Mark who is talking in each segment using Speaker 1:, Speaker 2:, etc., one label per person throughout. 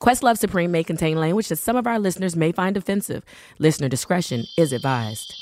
Speaker 1: Questlove Supreme may contain language that some of our listeners may find offensive. Listener discretion is advised.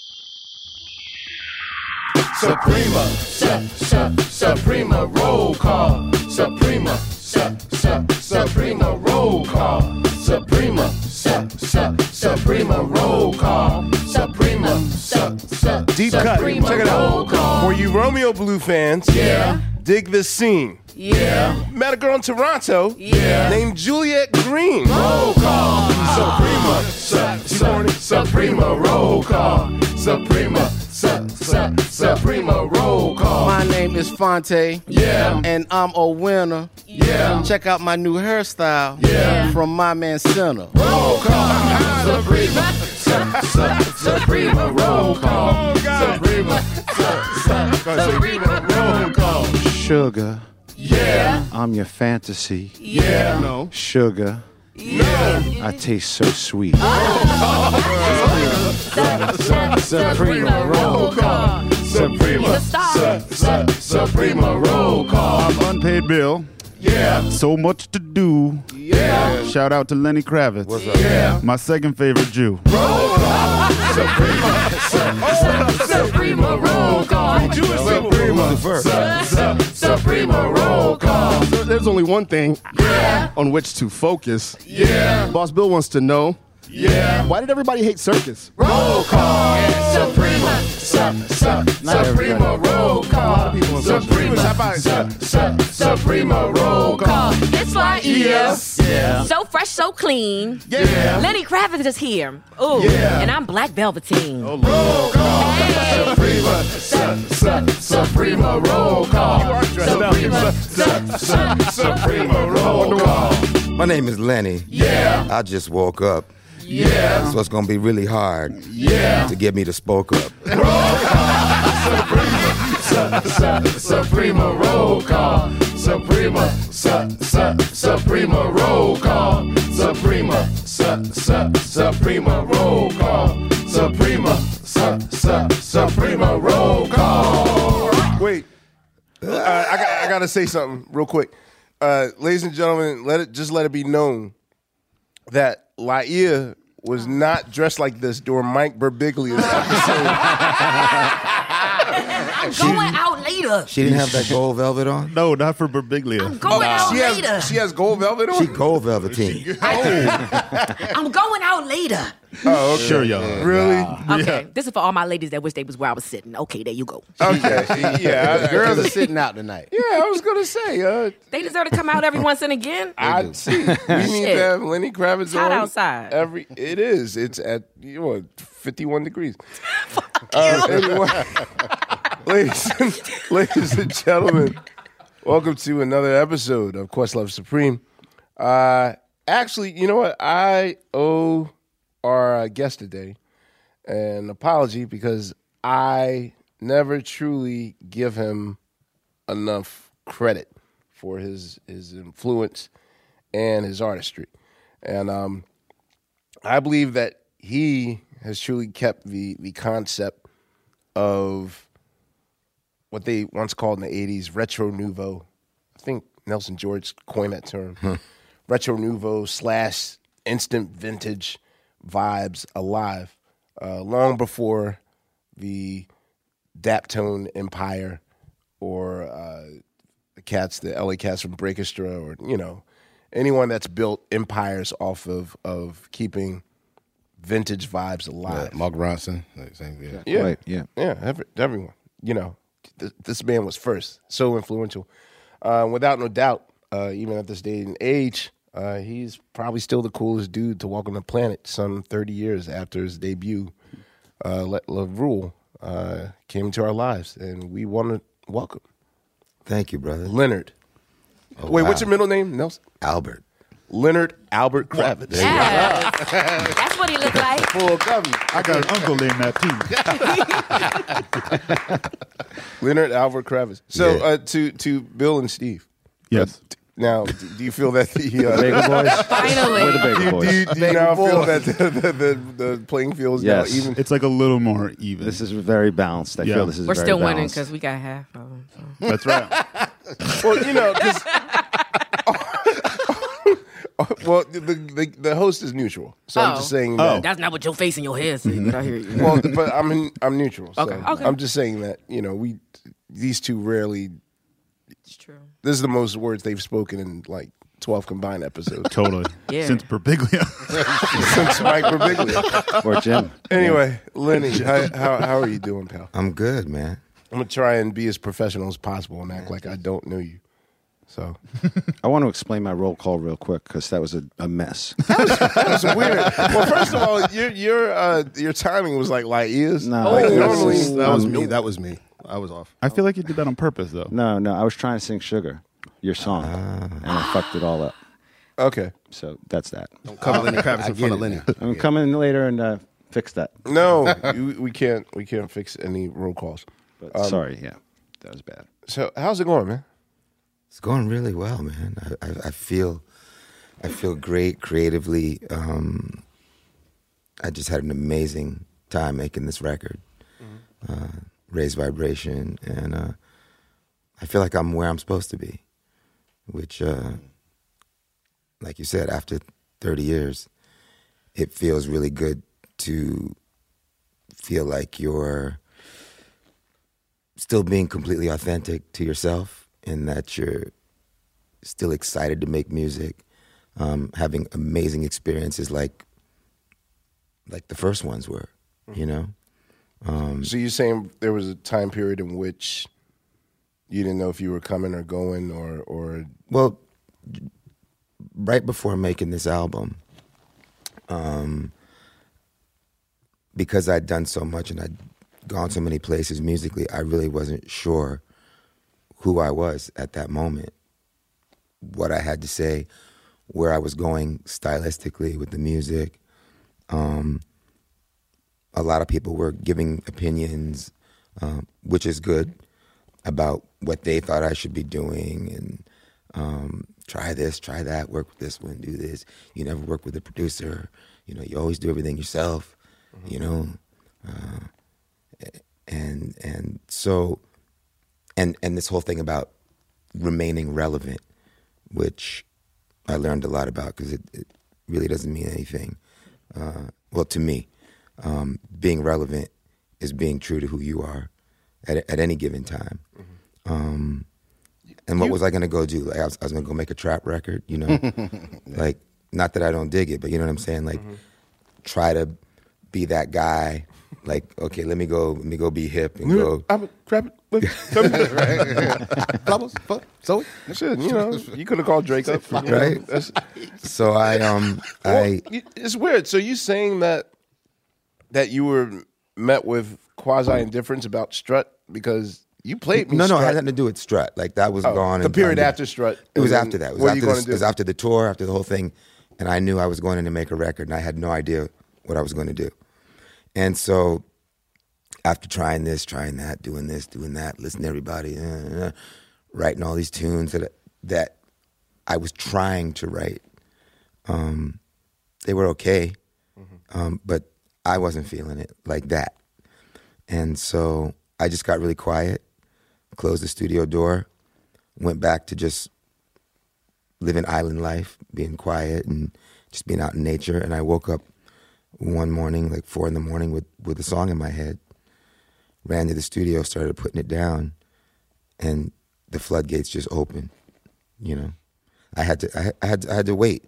Speaker 2: Suprema, su, su, Suprema roll call. Suprema, su, su, Suprema roll call. Suprema, su, su, Suprema roll call. Suprema, su, su,
Speaker 3: Deep cut.
Speaker 2: Suprema
Speaker 3: Check it
Speaker 2: roll
Speaker 3: out.
Speaker 2: call.
Speaker 3: For you Romeo Blue fans,
Speaker 2: Yeah.
Speaker 3: dig this scene.
Speaker 2: Yeah.
Speaker 3: Met a girl in Toronto
Speaker 2: Yeah.
Speaker 3: named Juliet Green.
Speaker 2: roll call. Suprema, su- su- Suprema roll call. Suprema, su- su- Suprema roll call.
Speaker 4: My name is Fonte.
Speaker 2: Yeah.
Speaker 4: And I'm a winner.
Speaker 2: Yeah.
Speaker 4: Check out my new hairstyle.
Speaker 2: Yeah.
Speaker 4: From my man Sinner.
Speaker 2: Roll call. Suprema, su- su- Suprema roll call. Suprema, su- su- Suprema roll call.
Speaker 5: Sugar,
Speaker 2: Yeah.
Speaker 5: I'm your fantasy.
Speaker 2: Yeah.
Speaker 3: No.
Speaker 5: Sugar, I taste so sweet.
Speaker 2: Uh. Suprema roll call. Suprema, su- su- Suprema roll call.
Speaker 5: Unpaid bill.
Speaker 2: Yeah.
Speaker 5: So much to do.
Speaker 2: Yeah.
Speaker 5: Shout out to Lenny Kravitz. What's up?
Speaker 2: Yeah.
Speaker 5: My second favorite Jew.
Speaker 2: Suprema roll call.
Speaker 3: Suprema.
Speaker 2: Su- Suprema roll call.
Speaker 4: So there's only one thing on which to focus.
Speaker 2: Yeah.
Speaker 4: Boss Bill wants to know
Speaker 2: Yeah.
Speaker 4: why did everybody hate circus?
Speaker 2: Roll call. Suprema. Su- su- Suprema roll call. Suprema. Su- su- Suprema roll call.
Speaker 1: It's like
Speaker 2: Yes.
Speaker 1: So fresh, so clean.
Speaker 2: Yeah.
Speaker 1: Lenny Kravitz is here. Ooh.
Speaker 2: Yeah.
Speaker 1: And I'm Black Velveteen.
Speaker 2: Roll call. Suprema. Su- su- Suprema roll call. Suprema. Su- su- Suprema roll call.
Speaker 6: My name is Lenny.
Speaker 2: Yeah.
Speaker 6: I just woke up,
Speaker 2: Yeah.
Speaker 6: so it's gonna be really hard
Speaker 2: Yeah.
Speaker 6: to get me to spoke up.
Speaker 2: Suprema roll call. Suprema, su, su, Suprema roll call. Suprema, su, su, Suprema roll call. Suprema, su, su, Suprema roll call.
Speaker 3: Wait, uh, I, got, I gotta say something real quick, uh, ladies and gentlemen. Let it just let it be known that Laia was not dressed like this during Mike Birbiglia's episode.
Speaker 1: I'm going out later.
Speaker 6: She didn't have that gold velvet on.
Speaker 5: No, not for Berbiglia.
Speaker 1: I'm going out
Speaker 3: she
Speaker 1: later.
Speaker 3: has she has gold velvet on.
Speaker 6: She gold velveteen.
Speaker 1: I'm going out later.
Speaker 7: Oh,
Speaker 5: Sure, y'all.
Speaker 3: really?
Speaker 1: Okay. This is for all my ladies that wish they was where I was sitting. Okay, there you go.
Speaker 3: Okay. yeah. I,
Speaker 4: Girls are sitting out tonight.
Speaker 3: yeah, I was gonna say. Uh,
Speaker 1: They deserve to come out every once and again.
Speaker 3: I see. We need to have Lenny Kravitz
Speaker 1: Hot
Speaker 3: on
Speaker 1: outside.
Speaker 3: Every it is. It's at you know, 51 degrees. Uh, anyway, ladies, and, ladies and gentlemen, welcome to another episode of Questlove Supreme. Uh, actually, you know what? I owe our uh, guest today an apology because I never truly give him enough credit for his his influence and his artistry. And um, I believe that he has truly kept the the concept of what they once called in the '80s retro nouveau. I think Nelson George coined that term. retro nouveau slash instant vintage vibes alive, uh, long before the Daptone Empire or uh, the cats, the LA cats from Breakestra, or you know, anyone that's built empires off of of keeping vintage vibes alive.
Speaker 2: Mark Ronson, like, same, yeah.
Speaker 3: Yeah.
Speaker 5: Right, yeah.
Speaker 3: Yeah. Every, everyone. You know, th- this man was first, so influential. Uh, without no doubt, uh, even at this day and age, uh, he's probably still the coolest dude to walk on the planet some 30 years after his debut. Uh, Let Love Rule uh, came into our lives, and we want to welcome
Speaker 6: Thank you, brother. Oh,
Speaker 3: Leonard. Wait, what's your middle name, Nelson?
Speaker 6: Albert.
Speaker 3: Leonard Albert Kravitz.
Speaker 1: Yeah. That's what he looked like.
Speaker 3: Full government.
Speaker 7: I got an uncle named that too.
Speaker 3: Leonard Albert Kravitz. So
Speaker 6: Yeah.
Speaker 3: uh, to to Bill and Steve. Uh,
Speaker 7: Yes.
Speaker 3: Now, d- do you feel that the uh,
Speaker 5: Baker Boys.
Speaker 1: Finally.
Speaker 5: We're the Baker
Speaker 3: do
Speaker 5: Boys.
Speaker 3: you, do you now feel that the, the, the, the playing field is
Speaker 5: Yes.
Speaker 3: now even?
Speaker 7: It's like a little more even.
Speaker 5: This is very balanced. I
Speaker 7: Yeah.
Speaker 5: feel this is
Speaker 1: We're
Speaker 5: very
Speaker 1: still winning
Speaker 5: balanced.
Speaker 1: because we got half of them.
Speaker 7: That's right.
Speaker 3: Well, you know, 'cause- oh, well, the, the the host is neutral, so I'm
Speaker 1: Oh.
Speaker 3: just saying.
Speaker 7: Oh.
Speaker 3: That,
Speaker 1: That's not what your face and your hair say, but I hear you.
Speaker 3: well, but I'm in, I'm neutral. So
Speaker 1: Okay. Okay.
Speaker 3: I'm just saying that you know we these two rarely.
Speaker 1: It's true.
Speaker 3: This is the most words they've spoken in like 12 combined episodes
Speaker 7: totally.
Speaker 1: Yeah.
Speaker 7: Since Berbiglia.
Speaker 3: since Mike Birbiglia.
Speaker 5: Or Jim.
Speaker 3: Anyway, Lenny, how, how how are you doing, pal?
Speaker 6: I'm good, man.
Speaker 3: I'm gonna try and be as professional as possible and act like I don't know you. So
Speaker 5: I want to explain my roll call real quick because that was a, a mess.
Speaker 3: That's weird. Well, first of all, your your uh, your timing was like light years.
Speaker 5: No,
Speaker 3: like,
Speaker 5: that was-
Speaker 3: normally
Speaker 2: That was me. That was me. I was off.
Speaker 7: I feel like you did that on purpose though. Ah.
Speaker 5: no, no, I was trying to sing Sugar, your song, and I fucked it all up.
Speaker 3: okay.
Speaker 5: So that's that.
Speaker 2: Cover Lenny Kravitz in front of Lenny.
Speaker 5: I'm coming later and uh, fix that.
Speaker 3: No, you, we can't we can't fix any roll calls. Um,
Speaker 5: But sorry, yeah, that was bad.
Speaker 3: So how's it going, man?
Speaker 6: It's going really well, man. I, I, I feel, I feel great creatively. Um, I just had an amazing time making this record, uh, raise vibration, and uh, I feel like I'm where I'm supposed to be, which, uh, like you said, after 30 years, it feels really good to feel like you're still being completely authentic to yourself and that you're still excited to make music um, having amazing experiences like like the first ones were you know Um,
Speaker 3: So you're saying there was a time period in which you didn't know if you were coming or going or or
Speaker 6: well right before making this album um because i'd done so much and i'd gone so many places musically i really wasn't sure who i was at that moment what i had to say where i was going stylistically with the music um a lot of people were giving opinions um, which is good about what they thought i should be doing and um, try this, try that, work with this one, do this. You never work with a producer. You know, you always do everything yourself. You know, uh, and and so, and and this whole thing about remaining relevant, which I learned a lot about because it, it really doesn't mean anything. Uh, well, to me, um, being relevant is being true to who you are at at any given time. Um, And what was I gonna go do? Like I was, I was gonna go make a trap record, you know? Like not that I don't dig it, but you know what I'm saying?
Speaker 3: Mm-hmm.
Speaker 6: Like try to be that guy. Like okay, let me go, let me go be hip and go.
Speaker 3: I'm grab it. Look, come here.
Speaker 2: Flowers, fuck, Zoe.
Speaker 3: Shit, you know, you could have called Drake up, you know,
Speaker 6: Right.
Speaker 3: that's-
Speaker 6: So I um I
Speaker 3: Well, it's weird. So you saying that that you were met with quasi indifference about Strut because you played me.
Speaker 6: no no it
Speaker 3: Strut. Oh,
Speaker 6: had nothing to do with Strut. Like that was gone.
Speaker 3: the
Speaker 6: and
Speaker 3: period
Speaker 6: under-
Speaker 3: after Strut,
Speaker 6: It was
Speaker 3: and then
Speaker 6: after that. It was
Speaker 3: what are
Speaker 6: after
Speaker 3: you
Speaker 6: the,
Speaker 3: gonna
Speaker 6: it
Speaker 3: do?
Speaker 6: was after the tour, after the whole thing, and I knew I was going in to make a record, and I had no idea what I was going to do. And so, after trying this, trying that, doing this, doing that, listening to everybody, uh, uh, writing all these tunes that that I was
Speaker 3: Mm-hmm.
Speaker 6: trying to write, um, they were okay, um, but I wasn't feeling it like that. And so I just got really quiet, closed the studio door, went back to just living island life, being quiet and just being out in nature. And I woke up one morning, like four in the morning, with, with a song in my head. Ran to the studio, started putting it down, and the floodgates just opened. You know, I had to, I, I had, to, I had to wait.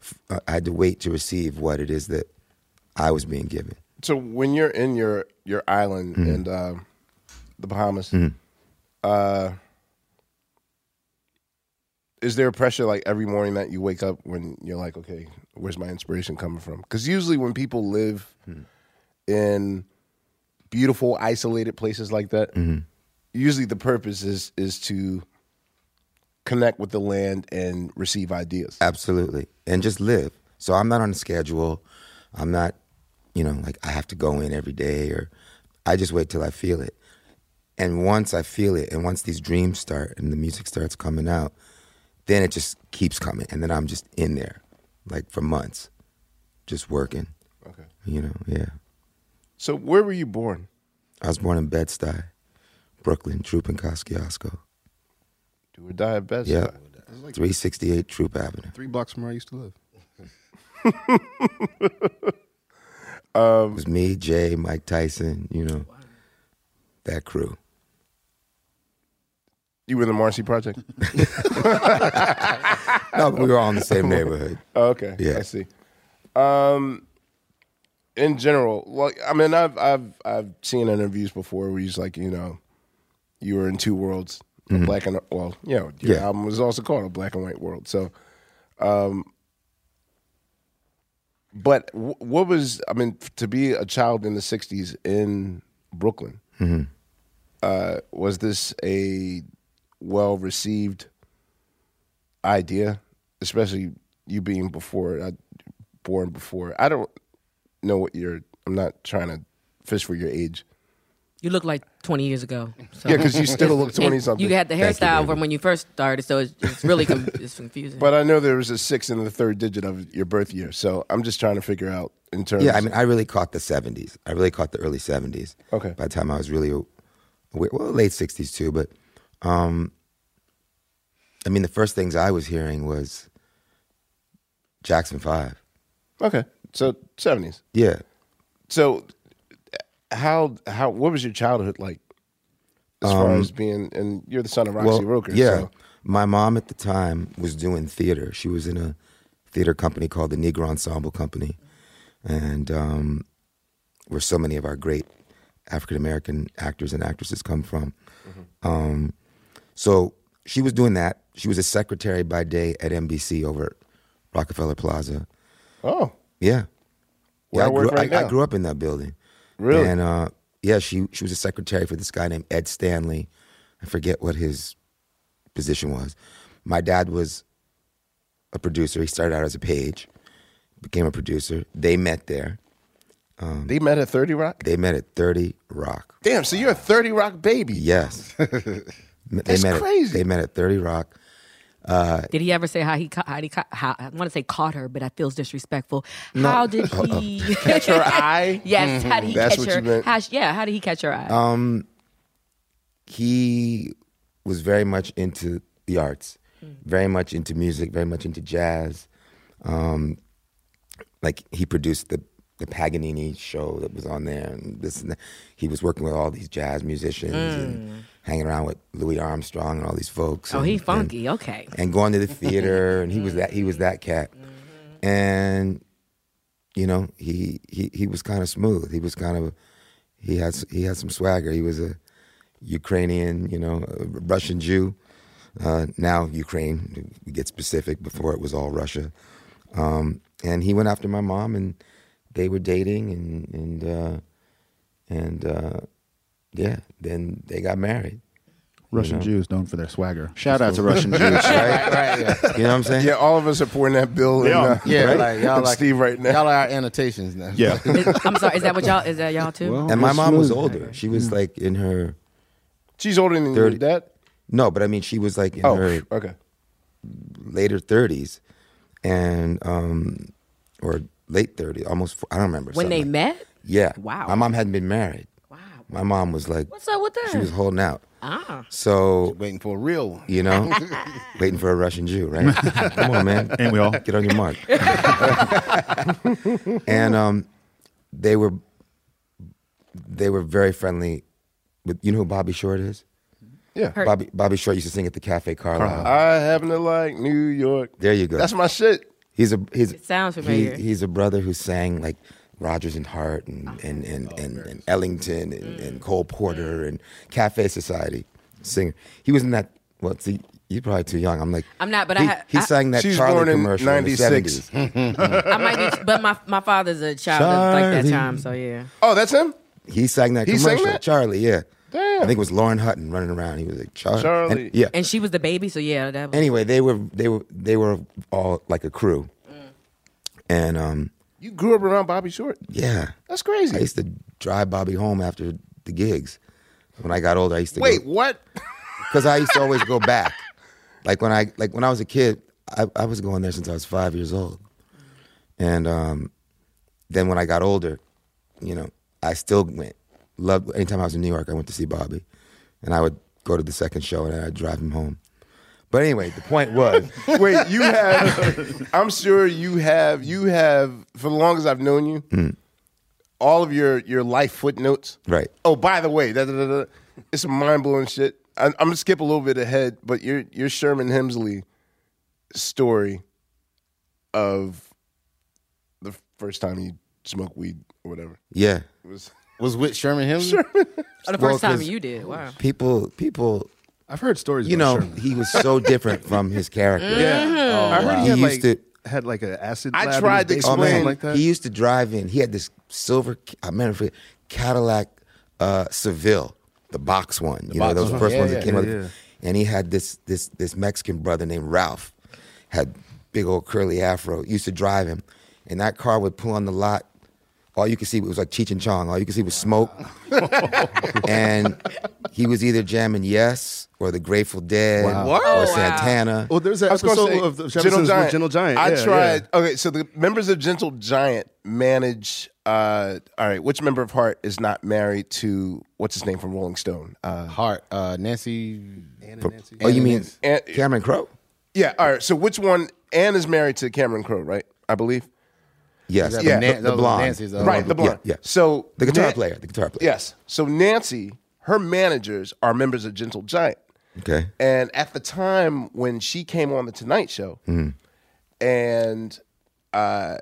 Speaker 6: F- uh, I had to wait to receive what it is that I was being given.
Speaker 3: So when you're in your your island
Speaker 6: Mm-hmm.
Speaker 3: and uh, the Bahamas, uh, is there pressure like every morning that you wake up when you're like, okay, where's my inspiration coming from? Because usually when people live
Speaker 6: Mm-hmm.
Speaker 3: in beautiful isolated places like that,
Speaker 6: Mm-hmm.
Speaker 3: usually the purpose is is to connect with the land and receive ideas.
Speaker 6: Absolutely. And just live. So I'm not on a schedule. I'm not, you know, like I have to go in every day or I just wait till I feel it. And once I feel it and once these dreams start and the music starts coming out, then it just keeps coming. And then I'm just in there like for months, just working,
Speaker 3: Okay.
Speaker 6: you know, yeah.
Speaker 3: So where were you born?
Speaker 6: I was born in Bed-Stuy, Brooklyn, Troop and Kosciuszko.
Speaker 3: Do or die at best.
Speaker 6: Yep. 368 Troop Avenue.
Speaker 4: Three blocks from where I used to live.
Speaker 3: Um,
Speaker 6: It was me, Jay, Mike Tyson, you know, that crew.
Speaker 3: You were in the Marcy Project.
Speaker 6: No, but we were all in the same neighborhood.
Speaker 3: Oh, okay.
Speaker 6: Yeah.
Speaker 3: I see. Um, in general, like I mean, I've I've I've seen interviews before where he's like, you know, you were in two worlds, a black and well, you know, your
Speaker 6: Yeah.
Speaker 3: album was also called a black and white world. So, um, but w- what was I mean f- to be a child in the '60s in Brooklyn? Uh, was this a well received idea, especially you being before I, born before. I don't know what you're. I'm not trying to fish for your age.
Speaker 1: You look like 20 years ago. So.
Speaker 3: Yeah, because you still look
Speaker 1: And
Speaker 3: twenty something.
Speaker 1: You had the
Speaker 6: Thank you,
Speaker 1: hairstyle
Speaker 6: baby.
Speaker 1: from when you first started, so it's, it's really com- it's confusing.
Speaker 3: but I know there was a six in the third digit of your birth year, so I'm just trying to figure out in terms.
Speaker 6: Yeah, I mean, I really caught the 70s. I really caught the early 70s.
Speaker 3: Okay.
Speaker 6: By the time I was really aware, well, late 60s too, but um, I mean, the first things I was hearing was Jackson 5.
Speaker 3: okay, so seventies.
Speaker 6: Yeah.
Speaker 3: So how how what was your childhood like? As far as being, and you're the son of Roxy Roker.
Speaker 6: Um, Yeah.
Speaker 3: so-
Speaker 6: My mom at the time was doing theater. She was in a theater company called the Negro Ensemble Company. And um, where so many of our great African American actors and actresses come from.
Speaker 3: Mm-hmm.
Speaker 6: Um, so she was doing that. She was a secretary by day at NBC over at Rockefeller Plaza.
Speaker 3: oh,
Speaker 6: Yeah.
Speaker 3: Where
Speaker 6: yeah,
Speaker 3: I work
Speaker 6: grew,
Speaker 3: right
Speaker 6: I,
Speaker 3: now.
Speaker 6: grew up in that building.
Speaker 3: Really?
Speaker 6: And uh, yeah, she she was a secretary for this guy named Ed Stanley. I forget what his position was. My dad was a producer. He started out as a page, became a producer. They met there. Um,
Speaker 3: they met at Thirty Rock.
Speaker 6: They met at 30 Rock.
Speaker 3: Damn, so you're a Thirty Rock baby.
Speaker 6: Yes.
Speaker 3: That's
Speaker 6: they met
Speaker 3: crazy.
Speaker 6: At, they met at 30 Rock. Uh,
Speaker 1: Did he ever say how he, ca- how he ca- how, I want to say caught her, but that feels disrespectful. How did he catch
Speaker 3: Her eye. Mm-hmm.
Speaker 1: Yes, how did he
Speaker 3: That's
Speaker 1: catch
Speaker 3: what you
Speaker 1: her?
Speaker 3: meant.
Speaker 1: How, yeah, how did he catch her eye?
Speaker 6: Um, he was very much into the arts,
Speaker 1: Mm-hmm.
Speaker 6: very much into music, very much into jazz. Um, like he produced the the Paganini show that was on there, and this and that. He was working with all these jazz musicians and hanging around with Louis Armstrong and all these folks.
Speaker 1: Mm. oh,
Speaker 6: and-
Speaker 1: he
Speaker 6: and-
Speaker 1: funky. okay.
Speaker 6: and going to the theater and he was that he was that cat and you know he he he was kind of smooth he was kind of he had s- he had some swagger he was a ukrainian you know a russian jew uh, now ukraine we get specific before it was all russia um, and he went after my mom and they were dating and and uh, and uh, yeah then they got married
Speaker 7: Russian Jews known for their swagger.
Speaker 5: Shout out to Russian Jews.
Speaker 6: right right you know what i'm saying
Speaker 3: Yeah, all of us are pouring that bill. Yeah, and, uh,
Speaker 5: Yeah, like, y'all
Speaker 3: and
Speaker 5: like
Speaker 3: Steve right now.
Speaker 5: Y'all are our annotations now.
Speaker 7: Yeah.
Speaker 1: Is- I'm sorry. Is that what y'all? Is that y'all too?
Speaker 7: Well-
Speaker 6: And my
Speaker 7: Real
Speaker 6: mom was
Speaker 7: smooth.
Speaker 6: older. She was like in her
Speaker 3: She's older than your
Speaker 6: Thirty.
Speaker 3: dad.
Speaker 6: no, but I mean she was like in
Speaker 3: Oh,
Speaker 6: her
Speaker 3: okay.
Speaker 6: later thirties, and um, or late thirties, almost. fo- I don't remember
Speaker 1: when they
Speaker 6: something like-
Speaker 1: met?
Speaker 6: Yeah.
Speaker 8: Wow.
Speaker 6: My mom hadn't been married. Wow. My mom was like,
Speaker 1: What's up with that? Uh-huh.
Speaker 6: she was holding out.
Speaker 8: Ah.
Speaker 6: So
Speaker 5: Waiting for a real one.
Speaker 6: you know, waiting for a Russian Jew, right? Come on, man.
Speaker 7: Ain't we all?
Speaker 6: Get on your mark. and um, they were they were very friendly. With you know who Bobby Short is?
Speaker 3: Yeah.
Speaker 1: Heard.
Speaker 6: Bobby Bobby Short used to sing at the Cafe Carlisle.
Speaker 3: Uh, I happen to like New York.
Speaker 6: There you go.
Speaker 3: That's my shit.
Speaker 6: He's a he's
Speaker 1: It sounds familiar. Oh,
Speaker 6: he- he's a brother who sang like Rogers and Hart and and and, and, and Ellington and,
Speaker 1: Mm.
Speaker 6: and Cole Porter and Cafe Society singer. He was in that. Well, see, you're probably too young. I'm like
Speaker 1: I'm not, but I
Speaker 6: he,
Speaker 1: ha-
Speaker 6: he
Speaker 1: I-
Speaker 6: sang that
Speaker 3: She was
Speaker 6: Charlie
Speaker 3: born in
Speaker 6: commercial in the
Speaker 3: 96.
Speaker 6: 70s.
Speaker 1: I might be, but my my father's a child of like that time, so yeah.
Speaker 3: Oh, that's him?
Speaker 6: He sang that
Speaker 3: He sang
Speaker 6: commercial,
Speaker 3: that?
Speaker 6: Charlie. Yeah,
Speaker 3: Damn.
Speaker 6: I think it was Lauren Hutton running around. He was like Charlie.
Speaker 3: Charlie.
Speaker 6: And- yeah.
Speaker 1: And she was the baby, so yeah, that was,
Speaker 6: anyway, they were they were they were all like a crew,
Speaker 1: Mm.
Speaker 6: and um
Speaker 3: You grew up around Bobby Short.
Speaker 6: yeah,
Speaker 3: That's
Speaker 6: I
Speaker 3: crazy.
Speaker 6: used to drive Bobby home after the gigs. When I got older, I used to
Speaker 3: Wait, what?
Speaker 6: because I used to always go back. Like when I like when I was a kid, I, I was going there since I was five years old, and um, then when I got older, you know, I still went. Loved anytime I was in New York, I went to see Bobby, and I would go to the second show and I'd drive him home. But anyway, the point was,
Speaker 3: Wait, you have. I'm sure you have. You have for the longest I've known you.
Speaker 6: Mm.
Speaker 3: All of your your life footnotes.
Speaker 6: Right.
Speaker 3: Oh, by the way, da, da, da, da. it's some mind blowing shit. I, I'm gonna skip a little bit ahead, but your your Sherman Hemsley story of the first time you smoked weed or whatever
Speaker 6: yeah,
Speaker 3: was
Speaker 5: Was with Sherman Hemsley?
Speaker 1: oh, the
Speaker 6: well,
Speaker 1: first time
Speaker 6: 'cause-
Speaker 1: you did. Wow.
Speaker 6: people, people,
Speaker 4: I've heard stories.
Speaker 6: you know,
Speaker 4: about Sherman.
Speaker 6: he was so different from his character.
Speaker 4: yeah.
Speaker 1: Mm-hmm.
Speaker 4: I heard
Speaker 6: He
Speaker 4: he had like,
Speaker 6: used to.
Speaker 4: had like an acid.
Speaker 3: I
Speaker 4: lab in
Speaker 3: tried to
Speaker 4: his
Speaker 6: Oh
Speaker 4: basement or
Speaker 6: man,
Speaker 4: something like that.
Speaker 6: he used to drive in. He had this silver, I remember forget, Cadillac uh, Seville, the box one. you know, those first ones that came out. And he had this this this Mexican brother named Ralph, had big old curly afro. Used to drive him, and that car would pull on the lot. All you could see was like Cheech and Chong. All you could see was smoke, and he was either jamming Yes or the Grateful Dead
Speaker 5: Uh,
Speaker 4: What?
Speaker 6: or
Speaker 1: wow.
Speaker 6: Santana.
Speaker 4: Well, there's an
Speaker 3: I was going to
Speaker 4: episode
Speaker 3: say
Speaker 4: of the Jeffersons with Gentle Giant.
Speaker 3: I
Speaker 4: Yeah, yeah.
Speaker 3: tried. Okay, so the members of Gentle Giant manage. Uh, all right, which member of Heart is not married to what's his name from Rolling Stone? Uh,
Speaker 5: Hart, uh, Nancy. Anna Nancy.
Speaker 6: oh, you mean
Speaker 3: And-
Speaker 6: Cameron Crowe?
Speaker 3: yeah. All right. So which one? Anne is married to Cameron Crowe, right? I believe.
Speaker 6: Yes,
Speaker 5: Is that
Speaker 6: the-
Speaker 5: the Nan-
Speaker 6: the,
Speaker 5: that
Speaker 6: the
Speaker 5: was
Speaker 6: blonde,
Speaker 5: Nancy's, uh,
Speaker 3: right. The blonde.
Speaker 6: Yeah, yeah.
Speaker 3: So
Speaker 6: the guitar
Speaker 3: Nan-
Speaker 6: player, the guitar player.
Speaker 3: Yes. So Nancy, her managers are members of Gentle Giant.
Speaker 6: Okay.
Speaker 3: And at the time when she came on the Tonight Show, and uh,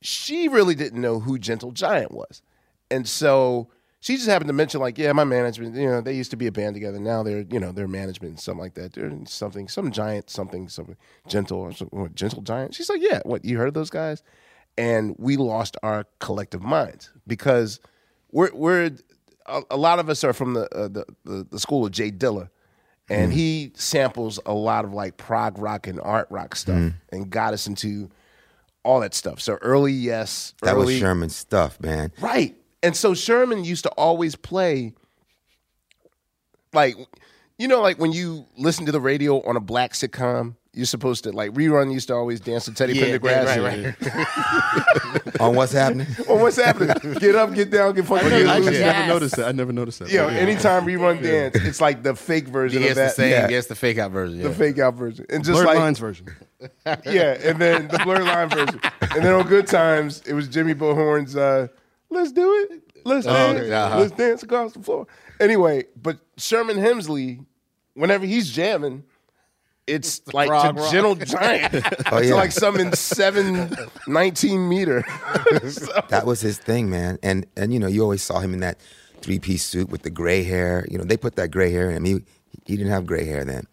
Speaker 3: she really didn't know who Gentle Giant was, and so she just happened to mention like, yeah, my management, you know, they used to be a band together. Now they're, you know, their management and something like that. They're in something, some giant, something, something, gentle, or some- or gentle giant. She's like, yeah, what you heard of those guys? And we lost our collective minds because we're we're a, a lot of us are from the, uh, the the the school of Jay Dilla, and he samples a lot of like prog rock and art rock stuff
Speaker 6: Mm.
Speaker 3: and got us into all that stuff. So early yes,
Speaker 6: That
Speaker 3: early
Speaker 6: was Sherman's stuff, man.
Speaker 3: right. And so Sherman used to always play like you know like when you listen to the radio on a black sitcom, you're supposed to like rerun used to always dance to Teddy Pendergrass.
Speaker 6: On what's happening?
Speaker 3: Well, what's happening? get up, get down, get
Speaker 4: I,
Speaker 3: fucking
Speaker 4: never, I just
Speaker 1: Yes.
Speaker 4: never noticed that. I never noticed that.
Speaker 3: You know,
Speaker 4: Yeah.
Speaker 3: anytime rerun dance, it's like the fake version
Speaker 5: Yes,
Speaker 3: of
Speaker 5: the
Speaker 3: that.
Speaker 5: same.
Speaker 3: Yeah.
Speaker 5: Yes, the fake out version.
Speaker 3: The
Speaker 5: yeah.
Speaker 3: fake out version. And just
Speaker 4: Blurred
Speaker 3: like
Speaker 4: Lines version.
Speaker 3: Yeah, and then the blurred line version. And then on Good Times, it was Jimmy Bohorn's uh, Let's Do It. Let's
Speaker 6: Oh,
Speaker 3: dance.
Speaker 5: okay, uh-huh.
Speaker 3: Let's dance across the floor. Anyway, but Sherman Hemsley, whenever he's jamming, it's like
Speaker 5: prog
Speaker 3: to
Speaker 5: rock.
Speaker 3: gentle giant.
Speaker 6: Oh,
Speaker 3: It's
Speaker 6: yeah.
Speaker 3: like some in seven nineteen meter. So-
Speaker 6: That was his thing, man. And and you know, you always saw him in that three piece suit with the gray hair. You know, they put that gray hair in him. He he didn't have gray hair then,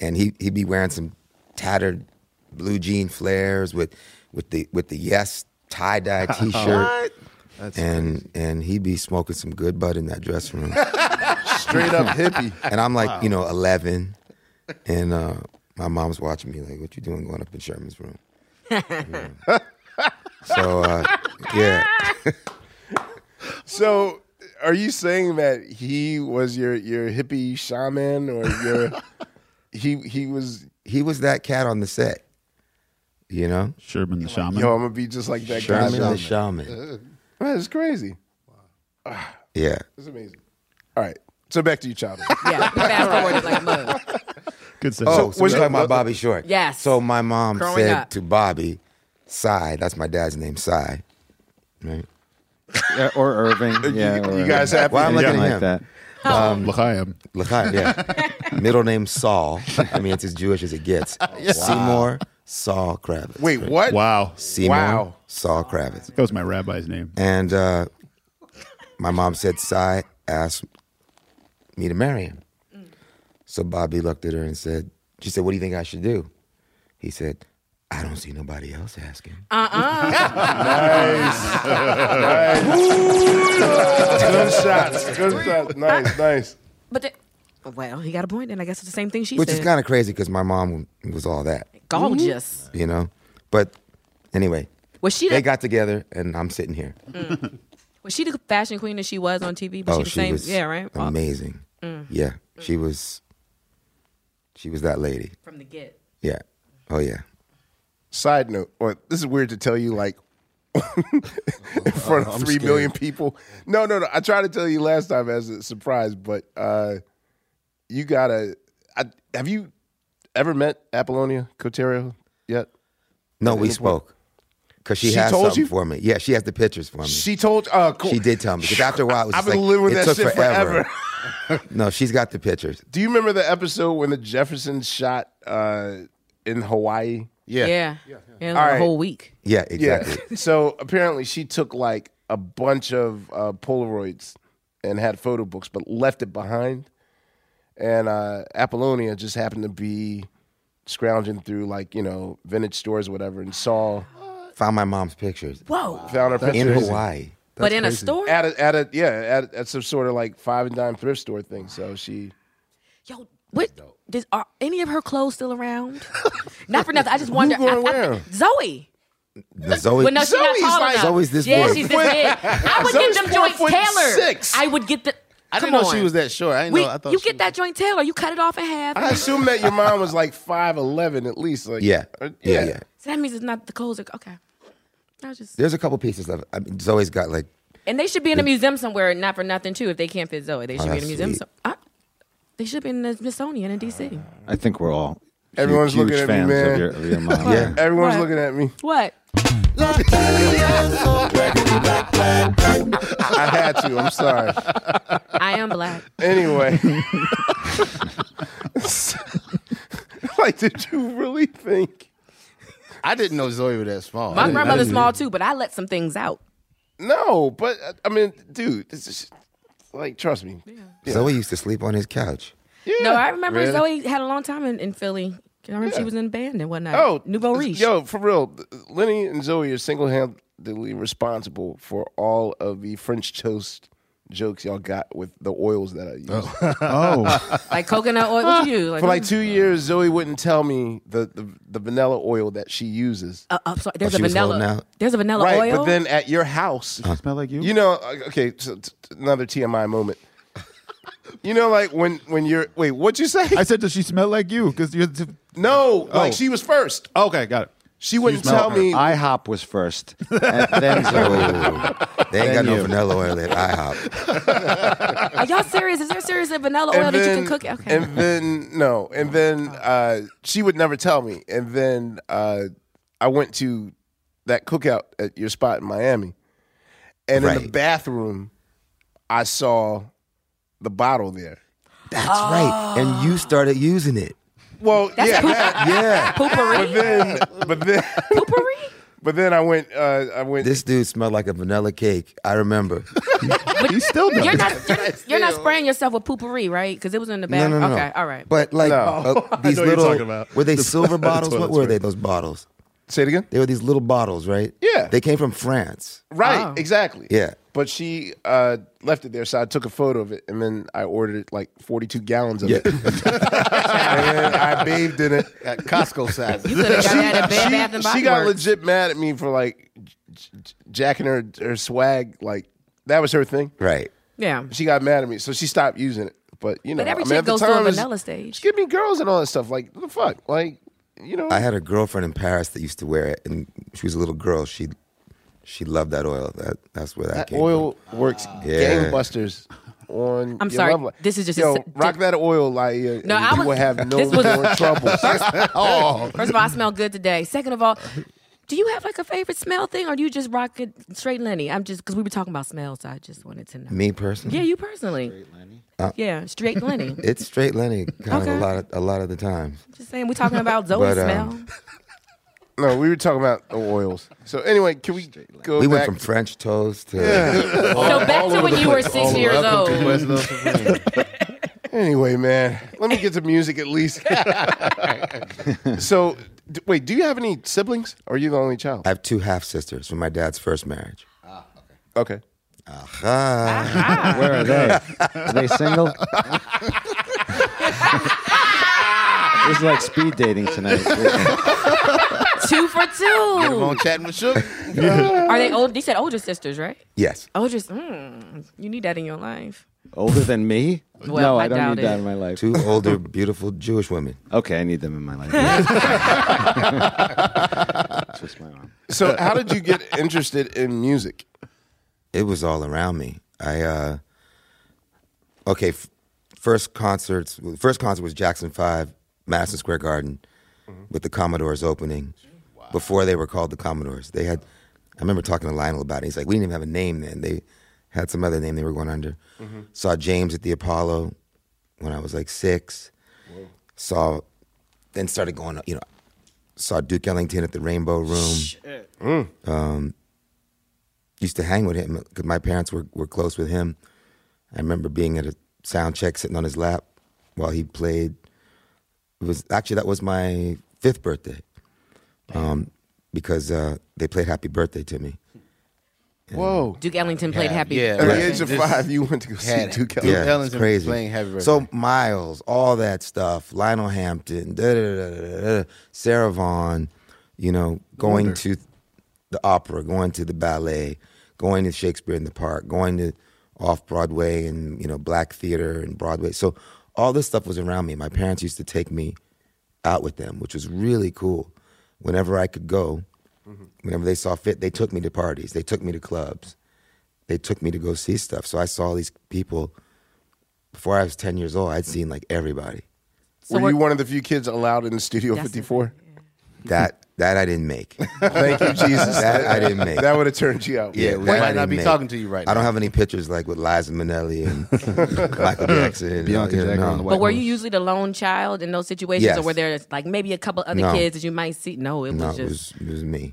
Speaker 6: and he he'd be wearing some tattered blue jean flares with with the with the yes tie dye t shirt. and and he'd be smoking some good bud in that dressing room.
Speaker 3: straight up hippie.
Speaker 6: and I'm like, you know, 11. And uh, my mom's watching me, like, what you doing going up in Sherman's room? Yeah. so, uh, yeah.
Speaker 3: So are you saying that he was your your hippie shaman or your he he was
Speaker 6: He was that cat on the set, you know?
Speaker 7: Sherman the shaman.
Speaker 3: yo, I'm gonna be just like that guy.
Speaker 6: Sherman
Speaker 3: John.
Speaker 6: the shaman.
Speaker 3: That's crazy. Ah,
Speaker 6: Yeah.
Speaker 3: It's amazing. All right. So back to you, childhood.
Speaker 1: Yeah, fast forward like mud.
Speaker 4: Good sense.
Speaker 6: Oh, so
Speaker 3: was
Speaker 6: we're
Speaker 3: it-
Speaker 6: talking about Bobby Short.
Speaker 1: Yes.
Speaker 6: So my mom
Speaker 1: Growing
Speaker 6: said
Speaker 1: up.
Speaker 6: to Bobby, "Cy." That's my dad's name, Cy. Right.
Speaker 4: Yeah, or Irving. Yeah,
Speaker 3: you
Speaker 4: or
Speaker 3: guys happy? Oh.
Speaker 6: Why am I
Speaker 4: Anything
Speaker 6: looking at
Speaker 4: like
Speaker 6: him?
Speaker 4: that.
Speaker 7: Look, I am.
Speaker 6: Lachaim, yeah. Middle name Saul. I mean, it's as Jewish as it gets. Seymour Saul Kravitz.
Speaker 3: Wait, what?
Speaker 7: Wow.
Speaker 6: Seymour
Speaker 3: wow.
Speaker 6: Saul Kravitz.
Speaker 7: That was my rabbi's name.
Speaker 6: And uh, my mom said, Cy asked me to marry him. So Bobby looked at her and said, She said, What do you think I should do? He said, I don't see nobody else asking.
Speaker 1: Uh-uh.
Speaker 3: Good shots. Good shots. Nice, nice.
Speaker 1: But the, well, he got a point, and I guess it's the same thing she
Speaker 6: Which
Speaker 1: said.
Speaker 6: is kind of crazy because my mom was all that, Mm-hmm.
Speaker 1: gorgeous.
Speaker 6: you know? But anyway,
Speaker 1: Was she
Speaker 6: they
Speaker 1: the,
Speaker 6: got together and I'm sitting here.
Speaker 1: was she the fashion queen that she was on TV? But
Speaker 6: oh,
Speaker 1: she, the same,
Speaker 6: was
Speaker 1: yeah, right. Mm. Well,
Speaker 6: amazing. Yeah, she was. She was that lady.
Speaker 1: From the get.
Speaker 6: Yeah. Oh yeah.
Speaker 3: Side note, or this is weird to tell you like in front of three million people. No, no, no. I tried to tell you last time as a surprise, but uh you gotta I, have you ever met Apollonia Coterio yet?
Speaker 6: No, we spoke because she,
Speaker 3: She
Speaker 6: has
Speaker 3: told
Speaker 6: something
Speaker 3: you?
Speaker 6: for me. Yeah, she has the pictures for me. Mm. She,
Speaker 3: She told uh cool.
Speaker 6: did tell me because after a while it was
Speaker 3: I've
Speaker 6: just
Speaker 3: been
Speaker 6: like,
Speaker 3: living with
Speaker 6: it
Speaker 3: that
Speaker 6: took
Speaker 3: shit forever.
Speaker 6: no, she's got the pictures.
Speaker 3: Do you remember the episode when the Jeffersons shot uh in Hawaii?
Speaker 1: Yeah.
Speaker 5: Yeah.
Speaker 1: Yeah. like
Speaker 3: All
Speaker 1: A
Speaker 3: right.
Speaker 1: whole week.
Speaker 6: Yeah, exactly.
Speaker 3: Yeah. so apparently she took like a bunch of uh, Polaroids and had photo books, but left it behind. And uh, Apollonia just happened to be scrounging through like you know vintage stores, or whatever, and saw
Speaker 6: Found my mom's pictures
Speaker 1: Whoa.
Speaker 3: found her
Speaker 6: in
Speaker 3: pictures
Speaker 6: Hawaii.
Speaker 1: but in a store?
Speaker 3: at a, at a yeah at, at some sort of like five and dime thrift store thing. So she
Speaker 1: Yo, what? Does, are any of her clothes still around? not for nothing. I just wonder.
Speaker 3: gonna
Speaker 1: I- I-
Speaker 3: wear 'em?
Speaker 1: Zoe.
Speaker 6: The Zoe.
Speaker 1: Well, no, she's not
Speaker 3: Zoe's
Speaker 1: tall
Speaker 3: like-
Speaker 1: enough.
Speaker 6: Zoe's this
Speaker 1: yeah,
Speaker 6: big.
Speaker 1: she's this big. I would get
Speaker 3: Zoe's
Speaker 1: them
Speaker 3: four
Speaker 1: joints
Speaker 3: foot
Speaker 1: tailored.
Speaker 3: six.
Speaker 1: I would get the.
Speaker 5: I didn't
Speaker 1: come
Speaker 5: know
Speaker 1: on.
Speaker 5: she was that short. I didn't
Speaker 1: We-
Speaker 5: know. I thought
Speaker 1: you
Speaker 5: she
Speaker 1: get
Speaker 5: was-
Speaker 1: that joint tailor. You cut it off in half.
Speaker 3: I assume that your mom was like five eleven at least. Like uh,
Speaker 6: Yeah.
Speaker 3: or-
Speaker 6: yeah, yeah.
Speaker 1: so that means it's not the clothes. Are, okay. I was just.
Speaker 6: There's a couple pieces left. I mean, Zoe's got like
Speaker 1: And they should be in a museum somewhere, not for nothing too. If they can't fit Zoe, they should be
Speaker 5: Oh,
Speaker 1: in
Speaker 6: that's
Speaker 1: a museum.
Speaker 6: sweet.
Speaker 1: Some, I, they should be in the Smithsonian in D.C.
Speaker 4: I think we're all
Speaker 3: Everyone's
Speaker 4: huge
Speaker 3: looking at me,
Speaker 4: fans
Speaker 3: man.
Speaker 4: Of, your, of your mom.
Speaker 6: Yeah.
Speaker 3: Everyone's
Speaker 1: What?
Speaker 3: looking at me.
Speaker 1: What?
Speaker 3: I had to. I'm sorry.
Speaker 1: I am black.
Speaker 3: Anyway. like, did you really think?
Speaker 5: I didn't know Zoe was that small. Oh, I
Speaker 1: My
Speaker 5: didn't- I
Speaker 1: grandmother's
Speaker 5: didn't-
Speaker 1: small too, but I let some things out.
Speaker 3: No, but uh, I mean, dude, this is like, trust me.
Speaker 6: Zoe used to sleep on his couch.
Speaker 1: No, I remember
Speaker 3: really?
Speaker 1: Zoe had a long time in, in Philly. I remember she was in band and whatnot.
Speaker 3: Oh,
Speaker 1: Nouveau
Speaker 3: this-
Speaker 1: Riche.
Speaker 3: Yo, for real, Lenny and Zoe are single-handedly responsible for all of the French toast jokes y'all got with the oils that I use.
Speaker 7: Oh,
Speaker 1: like coconut oil. What you do?
Speaker 3: For like two years, Zoe wouldn't tell me the, the, the vanilla oil that she uses.
Speaker 1: Uh, uh, sorry, there's
Speaker 6: Oh,
Speaker 1: a
Speaker 6: she was holding
Speaker 1: vanilla.
Speaker 6: out?
Speaker 1: There's a vanilla
Speaker 3: right,
Speaker 1: oil.
Speaker 3: but then at your house,
Speaker 4: Smell like you?
Speaker 3: You know, uh, okay, so t- t- another TMI moment. You know, like when when you're wait, what you say?
Speaker 4: I said, does she smell like you? Because you're the-
Speaker 3: no, like
Speaker 4: Oh.
Speaker 3: she was first.
Speaker 4: okay. Got it.
Speaker 3: She wouldn't
Speaker 4: Smell her.
Speaker 3: tell me.
Speaker 4: IHOP was first, and then Zoe.
Speaker 6: Oh, they ain't got no
Speaker 4: you.
Speaker 6: vanilla oil at IHOP.
Speaker 1: Are y'all serious? Is there serious vanilla oil
Speaker 3: and
Speaker 1: that you
Speaker 3: then,
Speaker 1: can cook? Okay. Oh,
Speaker 3: and then no, and then uh, she would never tell me. And then uh, I went to that cookout at your spot in Miami, and in the
Speaker 6: Right.
Speaker 3: bathroom, I saw the bottle there.
Speaker 6: That's right. And
Speaker 1: Oh.
Speaker 6: you started using it.
Speaker 3: Well, yeah, that-
Speaker 6: Yeah.
Speaker 3: but then, but then,
Speaker 1: Poopery?
Speaker 3: but then I went. Uh, I went.
Speaker 6: This dude smelled like a vanilla cake. I remember.
Speaker 4: He still does.
Speaker 1: You're not, you're, you're not spraying yourself with poopery, right? Because it was in the
Speaker 6: No,
Speaker 1: bag.
Speaker 6: no, no. no.
Speaker 1: okay, all right.
Speaker 6: But like
Speaker 3: No.
Speaker 6: uh, these
Speaker 4: know what you're
Speaker 6: little,
Speaker 4: talking about.
Speaker 6: were they silver
Speaker 4: the
Speaker 6: bottles? What
Speaker 4: toilet
Speaker 6: were
Speaker 4: spray.
Speaker 6: they? Those bottles.
Speaker 3: say it again.
Speaker 6: They were these little bottles, right?
Speaker 3: Yeah.
Speaker 6: They came from France.
Speaker 3: Right,
Speaker 1: Oh.
Speaker 3: exactly.
Speaker 6: Yeah.
Speaker 3: But she uh, left it there, so I took a photo of it, and then I ordered like 42 gallons of it. and then I bathed in it.
Speaker 5: Got Costco size.
Speaker 1: you could have got that at Bed Bath and Body
Speaker 3: She got
Speaker 1: Works.
Speaker 3: legit mad at me for like j- j- jacking her her swag. Like that was her thing.
Speaker 6: Right.
Speaker 1: Yeah.
Speaker 3: She got mad at me, so she stopped using it. But you know,
Speaker 1: But every
Speaker 3: I mean,
Speaker 1: chick
Speaker 3: at the
Speaker 1: goes
Speaker 3: time,
Speaker 1: through a
Speaker 3: it was-
Speaker 1: vanilla stage.
Speaker 3: Just give me girls and all that stuff. Like what the fuck, like you know.
Speaker 6: I had a girlfriend in Paris that used to wear it, and she was a little girl. She She loved that oil. That that's where that,
Speaker 3: That
Speaker 6: came
Speaker 3: oil works
Speaker 6: Yeah.
Speaker 3: gangbusters on.
Speaker 1: I'm
Speaker 3: your
Speaker 1: sorry,
Speaker 3: love life.
Speaker 1: this is just a
Speaker 3: yo
Speaker 1: s-
Speaker 3: rock that oil like uh,
Speaker 1: No,
Speaker 3: and
Speaker 1: I
Speaker 3: you
Speaker 1: was-
Speaker 3: will have no
Speaker 1: this was-
Speaker 3: more trouble. oh,
Speaker 1: First of all, I smell good today. Second of all, do you have like a favorite smell thing, or do you just rock it straight, Lenny? I'm just because we were talking about smells. I just wanted to know.
Speaker 6: from. Me personally,
Speaker 1: Yeah, you personally. Straight Lenny.
Speaker 3: Uh,
Speaker 1: yeah, straight Lenny.
Speaker 6: it's straight Lenny kind
Speaker 1: Okay.
Speaker 6: of a lot of, a lot of the time.
Speaker 1: just saying, we're talking about Zoe's
Speaker 6: But, um,
Speaker 1: smell.
Speaker 3: no, we were talking about the oils. So anyway, can we go?
Speaker 6: We went
Speaker 3: back?
Speaker 6: from French toast to
Speaker 1: so back to when you were six years old.
Speaker 3: Anyway, man, let me get to music at least. so, d- wait, do you have any siblings? Or are you the only child?
Speaker 6: I
Speaker 3: Ah,
Speaker 6: have two half sisters from my dad's first marriage.
Speaker 3: okay.
Speaker 6: Aha.
Speaker 9: Where are they? Are they single? this is like speed dating tonight.
Speaker 1: two for two.
Speaker 2: chatting with Sugar.
Speaker 1: Are they old? They said older sisters, right?
Speaker 6: Yes.
Speaker 1: Older. Mm, you need that in your life.
Speaker 9: Older than me?
Speaker 1: Well,
Speaker 9: no,
Speaker 1: I
Speaker 9: I, don't
Speaker 1: doubt
Speaker 9: need
Speaker 1: it.
Speaker 9: that in my life.
Speaker 6: Two older, beautiful Jewish women.
Speaker 9: Okay, I need them in my life. Twist my arm.
Speaker 3: So, how did you get interested in music?
Speaker 6: It was all around me. I uh okay. F- first concerts. First concert was Jackson Five, Madison Square Garden,
Speaker 3: Mm-hmm.
Speaker 6: with the Commodores opening. Before they were called the Commodores, they had. I remember talking to Lionel about it. He's like, we didn't even have a name then. They had some other name they were going under.
Speaker 3: Mm-hmm.
Speaker 6: Saw James at the Apollo when I was like six. Saw, then started going. You know, saw Duke Ellington at the Rainbow Room Mm. Um, used to hang with him because my parents were, were close with him. I remember being at a sound check sitting on his lap while he played. It was actually that was my fifth birthday, um, because uh, they played Happy Birthday to me.
Speaker 3: Whoa.
Speaker 1: Duke Ellington played Happy.
Speaker 2: yeah.
Speaker 3: At
Speaker 2: Right.
Speaker 3: the age of
Speaker 2: This-
Speaker 3: five, you went to go see
Speaker 2: Had it.
Speaker 3: Duke Ellington.
Speaker 2: Yeah.
Speaker 6: it's
Speaker 2: Ellington playing Happy Birthday.
Speaker 6: So Miles, all that stuff, Lionel Hampton, da, da, da, da, da, da, Sarah Vaughan, you know, going to the opera, going to the ballet, going to Shakespeare in the Park, going to off Broadway and you know black theater and Broadway. So all this stuff was around me. My parents used to take me out with them, which was really cool. Whenever I could go, whenever they saw fit, they took me to parties, they took me to clubs, they took me to go see stuff. So I saw all these people before I was 10 years old, I'd seen like everybody.
Speaker 3: Were you one of the few kids allowed in Studio 54?
Speaker 6: That that I didn't make.
Speaker 3: Thank you, Jesus.
Speaker 6: That I didn't make.
Speaker 3: That would have turned you out.
Speaker 6: yeah,
Speaker 2: we
Speaker 6: that I
Speaker 2: might not
Speaker 6: didn't
Speaker 2: be
Speaker 6: make.
Speaker 2: talking to you right
Speaker 6: I don't
Speaker 2: now.
Speaker 6: have any pictures like with Liza Minnelli and Michael Jackson. and,
Speaker 9: Bianca
Speaker 6: you know,
Speaker 9: Jagger
Speaker 6: no.
Speaker 9: on the
Speaker 1: But
Speaker 9: White
Speaker 1: were you
Speaker 9: Horse.
Speaker 1: usually the lone child in those situations,
Speaker 6: Yes.
Speaker 1: or were there like maybe a couple other
Speaker 6: No.
Speaker 1: kids that you might see? No, it was
Speaker 6: No,
Speaker 1: just
Speaker 6: it was, it was me.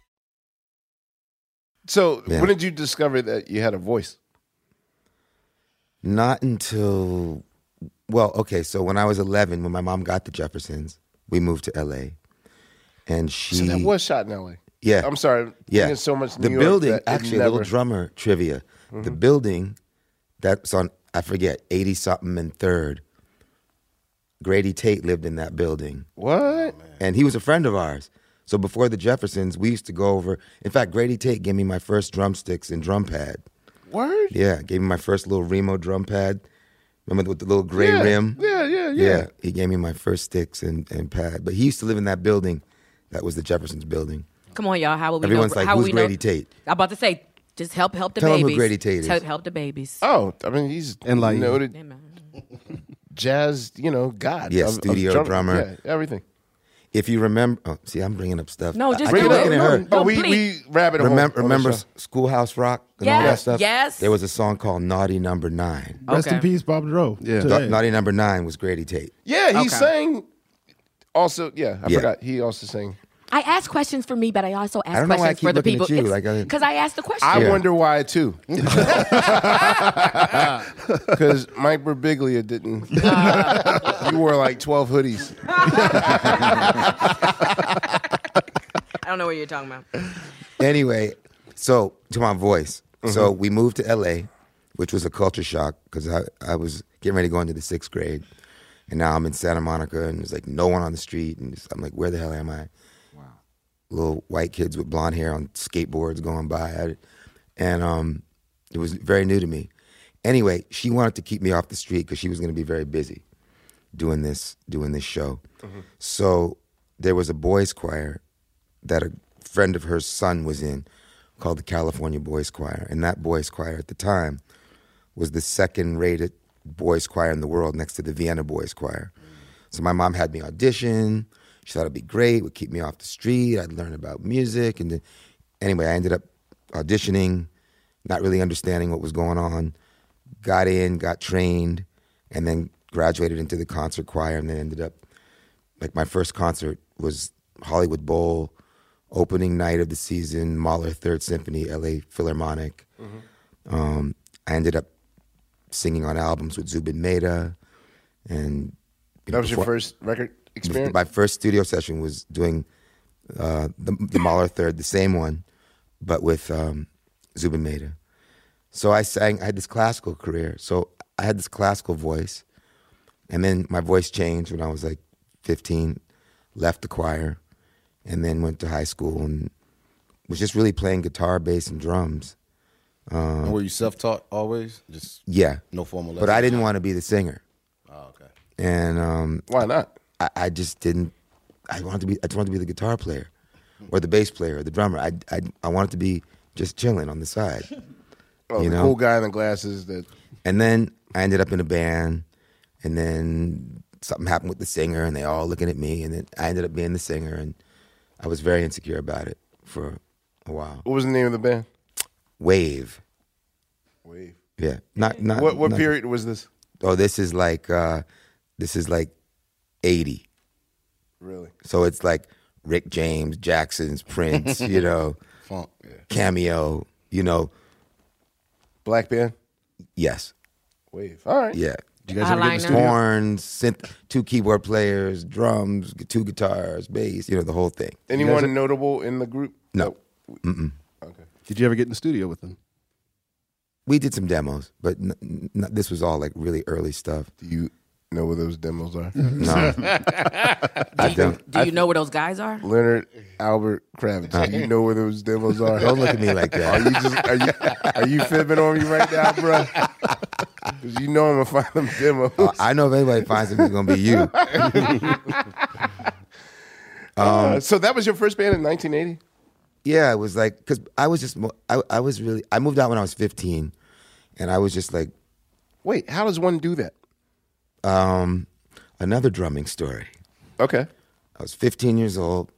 Speaker 3: So when did you discover that you had a voice?
Speaker 6: Not until, well, okay, so when I was 11, when my mom got the Jeffersons, we moved to LA. And she.
Speaker 3: So that was shot in L.A.
Speaker 6: Yeah.
Speaker 3: I'm sorry. I'm
Speaker 6: Yeah.
Speaker 3: thinking so much
Speaker 6: The
Speaker 3: New York
Speaker 6: building,
Speaker 3: that it
Speaker 6: actually, a
Speaker 3: never-
Speaker 6: little drummer trivia. The
Speaker 3: Mhm.
Speaker 6: building that's on, I forget, 80 something and third. Grady Tate lived in that building.
Speaker 3: What?
Speaker 6: and he was a friend of ours. So before the Jeffersons, we used to go over. In fact, Grady Tate gave me my first drumsticks and drum pad.
Speaker 3: Word?
Speaker 6: Yeah, gave me my first little Remo drum pad. Remember with the little gray
Speaker 3: Yeah,
Speaker 6: rim?
Speaker 3: yeah, yeah, yeah.
Speaker 6: he gave me my first sticks and, and pad. But he used to live in that building. That was the Jeffersons building.
Speaker 1: Come on, y'all. How would we
Speaker 6: Everyone's
Speaker 1: know?
Speaker 6: like,
Speaker 1: how would
Speaker 6: who's
Speaker 1: we know-
Speaker 6: Grady Tate?
Speaker 1: I'm about to say, just help help the
Speaker 6: Tell 'em who
Speaker 1: babies.
Speaker 6: Grady Tate is.
Speaker 1: Help, help the babies.
Speaker 3: Oh, I mean, he's
Speaker 6: And like-
Speaker 3: noted jazz, you know, god.
Speaker 6: Yeah,
Speaker 3: of- of
Speaker 6: studio
Speaker 3: drum-
Speaker 6: drummer.
Speaker 3: Yeah, everything.
Speaker 6: If you remember, oh, see, I'm bringing up stuff.
Speaker 3: No,
Speaker 6: I-
Speaker 3: just
Speaker 6: I keep
Speaker 3: do it.
Speaker 6: looking at
Speaker 3: No,
Speaker 6: her.
Speaker 3: no, Oh, we- please. we rabbit hole on
Speaker 6: Remember,
Speaker 3: the
Speaker 6: remember
Speaker 3: show.
Speaker 6: S- Schoolhouse Rock and all that
Speaker 3: Yes,
Speaker 6: stuff.
Speaker 3: yes.
Speaker 6: There was a song called "Naughty Number Nine.
Speaker 7: Rest in peace, Bob Monroe.
Speaker 6: Yeah.
Speaker 7: Today.
Speaker 6: Naughty Number Nine was Grady Tate.
Speaker 3: Yeah, he
Speaker 1: Okay.
Speaker 3: sang. Also, yeah, I
Speaker 6: Yeah.
Speaker 3: forgot. He also sang.
Speaker 1: I ask questions for me, but I also ask
Speaker 6: I don't know
Speaker 1: questions
Speaker 6: why I keep
Speaker 1: for the
Speaker 6: looking
Speaker 1: people.
Speaker 6: at you like I-
Speaker 1: because I asked the question.
Speaker 3: I wonder why too, because Mike Birbiglia didn't. you wore like twelve hoodies.
Speaker 1: I don't know what you're talking about.
Speaker 6: anyway, so to my voice. So we moved to LA, which was a culture shock because I, I was getting ready to go into the sixth grade. And now I'm in Santa Monica and there's like no one on the street. And it's- I'm like, where the hell am I? Wow. Little white kids with blonde hair on skateboards going by. I, and um, it was very new to me. Anyway, she wanted to keep me off the street because she was going to be very busy doing this doing this show. So there was a boys choir that a friend of hers son was in called the California Boys Choir. And that boys choir at the time was the second rated boys choir in the world next to the Vienna Boys Choir. So my mom had me audition. She thought it'd be great, would keep me off the street. I'd learn about music. And then, anyway, I ended up auditioning, not really understanding what was going on. Got in, got trained, and then graduated into the concert choir and then ended up like my first concert was Hollywood Bowl, opening night of the season, Mahler Third Symphony, LA Philharmonic. Um, I ended up singing on albums with Zubin Mehta, and you know,
Speaker 3: That was your
Speaker 6: before-
Speaker 3: first record
Speaker 6: bef-
Speaker 3: experience.
Speaker 6: My first studio session was doing uh, the, the Mahler Third, the same one, but with um, Zubin Mehta. So I sang. I had this classical career. So I had this classical voice, and then my voice changed when I was like 15. Left the choir, and then went to high school and was just really playing guitar, bass, and drums. Um,
Speaker 10: were you self-taught always? Just
Speaker 6: yeah.
Speaker 10: no formal.
Speaker 6: But I didn't want to be the singer.
Speaker 10: Oh, okay.
Speaker 6: And um,
Speaker 3: why not?
Speaker 6: I, I just didn't. I wanted to be. I just wanted to be the guitar player, or the bass player, or the drummer. I I, I wanted to be just chilling on the side.
Speaker 3: Oh,
Speaker 6: you
Speaker 3: the
Speaker 6: know.
Speaker 3: cool guy in the glasses that
Speaker 6: And then I ended up in a band, and then something happened with the singer, and they all looking at me, and then I ended up being the singer, and I was very insecure about it for a while.
Speaker 3: What was the name of the band?
Speaker 6: Wave.
Speaker 3: Wave.
Speaker 6: Yeah. Not not.
Speaker 3: what what
Speaker 6: not-
Speaker 3: period was this?
Speaker 6: Oh, this is like uh, this is like eighty.
Speaker 3: Really?
Speaker 6: So it's like Rick James, Jackson's, Prince, you know,
Speaker 10: Funk, yeah.
Speaker 6: cameo, you know,
Speaker 3: Black band.
Speaker 6: Yes.
Speaker 3: Wave. All right.
Speaker 6: Yeah.
Speaker 3: Do you guys ever get in the Eyeliner. studio?
Speaker 6: horns, synth, two keyboard players, drums, two guitars, bass, you know, the whole thing.
Speaker 3: Anyone notable in the group?
Speaker 6: No. Mm-mm.
Speaker 4: Did you ever get in the studio with them?
Speaker 6: We did some demos, but n- n- n- this was all like really early stuff. Mm-hmm. Do
Speaker 3: you know where those demos are?
Speaker 6: no. I don't.
Speaker 1: Do you know where those guys are?
Speaker 3: Leonard Albert Kravitz.
Speaker 6: Uh,
Speaker 3: Do you know where those demos are?
Speaker 6: Don't look at me like that.
Speaker 3: Are you just are you are you fibbing on me right now, bro? Because you know I'm gonna find them demos.
Speaker 6: Uh, I know if anybody finds him, it's gonna be you.
Speaker 3: Uh,
Speaker 6: um,
Speaker 3: so that was your first band in 1980.
Speaker 6: yeah, it was like because I was just mo- I, I was really I moved out when I was 15, and I was just like
Speaker 3: Wait, how does one do that?
Speaker 6: um, another drumming story.
Speaker 3: Okay.
Speaker 6: I was 15 years old,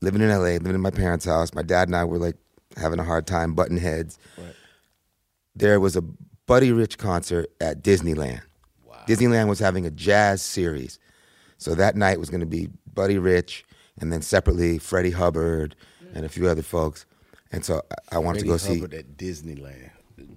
Speaker 6: living in LA, living in my parents' house. My dad and I were like having a hard time butting heads. There was a Buddy Rich concert at Disneyland. Disneyland was having a jazz series. So that night was going to be Buddy Rich and then separately Freddie Hubbard and a few other folks. And so I, I wanted to go
Speaker 10: Freddie
Speaker 6: see.
Speaker 10: Hubbard at Disneyland.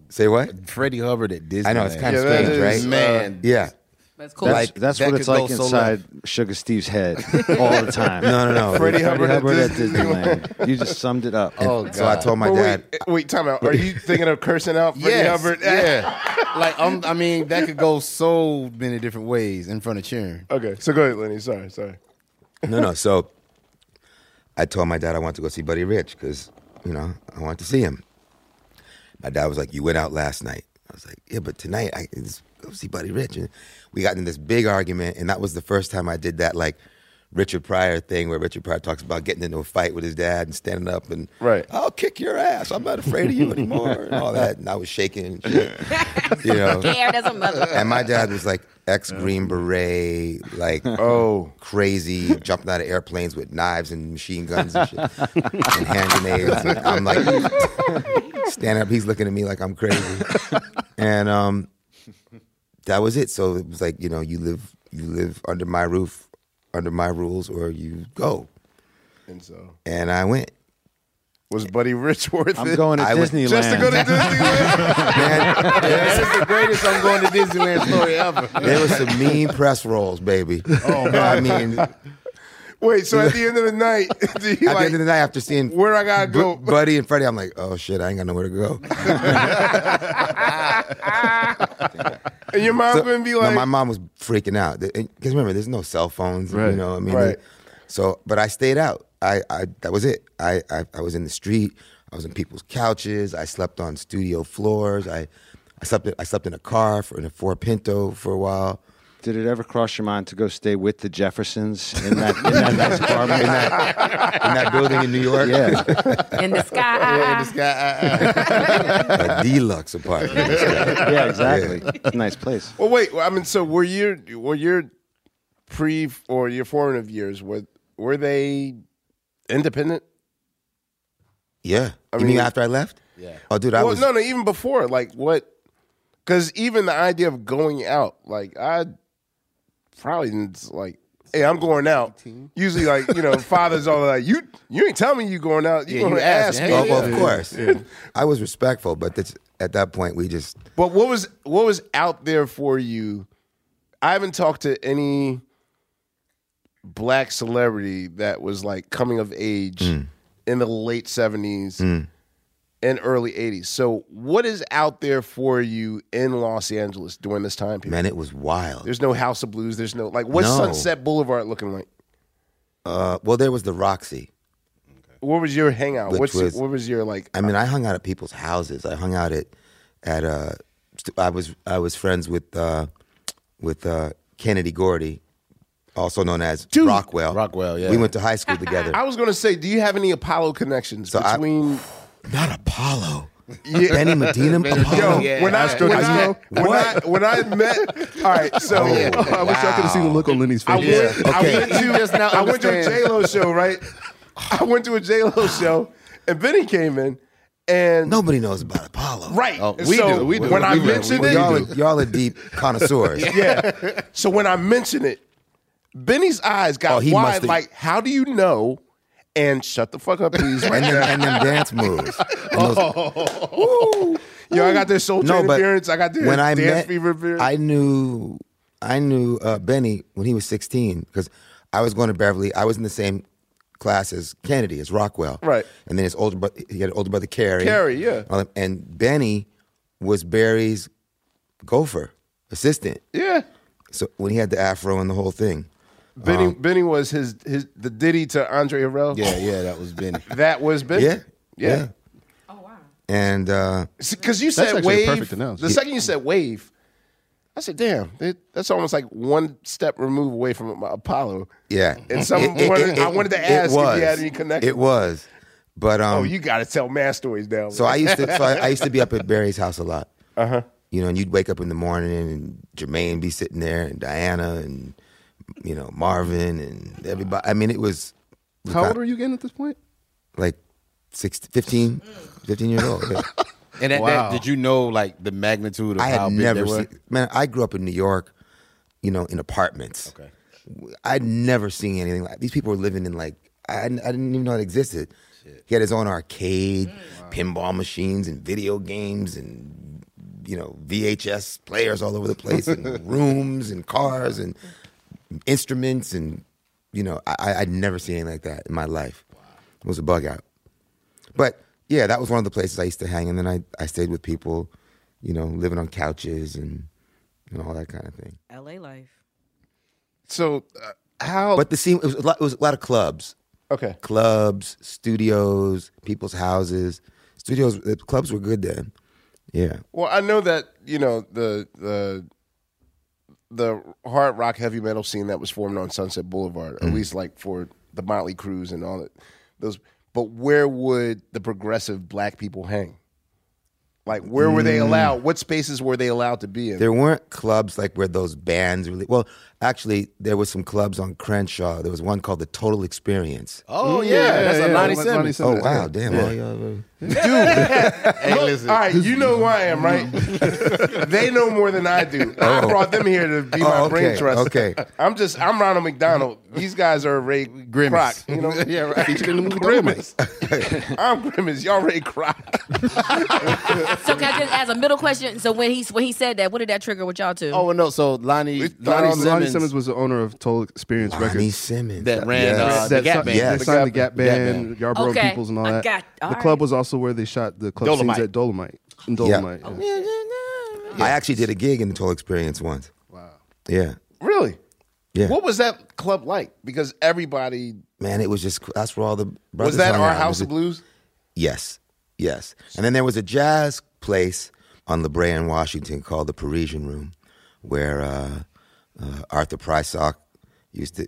Speaker 6: Say what?
Speaker 10: Freddie Hubbard at Disneyland. Uh,
Speaker 6: I know, it's kind of
Speaker 10: Yeah, that
Speaker 6: strange,
Speaker 10: is,
Speaker 6: right?
Speaker 10: Man,
Speaker 6: Yeah.
Speaker 1: That's
Speaker 10: cool.
Speaker 9: That's,
Speaker 10: Like,
Speaker 9: that's
Speaker 10: that
Speaker 9: what
Speaker 10: could
Speaker 9: it's like
Speaker 10: go so
Speaker 9: inside Sugar Steve's head all the time.
Speaker 6: No, no, no.
Speaker 9: Freddie,
Speaker 6: Freddie
Speaker 9: Hubbard,
Speaker 6: Hubbard
Speaker 9: at
Speaker 6: at
Speaker 9: Disneyland. you just summed it up.
Speaker 6: And so I told my
Speaker 3: But
Speaker 6: dad.
Speaker 3: Wait, eh, wait, time out. Are you thinking of cursing out Freddie
Speaker 10: Yes,
Speaker 3: Hubbard?
Speaker 10: yeah. like I'm, I mean, that could go so many different ways in front of cheering.
Speaker 3: Okay, so go ahead, Lenny. Sorry, sorry.
Speaker 6: No, no. So I told my dad I want to go see Buddy Rich because, you know, I want to see him. My dad was like, You went out last night. I was like, Yeah, but tonight I can just go see Buddy Rich. And we got in this big argument. And that was the first time I did that, like, Richard Pryor thing where Richard Pryor talks about getting into a fight with his dad and standing up and
Speaker 3: Right.
Speaker 6: I'll kick your ass. I'm not afraid of you anymore and all that. And I was shaking and shit. you know.
Speaker 1: Scared as a mother.
Speaker 6: And my dad was like ex Green Beret, like oh crazy, jumping out of airplanes with knives and machine guns and shit, and hand grenades. And I'm like standing up. He's looking at me like I'm crazy, and um, that was it. So it was like you know you live you live under my roof, under my rules, or you go.
Speaker 3: And so
Speaker 6: And I went.
Speaker 3: was Buddy Rich worth
Speaker 9: I'm
Speaker 3: it?
Speaker 9: going to
Speaker 6: I went-
Speaker 9: Disneyland.
Speaker 3: Just to go to Disneyland.
Speaker 10: That's the greatest I'm going to Disneyland story ever.
Speaker 6: There was some mean press rolls, baby. Oh I mean, at
Speaker 3: Wait, so at the end of the night, do you
Speaker 6: the
Speaker 3: like
Speaker 6: end of the night, after seeing
Speaker 3: where I gotta
Speaker 6: Bu-
Speaker 3: go?
Speaker 6: Buddy and Freddie, I'm like, oh shit, I ain't got nowhere to go.
Speaker 3: and your mom
Speaker 6: So-
Speaker 3: wouldn't be like,
Speaker 6: no, my mom was freaking out because remember, there's no cell phones,
Speaker 3: Right.
Speaker 6: you know. what I mean,
Speaker 3: Right.
Speaker 6: so but I stayed out. I, I that was it. I, I I was in the street. I was in people's couches. I slept on studio floors. I I slept I slept in a car for, in a four Pinto for a while.
Speaker 9: Did it ever cross your mind to go stay with the Jeffersons in that, in that nice apartment?
Speaker 6: In that, in that building in New York,
Speaker 9: Yeah.
Speaker 1: In the sky.
Speaker 6: a deluxe apartment.
Speaker 9: yeah, exactly. Nice place.
Speaker 3: well, wait. well, I mean, so were your were your pre or your formative years were were they independent?
Speaker 6: Yeah,
Speaker 3: I
Speaker 6: you mean
Speaker 3: mean-
Speaker 6: after I left? Yeah. Oh, dude, I
Speaker 3: well,
Speaker 6: was
Speaker 3: no, no. Even before, like what? Because even the idea of going out, like I probably didn't like. Hey, I'm going out. Usually, like you know, fathers all like you. You ain't telling me you going out. You
Speaker 10: Yeah,
Speaker 3: gonna
Speaker 10: you asked
Speaker 3: ask me?
Speaker 10: me.
Speaker 6: Oh, well, of
Speaker 10: Yeah.
Speaker 6: course. I was respectful, but this, at that point, we just
Speaker 3: But what was what was out there for you? I haven't talked to any black celebrity that was like coming of age
Speaker 6: Mm.
Speaker 3: in the late seventies and early eighties. So what is out there for you in Los Angeles during this time period?
Speaker 6: man, it was wild.
Speaker 3: There's no House of Blues. There's no like what's
Speaker 6: No.
Speaker 3: Sunset Boulevard looking like?
Speaker 6: Uh, well, there was the Roxy.
Speaker 3: Where was your hangout?
Speaker 6: Which
Speaker 3: What's
Speaker 6: was-
Speaker 3: what was your like?
Speaker 6: I mean, I hung out at people's houses. I hung out at at uh, st- I was I was friends with uh, with uh, Kennedy Gordy, also known as Rockwell.
Speaker 10: Rockwell, yeah.
Speaker 6: We went to high school together.
Speaker 3: I was gonna say, do you have any Apollo connections
Speaker 6: So I-
Speaker 3: between?
Speaker 6: Not Apollo.
Speaker 3: Yeah.
Speaker 6: Benny Medina. Apollo.
Speaker 3: Yo, when I
Speaker 6: Astro
Speaker 3: when I,
Speaker 6: Disco?
Speaker 3: when I when I met, all right, so
Speaker 4: I wish I could have seen the look on Lenny's
Speaker 3: I
Speaker 4: face.
Speaker 3: went,
Speaker 6: Oh,
Speaker 3: I
Speaker 6: Okay.
Speaker 3: went to
Speaker 10: just now
Speaker 3: I went to a
Speaker 10: understand.
Speaker 3: J Lo show, right? I went to a J Lo show, and Benny came in, and
Speaker 6: Nobody knows about Apollo.
Speaker 3: right,
Speaker 10: Oh,
Speaker 3: And
Speaker 10: we
Speaker 3: so
Speaker 10: do, we do,
Speaker 3: When I
Speaker 10: we do,
Speaker 3: mentioned
Speaker 10: we
Speaker 6: Well,
Speaker 3: it,
Speaker 6: y'all, are, y'all are deep connoisseurs.
Speaker 3: yeah. So when I mentioned it, Benny's eyes got
Speaker 6: Oh, he
Speaker 3: wide.
Speaker 6: must've-
Speaker 3: Like, how do you know? And shut the fuck up, please.
Speaker 6: And them- and them dance moves. And those-
Speaker 3: oh, yo, I got their soul train appearance. I got their
Speaker 6: when I met,
Speaker 3: dance fever appearance.
Speaker 6: I knew, I knew uh, Benny when he was 16 because I was going to Beverly. I was in the same class as Kennedy, as Rockwell.
Speaker 3: Right.
Speaker 6: And then his older brother, he had an older brother, Carrie.
Speaker 3: Carrie, yeah.
Speaker 6: All them- And Benny was Barry's gopher, assistant.
Speaker 3: Yeah.
Speaker 6: So when he had the afro and the whole thing.
Speaker 3: Benny,
Speaker 6: Um,
Speaker 3: Benny was his his the ditty to Andre Harrell.
Speaker 6: Yeah, yeah, that was Benny.
Speaker 3: that was Benny.
Speaker 6: Yeah,
Speaker 3: yeah.
Speaker 6: yeah. and uh,
Speaker 3: Because you
Speaker 6: That's
Speaker 3: said
Speaker 6: actually a
Speaker 3: wave.
Speaker 6: perfect announcement.
Speaker 3: The second you said wave, I said, "Damn, it, that's almost like one step remove away from my Apollo."
Speaker 6: Yeah.
Speaker 3: And some- wanted- I wanted to
Speaker 6: it
Speaker 3: ask if you
Speaker 6: was.
Speaker 3: had any connection.
Speaker 6: It was. But um
Speaker 3: oh, you got to tell mad stories now.
Speaker 6: so I used to so I, I used to be up at Barry's house a lot.
Speaker 3: Uh-huh.
Speaker 6: You know, and you'd wake up in the morning and Jermaine be sitting there and Diana and you know, Marvin and everybody. I mean, it was
Speaker 4: How old are you getting at this point?
Speaker 6: like 16, 15, 15 years old. yeah.
Speaker 10: And at that, did you know like the magnitude of
Speaker 6: I had
Speaker 10: how big
Speaker 6: never
Speaker 10: they were?
Speaker 6: seen man, I grew up in New York, you know, in apartments. Okay. I'd never seen anything like these people were living in like I, I didn't even know it existed. He had his own arcade, pinball machines and video games and you know, VHS players all over the place and rooms and cars and instruments and you know, I I- I'd never seen anything like that in my life. It was a bug out. But yeah, that was one of the places I used to hang, and then I, I stayed with people, you know, living on couches and and all that kind of thing.
Speaker 11: LA life.
Speaker 3: So uh, how?
Speaker 6: But the scene it was a lot, it was a lot of clubs.
Speaker 3: Okay.
Speaker 6: Clubs, studios, people's houses. Studios, the clubs were good then. Yeah.
Speaker 3: Well, I know that you know the the the hard rock heavy metal scene that was formed on Sunset Boulevard,
Speaker 6: Mm-hmm.
Speaker 3: at least like for the Motley Crues and all that. Those, but where would the progressive black people hang? Like, where were they
Speaker 6: Mm.
Speaker 3: allowed? What spaces were they allowed to be in?
Speaker 6: There weren't clubs like where those bands really. Well, actually, there was some clubs on Crenshaw. There was one called the Total Experience.
Speaker 10: Oh, yeah, yeah, that's a yeah. Lonnie Simmons. Lonnie
Speaker 6: Oh
Speaker 10: Simmons,
Speaker 6: wow,
Speaker 10: yeah.
Speaker 6: damn! uh,
Speaker 10: Yeah.
Speaker 6: All y'all,
Speaker 3: Hey, listen. All right, you know who I am, right? they know more than I do. I
Speaker 6: Oh.
Speaker 3: brought them here to be my
Speaker 6: Oh, okay,
Speaker 3: brain trust.
Speaker 6: okay.
Speaker 3: I'm just I'm Ronald McDonald. These guys are Ray Grimace. Kroc. You know, yeah, right. Grimace. I'm Grimace. Y'all Ray Kroc.
Speaker 1: So can I just ask a middle question? So when he when he said that, what did that trigger with y'all two?
Speaker 10: Oh well, no. So Lonnie, Lonnie,
Speaker 4: Lonnie
Speaker 10: Simmons,
Speaker 4: Simmons. was the owner of Total Experience Records. Lonnie
Speaker 6: Simmons.
Speaker 10: That ran, uh, the Gap Band.
Speaker 4: Yes.
Speaker 10: The
Speaker 4: They
Speaker 10: Gap-
Speaker 4: signed the Gap
Speaker 10: the Gap
Speaker 4: Band,
Speaker 10: Band.
Speaker 4: Yarborough
Speaker 10: Okay,
Speaker 4: Peoples and all
Speaker 10: I
Speaker 4: that.
Speaker 10: got-
Speaker 4: the
Speaker 10: all
Speaker 4: club was also where they shot the club
Speaker 10: Dolomite.
Speaker 4: scenes at Dolomite. In Dolomite. yeah.
Speaker 6: I actually did a gig in the Total Experience once. Wow. Yeah.
Speaker 3: Really?
Speaker 6: Yeah.
Speaker 3: What was that club like? Because everybody
Speaker 6: Man, it was just that's where all the brothers
Speaker 3: was that
Speaker 6: hung
Speaker 3: our
Speaker 6: out. It
Speaker 3: House
Speaker 6: was
Speaker 3: of
Speaker 6: a-
Speaker 3: Blues?
Speaker 6: Yes, yes. And then there was a jazz place on La Brea in Washington called the Parisian Room, where uh, uh, Arthur Prysock used to.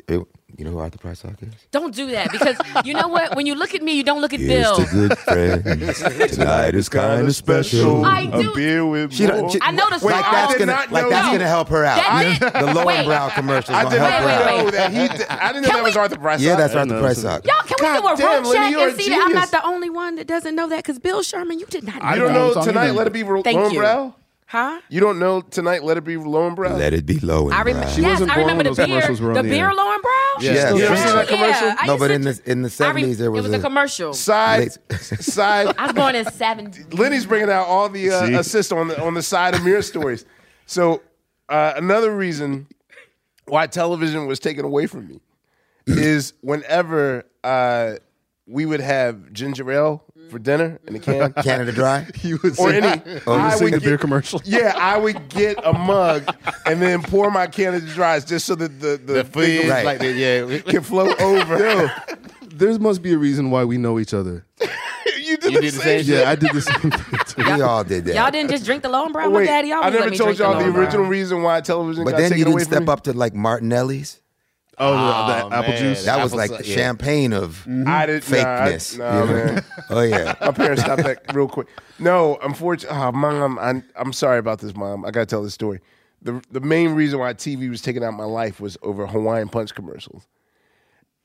Speaker 6: You know who Arthur Prysock is?
Speaker 1: Don't do that because you know what? When you look at me, you don't look at
Speaker 6: Here's
Speaker 1: Bill.
Speaker 6: to good friends. Tonight is kind of special.
Speaker 1: I do.
Speaker 3: beer with
Speaker 6: She don't- she-
Speaker 1: I know the
Speaker 6: like
Speaker 1: song.
Speaker 6: that's
Speaker 1: I did
Speaker 6: gonna
Speaker 1: not
Speaker 6: like
Speaker 1: know
Speaker 6: that's
Speaker 1: that.
Speaker 6: gonna help her out.
Speaker 1: That bit-
Speaker 6: the low
Speaker 1: Wait.
Speaker 6: and brow commercial
Speaker 3: I
Speaker 6: gonna
Speaker 3: did
Speaker 6: help
Speaker 3: not
Speaker 6: her out.
Speaker 3: know that he. Did, I didn't know that was Arthur Bryce.
Speaker 6: Yeah, that's Arthur Prysock.
Speaker 1: Y'all, can we do a
Speaker 3: God damn,
Speaker 1: room
Speaker 3: Lenny,
Speaker 1: check
Speaker 3: you're
Speaker 1: and
Speaker 3: a
Speaker 1: see that I'm
Speaker 3: genius.
Speaker 1: not the only one that doesn't know that? Because Bill Sherman, you did not.
Speaker 3: You don't know tonight. Let it be Ro-
Speaker 1: Thank
Speaker 3: Lone
Speaker 1: you.
Speaker 3: Brow.
Speaker 1: Huh?
Speaker 3: You don't know tonight. Let it be Lone Brow.
Speaker 6: Let it be low and
Speaker 1: I
Speaker 6: brow.
Speaker 1: remember. Yes, I remember the beer. The beer, Lauren Brown.
Speaker 6: Yeah,
Speaker 3: She's still
Speaker 6: yeah.
Speaker 3: doing that
Speaker 1: Yeah, commercial? I
Speaker 6: No,
Speaker 1: used
Speaker 6: but
Speaker 1: to-
Speaker 6: in the in the
Speaker 1: I rem-
Speaker 6: seventies there was,
Speaker 1: it was a, commercial.
Speaker 3: Side, side.
Speaker 1: I was born in seven.
Speaker 3: Lenny's bringing out all the
Speaker 6: See?
Speaker 3: uh, assist on the on the side of mirror stories. So uh, another reason why television was taken away from me is whenever uh, we would have ginger ale for dinner in a can,
Speaker 6: Canada Dry.
Speaker 4: You
Speaker 3: or any,
Speaker 4: Oh, you
Speaker 3: I
Speaker 4: seen
Speaker 3: would
Speaker 4: the
Speaker 3: get-
Speaker 4: beer commercial?
Speaker 3: Yeah, I would get a mug and then pour my Canada Dries just so that the the,
Speaker 10: food,
Speaker 3: thing-
Speaker 10: Right. like that, yeah.
Speaker 3: can flow over.
Speaker 4: There must be a reason why we know each other.
Speaker 3: you did,
Speaker 10: the, same.
Speaker 4: Yeah, I did the same thing. Too.
Speaker 6: We all did that.
Speaker 1: Y'all didn't just drink the Lone Brown.
Speaker 3: Wait,
Speaker 1: My daddy
Speaker 3: I
Speaker 1: always let
Speaker 3: never
Speaker 1: me
Speaker 3: told
Speaker 1: drink the
Speaker 3: y'all the
Speaker 1: Lone Brown.
Speaker 3: original reason why television
Speaker 6: But
Speaker 3: got
Speaker 6: then
Speaker 3: taken
Speaker 6: you didn't
Speaker 3: away from
Speaker 6: step
Speaker 3: me.
Speaker 6: up to like Martinelli's.
Speaker 4: Oh, the- the apple juice.
Speaker 6: That was
Speaker 4: Apple
Speaker 6: like
Speaker 4: cider,
Speaker 6: the
Speaker 4: yeah.
Speaker 6: champagne of
Speaker 3: Mm-hmm. I didn't. nah, I-
Speaker 6: Mm-hmm. fakeness.
Speaker 3: nah,
Speaker 6: you know?
Speaker 3: man.
Speaker 6: Oh yeah.
Speaker 3: My parents stopped that real quick. No, unfortunately, oh, mom, I'm, I'm sorry about this, mom. I gotta tell this story. The the main reason why TV was taken out of my life was over Hawaiian Punch commercials.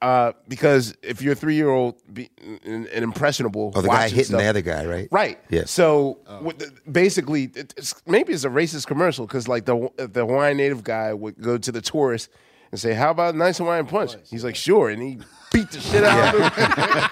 Speaker 3: Uh, because if you're a three year old and, and impressionable,
Speaker 6: Oh, the guy
Speaker 3: watching
Speaker 6: hitting
Speaker 3: stuff-
Speaker 6: the other guy, right?
Speaker 3: Right.
Speaker 6: Yeah.
Speaker 3: So with the, basically, it- it's, maybe it's a racist commercial because like the the Hawaiian native guy would go to the tourist and say, "How about nice Hawaiian punch?" He's like, "Sure," and he beat the shit out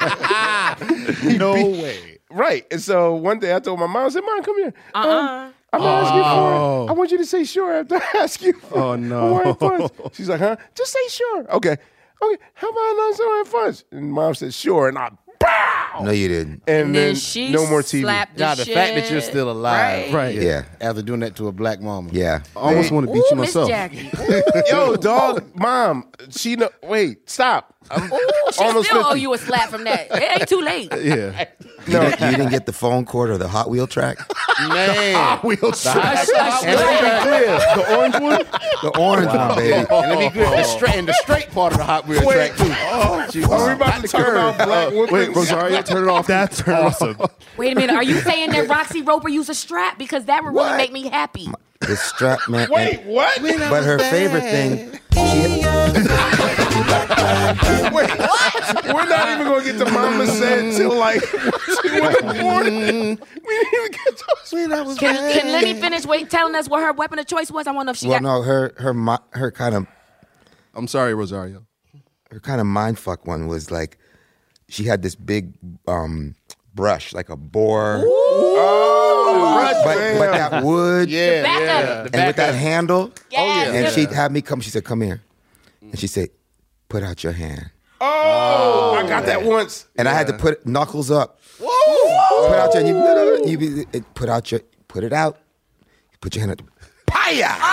Speaker 3: of him. no way. Right. And so one day I told my mom, I said, "Mom, come here. Um,
Speaker 2: Uh-uh.
Speaker 3: I'm gonna ask you for
Speaker 2: Oh.
Speaker 3: it. I want you to say sure after I ask you for
Speaker 2: Oh, no.
Speaker 3: Hawaiian punch." She's like, "Huh? Just say sure." Okay. Okay. How about nice Hawaiian punch? And mom said, "Sure," and I.
Speaker 6: No, you didn't.
Speaker 3: And, then, no more TV.
Speaker 10: Nah, the fact that you're still alive,
Speaker 6: Right. Yeah.
Speaker 10: After doing that to a black mama,
Speaker 6: Yeah.
Speaker 10: I almost want to beat you myself.
Speaker 3: Yo, dog, mom, she know. Wait, stop. I'm
Speaker 1: She
Speaker 3: almost
Speaker 1: still owe
Speaker 3: 50.
Speaker 1: you a slap from that. It ain't too late.
Speaker 6: Yeah. You, didn't, you didn't get the phone cord or the Hot Wheel track?
Speaker 10: Man.
Speaker 6: Hot Wheel track.
Speaker 10: And let me be clear, the orange one.
Speaker 6: The orange one, baby.
Speaker 10: And let me be clear, the straight, and the straight part of the Hot Wheel track too. Oh,
Speaker 3: Are we about to talk about
Speaker 10: Uh,
Speaker 3: black women?
Speaker 4: Wait, Rosario, turn it off. That's awesome.
Speaker 1: Wait a minute. Are you saying that Roxy Roper used a strap? Because that would really make me happy.
Speaker 6: The strap man. and-
Speaker 3: what?
Speaker 6: But her favorite thing,
Speaker 3: We're not even gonna get to Mama said till like one in the morning.
Speaker 10: Mm.
Speaker 1: Can, can Lenny finish wait, telling us what her weapon of choice was? I wonder if she
Speaker 6: well,
Speaker 1: got.
Speaker 6: no, her her mi- her kind of. I'm sorry, Rosario. Her kind of mind fuck one was like, she had this big um brush, like a boar.
Speaker 3: Oh,
Speaker 6: but,
Speaker 3: brush,
Speaker 6: but
Speaker 3: man.
Speaker 6: that wood,
Speaker 3: Yeah, The back yeah. of it.
Speaker 6: and with
Speaker 3: The back
Speaker 6: that
Speaker 3: of it.
Speaker 6: handle.
Speaker 3: Oh, yeah.
Speaker 6: And
Speaker 3: Yeah.
Speaker 6: she'd have me come. She said, "Come here," and she said, "Put out your hand."
Speaker 3: Oh, I got that once.
Speaker 6: And I had to put knuckles up.
Speaker 3: Whoa!
Speaker 6: Put out your you, you, be- it- put out your put it out. Put your hand up.
Speaker 3: Hiya!
Speaker 6: Oh,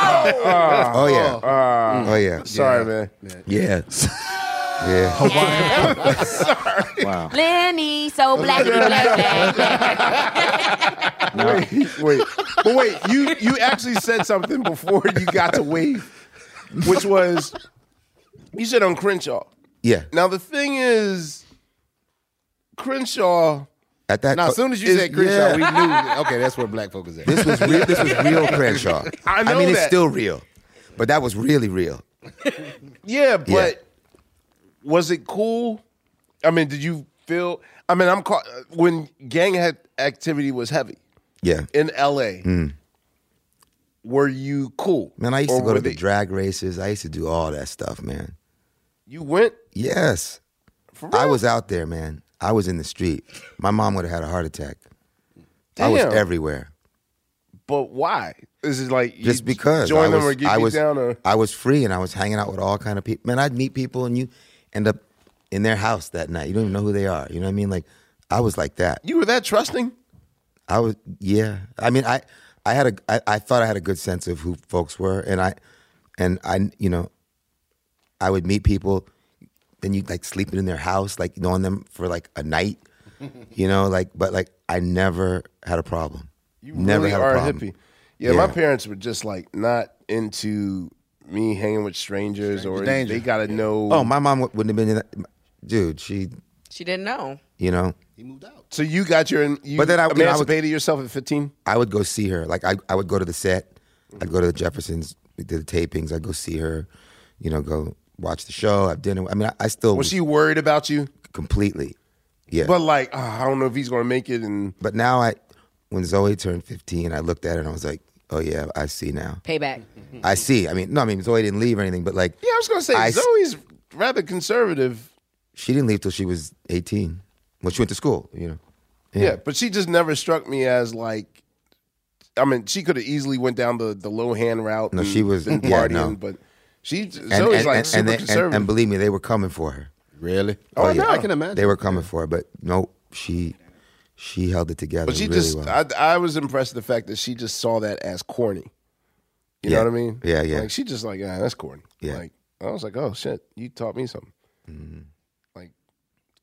Speaker 3: Oh,
Speaker 6: yeah.
Speaker 3: Ah.
Speaker 6: oh yeah.
Speaker 3: Sorry,
Speaker 6: man. Yeah. yeah.
Speaker 3: Hawaiian. Sorry.
Speaker 6: Wow.
Speaker 1: Lenny, so black, black, black, black.
Speaker 3: Wait, wait, but wait, you you actually said something before you got to wave, which was you said on Crenshaw.
Speaker 6: Yeah.
Speaker 3: Now the thing is, Crenshaw.
Speaker 6: At that uh,
Speaker 10: Now, as soon as you
Speaker 3: is-
Speaker 10: said Crenshaw,
Speaker 3: yeah.
Speaker 10: we knew. Okay, that's where black folk is at.
Speaker 6: This was real. This was real Crenshaw.
Speaker 3: I know
Speaker 6: mean, it's
Speaker 3: that.
Speaker 6: still real, but that was really real.
Speaker 3: Yeah, but was it cool? I mean, did you feel? I mean, I'm caught when gang had activity was heavy
Speaker 6: Yeah.
Speaker 3: in L.A.
Speaker 6: Mm.
Speaker 3: Were you cool?
Speaker 6: Man, I used
Speaker 3: Or
Speaker 6: to go to
Speaker 3: were
Speaker 6: the
Speaker 3: they-
Speaker 6: drag races. I used to do all that stuff, man.
Speaker 3: You went.
Speaker 6: Yes. I was out there, man. I was in the street. My mom would have had a heart attack. I was
Speaker 3: Damn.
Speaker 6: everywhere.
Speaker 3: But why? Is it like you
Speaker 6: Just because
Speaker 3: join
Speaker 6: I was,
Speaker 3: them or get
Speaker 6: I
Speaker 3: you
Speaker 6: was,
Speaker 3: down or
Speaker 6: I was free and I was hanging out with all kind of people. Man, I'd meet people and you end up in their house that night. You don't even know who they are. You know what I mean? Like I was like that.
Speaker 3: you were that trusting?
Speaker 6: I was yeah. I mean, I I had a I, I thought I had a good sense of who folks were, and I and I you know, I would meet people, then you would like sleeping in their house, like knowing them for like a night, you know, like but like I never had a problem.
Speaker 3: You
Speaker 6: never
Speaker 3: really
Speaker 6: had
Speaker 3: are
Speaker 6: a
Speaker 3: a
Speaker 6: problem.
Speaker 3: hippie. Yeah, my parents were just like not into me hanging with strangers or
Speaker 6: danger.
Speaker 3: they gotta know.
Speaker 6: Oh, my mom wou- wouldn't have been in that. Dude, she
Speaker 11: She didn't know.
Speaker 6: you know
Speaker 3: So you got your you
Speaker 6: But then I- then I would-
Speaker 3: emancipated yourself at fifteen.
Speaker 6: I would go see her. Like I, I would go to the set. I'd go to the Jeffersons. We did the tapings. I'd go see her. You know, go watch the show. Have dinner. I mean, I, I still
Speaker 3: Was she worried about you?
Speaker 6: completely. Yeah.
Speaker 3: But like, oh, I don't know if he's gonna make it. And
Speaker 6: But now I, when Zoe turned 15, I looked at her and I was like, oh yeah, I see now.
Speaker 1: Payback.
Speaker 6: I see. I mean, no, I mean, Zoe didn't leave or anything, but like,
Speaker 3: yeah, I was gonna say
Speaker 6: I s-
Speaker 3: Zoe's rather conservative.
Speaker 6: she didn't leave till she was 18. When she went to school, you know.
Speaker 3: Yeah. but she just never struck me as like. I mean, she could have easily went down the the low hand route.
Speaker 6: No,
Speaker 3: and
Speaker 6: she was-
Speaker 3: been
Speaker 6: yeah,
Speaker 3: partying,
Speaker 6: no.
Speaker 3: but she
Speaker 6: And,
Speaker 3: Zoe's
Speaker 6: and-
Speaker 3: like
Speaker 6: and-
Speaker 3: super
Speaker 6: and they- and-
Speaker 3: conservative.
Speaker 6: and believe me, they were coming for her. Really?
Speaker 3: Oh, no. I can
Speaker 6: imagine. They were coming for her, but no, she she held it together.
Speaker 3: But she
Speaker 6: really
Speaker 3: just, uh,
Speaker 6: well.
Speaker 3: I, I was impressed with the fact that she just saw that as corny. You
Speaker 6: Yeah.
Speaker 3: know what I mean?
Speaker 6: Yeah, yeah.
Speaker 3: Like she just like, yeah, that's corny.
Speaker 6: Yeah. Mm-hmm.
Speaker 3: Like I was like, oh shit, you taught me something. Like,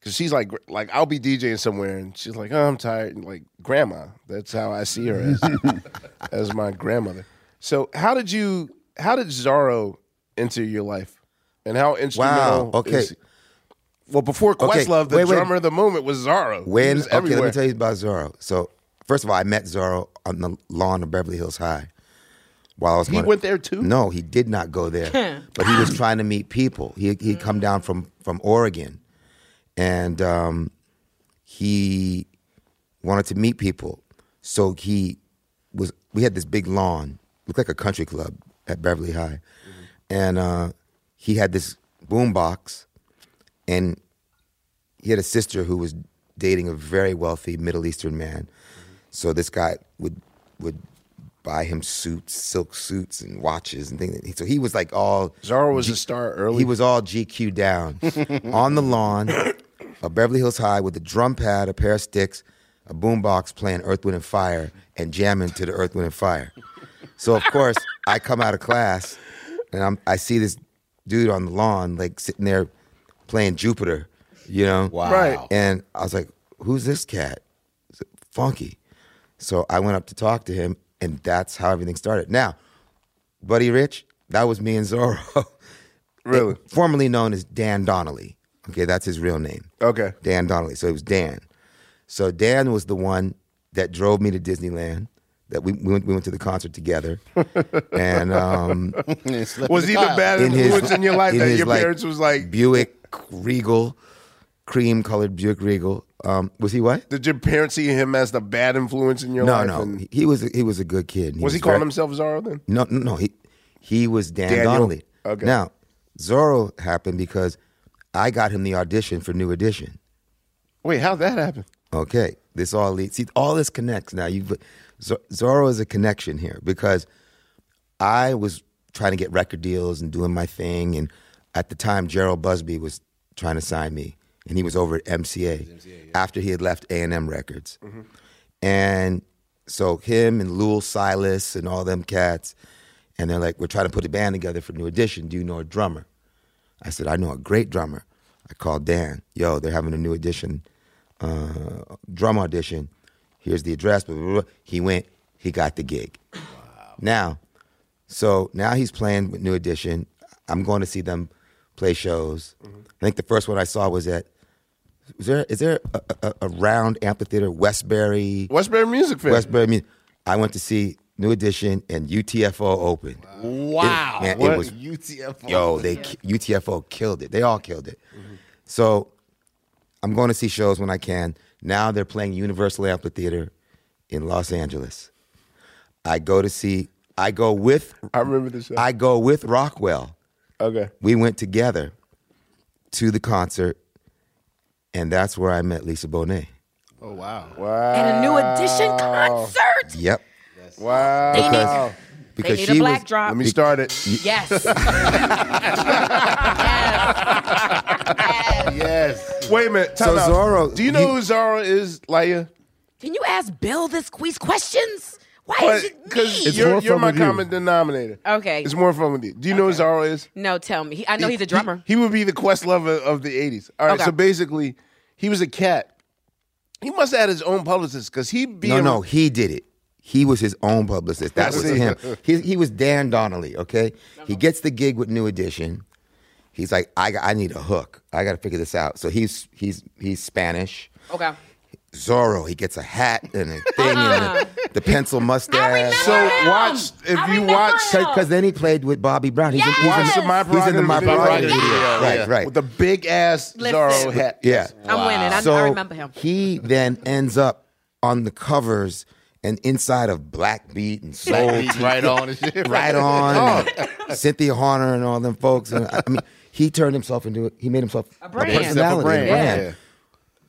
Speaker 3: cause she's like, gr- like I'll be DJing somewhere, and she's like, oh, I'm tired. And like grandma, that's how I see her as, as my grandmother. So how did you, how did Zorro enter your life, and how
Speaker 6: Wow.
Speaker 3: instrumental?
Speaker 6: Okay.
Speaker 3: is- well, before
Speaker 6: Okay,
Speaker 3: Questlove, the
Speaker 6: wait, wait.
Speaker 3: drummer of the moment was Zorro. He
Speaker 6: When
Speaker 3: was
Speaker 6: okay, let me
Speaker 3: everywhere.
Speaker 6: tell you about Zorro. So first of all, I met Zorro on the lawn of Beverly Hills High. While I was
Speaker 3: He
Speaker 6: going-
Speaker 3: went there too?
Speaker 6: No, he did not go there. but he was trying to meet people. He he'd come down from from Oregon, and um, he wanted to meet people. So he was. We had this big lawn, looked like a country club at Beverly High, and uh, he had this boombox, and he had a sister who was dating a very wealthy Middle Eastern man. So this guy would would buy him suits, silk suits, and watches and things. So he was like all
Speaker 3: Zara was a star early.
Speaker 6: He was all GQ down on the lawn of Beverly Hills High with a drum pad, a pair of sticks, a boombox playing Earth, Wind, and Fire, and jamming to the Earth, Wind, and Fire. So of course I come out of class and I'm I see this dude on the lawn like sitting there playing Jupiter, you know?
Speaker 10: Wow. Right.
Speaker 6: And I was like, "Who's this cat?" It's funky. So I went up to talk to him, and that's how everything started. Now, Buddy Rich, that was me and Zorro.
Speaker 3: Really?
Speaker 6: formerly known as Dan Donnelly. Okay, that's his real name.
Speaker 3: Okay.
Speaker 6: Dan Donnelly. So it was Dan. So Dan was the one that drove me to Disneyland. That we, we, went, we went to the concert together, and um,
Speaker 3: Was he the bad influence in your life that your parents was like-
Speaker 6: Buick Regal, cream colored Buick Regal? Um, was he what?
Speaker 3: Did your parents see him as the bad influence in your
Speaker 6: no,
Speaker 3: life?
Speaker 6: no,
Speaker 3: and-
Speaker 6: he was he was a good kid.
Speaker 3: was he
Speaker 6: very-
Speaker 3: calling himself Zorro then?
Speaker 6: No, no, no. He he was Dan
Speaker 3: Daniel.
Speaker 6: Donnelly.
Speaker 3: Okay.
Speaker 6: Now Zorro happened because I got him the audition for New Edition.
Speaker 3: Wait, how'd that happen?
Speaker 6: Okay, this all leads. See, all this connects. Now you, Zor- Zorro is a connection here because I was trying to get record deals and doing my thing, and at the time Gerald Busby was trying to sign me, and he was over at MCA, after he had left A and M Records. And so him and Lul Silas and all them cats, and they're like, we're trying to put a band together for New Edition. Do you know a drummer? I said, I know a great drummer. I called Dan. Yo, they're having a New Edition uh, drum audition. Here's the address. Blah, blah, blah. He went. He got the gig. Now, so now he's playing with New Edition. I'm going to see them play shows.
Speaker 3: Mm-hmm.
Speaker 6: I think the first one I saw was at. Is there is there a, a, a round amphitheater Westbury?
Speaker 3: Westbury Music Fair.
Speaker 6: Westbury Music. I went to see New Edition and UTFO open.
Speaker 10: Wow.
Speaker 6: It, man, it
Speaker 10: What
Speaker 6: was-
Speaker 10: UTFO.
Speaker 6: Yo, they ki- UTFO killed it. They all killed it. So I'm going to see shows when I can. Now they're playing Universal Amphitheater in Los Angeles. I go to see. I go with.
Speaker 3: I remember the show.
Speaker 6: I go with Rockwell.
Speaker 3: Okay.
Speaker 6: We went together to the concert, and that's where I met Lisa Bonet.
Speaker 3: Oh wow! Wow!
Speaker 1: At a new edition concert.
Speaker 6: Yep.
Speaker 3: Wow!
Speaker 1: They need-
Speaker 6: Because- because
Speaker 1: need a
Speaker 6: she
Speaker 1: black
Speaker 6: was-
Speaker 1: drop.
Speaker 3: Let me start it.
Speaker 1: Yes.
Speaker 3: yes. Wait a minute. Time
Speaker 6: So
Speaker 3: out.
Speaker 6: Zorro-
Speaker 3: Do you know who Zorro is, Laia?
Speaker 1: Can you ask Bill this quiz questions? Why is it me?
Speaker 3: Because you're, you're my common denominator.
Speaker 1: Okay.
Speaker 3: It's more fun with you. Do you know who Zorro is?
Speaker 1: No, tell me. He, I know he's a drummer.
Speaker 3: He would be the quest lover of the 80s. All right,
Speaker 1: Okay.
Speaker 3: so basically, he was a cat. He must have had his own publicist because he'd be.
Speaker 6: No,
Speaker 3: a-
Speaker 6: no, he did it. He was his own publicist. That was
Speaker 3: See.
Speaker 6: him. He, he was Dan Donnelly, okay?
Speaker 3: Uh-huh.
Speaker 6: He gets the gig with New Edition. He's like, I, got- I need a hook. I got to figure this out. So he's he's he's Spanish.
Speaker 1: Okay.
Speaker 6: Zorro, he gets a hat and a thing
Speaker 1: Uh-huh.
Speaker 6: and a, the pencil mustache.
Speaker 3: So watch, if you watch.
Speaker 6: Because then he played with Bobby Brown. He's, in- he's in,
Speaker 3: Watch the My
Speaker 6: he's in the
Speaker 3: Prerogative
Speaker 6: My
Speaker 3: video.
Speaker 6: Prerogative video.
Speaker 3: Yeah,
Speaker 6: Right,
Speaker 3: yeah.
Speaker 6: right.
Speaker 3: With the big ass Zorro hat.
Speaker 6: Yeah.
Speaker 1: I'm Wow. winning. I- I
Speaker 6: so
Speaker 1: remember him.
Speaker 6: He then ends up on the covers and inside of Black Beat and Soul.
Speaker 10: Black Beat,
Speaker 6: Tea-
Speaker 10: Right On and shit.
Speaker 6: right on. and Cynthia Horner and all them folks. And I mean, he turned himself into, he made himself a,
Speaker 1: brand.
Speaker 6: personality.
Speaker 10: A brand,
Speaker 6: a brand.
Speaker 10: yeah.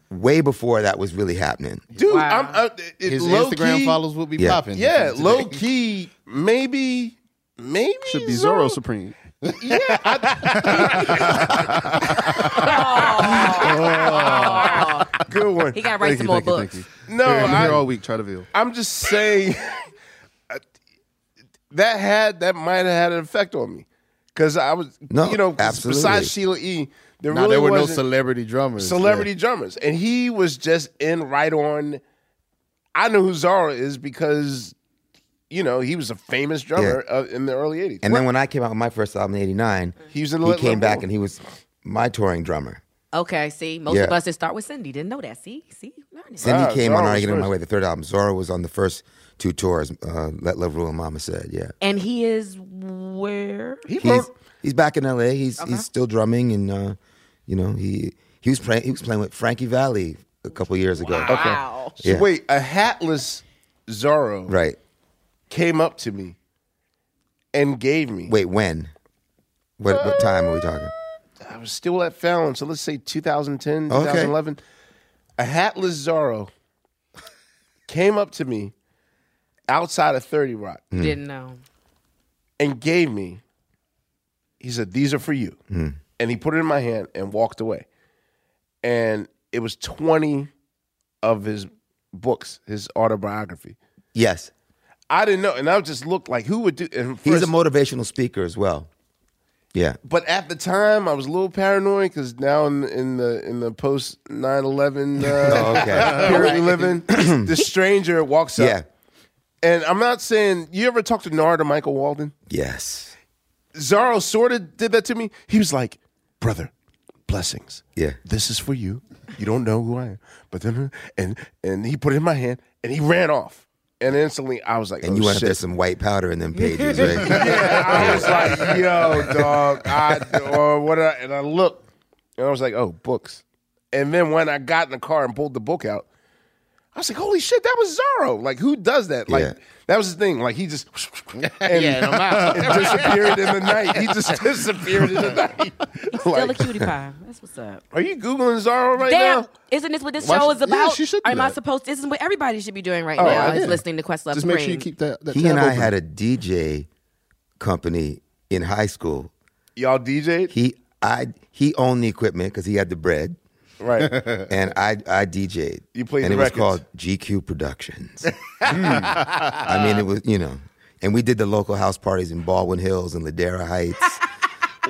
Speaker 6: Way before that was really happening.
Speaker 3: Dude, I'm. Uh, it,
Speaker 10: His
Speaker 3: low
Speaker 10: Instagram
Speaker 3: key-
Speaker 10: follows will be
Speaker 6: Yeah.
Speaker 10: popping.
Speaker 3: Yeah,
Speaker 10: Today.
Speaker 3: low key, maybe, maybe
Speaker 10: Should be Zorro Supreme.
Speaker 3: Yeah, I, good one.
Speaker 1: He gotta write some more books.
Speaker 3: No,
Speaker 10: I'm here
Speaker 3: I,
Speaker 10: all week. Try to veal.
Speaker 3: I'm just saying that had that might have had an effect on me because I was
Speaker 6: No,
Speaker 3: you know 'cause
Speaker 6: absolutely.
Speaker 3: besides Sheila E. There
Speaker 10: Nah,
Speaker 3: really
Speaker 10: there were no
Speaker 3: wasn't
Speaker 10: celebrity drummers.
Speaker 3: celebrity drummers, and he was just in right on. I know who Zara is because you know he was a famous drummer uh, in the early '80s.
Speaker 6: And then when I came out with my first album in '89,
Speaker 3: Mm-hmm. He
Speaker 6: he,
Speaker 3: was in the
Speaker 6: came
Speaker 3: Liverpool.
Speaker 6: back and he was my touring drummer.
Speaker 1: Okay, see, most of
Speaker 6: Yeah.
Speaker 1: us that start with Cindy didn't know that. See, see, learning.
Speaker 6: Cindy
Speaker 3: Wow,
Speaker 6: came
Speaker 3: Zorro
Speaker 6: on
Speaker 3: Ah, was
Speaker 6: Arguing on My
Speaker 3: first.
Speaker 6: Way, the third album. Zora was on the first two tours, uh, Let Love Rule and Mama Said, yeah.
Speaker 1: And he is where?
Speaker 3: He
Speaker 6: He's,
Speaker 3: wrote Uh-huh.
Speaker 6: he's back in LA. He's he's still drumming and uh, you know, he he was playing he was playing with Frankie Valley a couple years ago.
Speaker 1: Wow.
Speaker 3: So
Speaker 6: Yeah.
Speaker 3: wait, a hatless Zorro
Speaker 6: Right.
Speaker 3: came up to me and gave me
Speaker 6: Wait, when? What what time are we talking?
Speaker 3: I was still at Fallon, so let's say 2010,
Speaker 6: Okay.
Speaker 3: 2011. A hatless Zorro came up to me outside of 30 Rock
Speaker 6: Mm.
Speaker 1: Didn't know.
Speaker 3: and gave me, he said, These are for you.
Speaker 6: Mm.
Speaker 3: And he put it in my hand and walked away. And it was 20 of his books, his autobiography.
Speaker 6: Yes.
Speaker 3: I didn't know. And I just looked like, who would do and
Speaker 6: He's
Speaker 3: first-
Speaker 6: a motivational speaker as well. Yeah.
Speaker 3: But at the time, I was a little paranoid because now in, in the in the post 9-11
Speaker 6: Oh,
Speaker 3: uh,
Speaker 6: okay.
Speaker 3: period we live in, this stranger walks up.
Speaker 6: Yeah.
Speaker 3: And I'm not saying you ever talked to Nard or Michael Walden.
Speaker 6: Yes.
Speaker 3: Zorro sort of did that to me. He was like, "Brother, blessings.
Speaker 6: Yeah.
Speaker 3: This is for you. You don't know who I am." But then Mm-hmm. and and he put it in my hand and he ran off. And instantly, I was like,
Speaker 6: And
Speaker 3: oh,
Speaker 6: you went
Speaker 3: shit.
Speaker 6: after some white powder in them pages, right?
Speaker 3: yeah, I was like, yo, dog, I, or what? I, and I looked, and I was like, oh, books. And then when I got in the car and pulled the book out, I was like, holy shit, that was Zorro. Like, who does that? Like,
Speaker 6: Yeah.
Speaker 3: that was the thing. Like, he just and,
Speaker 2: and I'm out.
Speaker 3: and disappeared in the night. He just disappeared in the night.
Speaker 1: Still a cutie pie. That's what's up.
Speaker 3: Are you googling Zorro right
Speaker 1: Damn!
Speaker 3: now?
Speaker 1: Isn't this what this
Speaker 3: Why
Speaker 1: show
Speaker 3: should-
Speaker 1: is
Speaker 3: yeah,
Speaker 1: about?
Speaker 3: she should do
Speaker 1: Am I
Speaker 3: that.
Speaker 1: supposed? This is what everybody should be doing right
Speaker 3: Oh,
Speaker 1: now.
Speaker 3: I
Speaker 1: Is
Speaker 3: did.
Speaker 1: listening to Questlove.
Speaker 3: Just make sure you
Speaker 1: Supreme.
Speaker 3: keep that-
Speaker 6: he and I had a DJ company in high school.
Speaker 3: Y'all DJ'd?
Speaker 6: He I he owned the equipment because he had the bread.
Speaker 3: Right.
Speaker 6: and I I DJ'd.
Speaker 3: You played
Speaker 6: And
Speaker 3: the
Speaker 6: it
Speaker 3: records. Hmm.
Speaker 6: was called GQ Productions. Hmm. I mean it was, you know. And we did the local house parties in Baldwin Hills and Ladera Heights.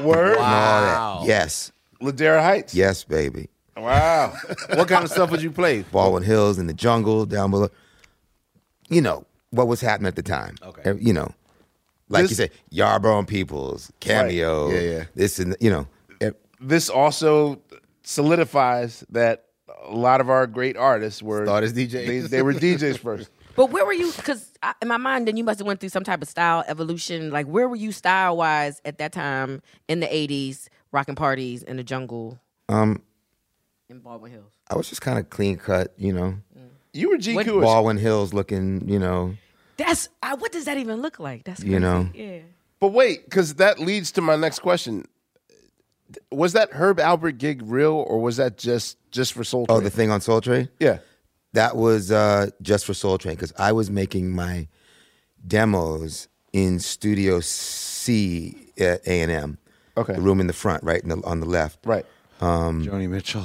Speaker 3: Word.
Speaker 6: and all that. Yes.
Speaker 3: Ladera Heights.
Speaker 6: Yes, baby.
Speaker 3: Wow. what kind of stuff would you play?
Speaker 6: Baldwin Hills in the jungle down below. You know what was happening at the time. Okay. You know, like you
Speaker 3: This-
Speaker 6: said, Yarborough and Peoples, cameo.
Speaker 3: Yeah, yeah.
Speaker 6: This and you know,
Speaker 3: this also solidifies that a lot of our great artists were started DJs. They, they were DJs first.
Speaker 1: But where were you? Because in my mind, then you must have went through some type of style evolution. Like where were you style wise at that time in the '80s, rocking parties in the jungle
Speaker 6: um,
Speaker 1: in Baldwin Hills?
Speaker 6: I was just kind of clean cut. You know,
Speaker 3: You were GQ. as-
Speaker 6: Baldwin Hills looking. You know,
Speaker 1: That's I, what does that even look like? That's crazy.
Speaker 6: You know.
Speaker 1: yeah.
Speaker 3: But wait, because that leads to my next question. Was that Herb Albert gig real, or was that just just for Soul Train?
Speaker 6: oh, the thing on Soul Train.
Speaker 3: Yeah,
Speaker 6: that was uh, just for Soul Train because I was making my demos in Studio C at A and M.
Speaker 3: Okay,
Speaker 6: the room in the front, right in the, on the left.
Speaker 3: Right.
Speaker 6: Um,
Speaker 9: Joni Mitchell.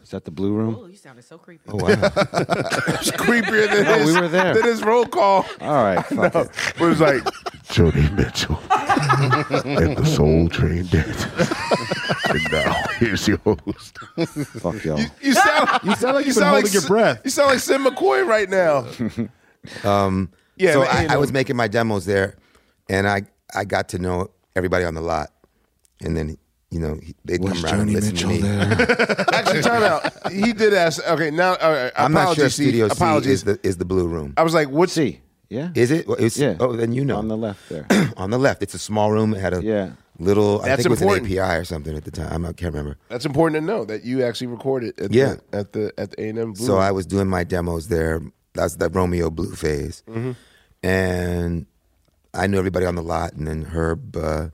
Speaker 9: Is that the blue room?
Speaker 1: Oh, you sounded so creepy.
Speaker 6: Oh wow.
Speaker 3: it's creepier than
Speaker 9: No,
Speaker 3: his,
Speaker 9: we were there.
Speaker 3: than his roll call.
Speaker 9: All right, fuck it.
Speaker 3: It was like
Speaker 2: Jody Mitchell and the Soul Train Dancers. and now here's your host.
Speaker 9: Fuck y'all.
Speaker 3: you sound.
Speaker 7: You sound like
Speaker 3: you
Speaker 7: you've been
Speaker 3: sound
Speaker 7: holding
Speaker 3: like
Speaker 7: your
Speaker 3: s-
Speaker 7: breath.
Speaker 3: You sound like Sim McCoy right now.
Speaker 6: Um,
Speaker 3: Yeah,
Speaker 6: so
Speaker 3: but,
Speaker 6: I,
Speaker 3: you
Speaker 6: I
Speaker 3: know-
Speaker 6: was making my demos there, and I I got to know everybody on the lot, and then you know he- they'd
Speaker 9: Was
Speaker 6: come around and
Speaker 9: Joni
Speaker 6: listen
Speaker 9: Mitchell
Speaker 6: to me.
Speaker 9: there?
Speaker 3: Actually, time out. He did ask. Okay, now uh,
Speaker 6: I'm not sure if
Speaker 3: apologies, Steve.
Speaker 6: Studio C
Speaker 3: apologies.
Speaker 6: is the is the blue room.
Speaker 3: I was like, what's
Speaker 9: See, yeah,
Speaker 6: Is it? Well, It's,
Speaker 9: Yeah.
Speaker 6: Oh, then you know.
Speaker 9: on the left there.
Speaker 6: on the left, it's a small room. It had a
Speaker 9: Yeah.
Speaker 6: little. I
Speaker 3: That's
Speaker 6: think
Speaker 3: important.
Speaker 6: it was an API or something at the time. I can't remember.
Speaker 3: That's important to know that you actually recorded at
Speaker 6: Yeah.
Speaker 3: the at the at the A and M.
Speaker 6: So I was doing my demos there. That's that Romeo Blue phase,
Speaker 3: Mm-hmm.
Speaker 6: and I knew everybody on the lot. And then Herb, because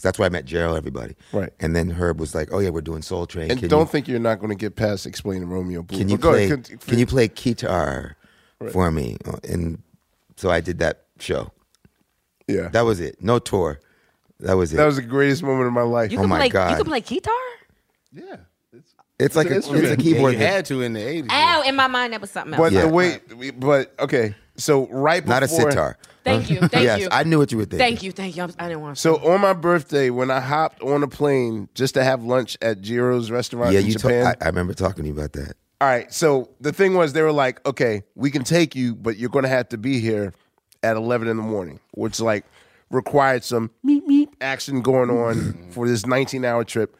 Speaker 6: that's where I met Gerald. Everybody,
Speaker 3: Right.
Speaker 6: And then Herb was like, "Oh yeah, we're doing Soul Train.
Speaker 3: and
Speaker 6: Can
Speaker 3: don't
Speaker 6: you-
Speaker 3: think you're not going to get past explaining Romeo Blue.
Speaker 6: can you
Speaker 3: But go
Speaker 6: play
Speaker 3: ahead,
Speaker 6: can,
Speaker 3: con-
Speaker 6: you play guitar for me?" And so I did that show.
Speaker 3: Yeah,
Speaker 6: That was it. No tour. That was it.
Speaker 3: that was the greatest moment of my life.
Speaker 1: You
Speaker 6: Oh
Speaker 1: can
Speaker 6: my
Speaker 1: play. You
Speaker 6: God.
Speaker 1: can play guitar.
Speaker 6: it's like a,
Speaker 3: It's
Speaker 6: it's
Speaker 3: an
Speaker 6: a
Speaker 3: instrument.
Speaker 6: keyboard.
Speaker 10: you
Speaker 6: thing.
Speaker 10: had to in the '80s.
Speaker 1: Oh, in my mind that was something else.
Speaker 3: But the way, but okay. So right before
Speaker 6: Not a sitar.
Speaker 1: Thank you. Thank
Speaker 6: yes,
Speaker 1: you.
Speaker 6: I knew what you were thinking.
Speaker 1: Thank you. Thank you. I'm, I didn't want to.
Speaker 3: So on my birthday, when I hopped on a plane just to have lunch at Jiro's restaurant
Speaker 6: Yeah,
Speaker 3: in
Speaker 6: you. ta-
Speaker 3: Japan.
Speaker 6: I, I remember talking to you about that.
Speaker 3: all right. So the thing was, they were like, "Okay, we can take you, but you're going to have to be here at 11 in the morning," which like required some meep meep action going on for this 19 hour trip.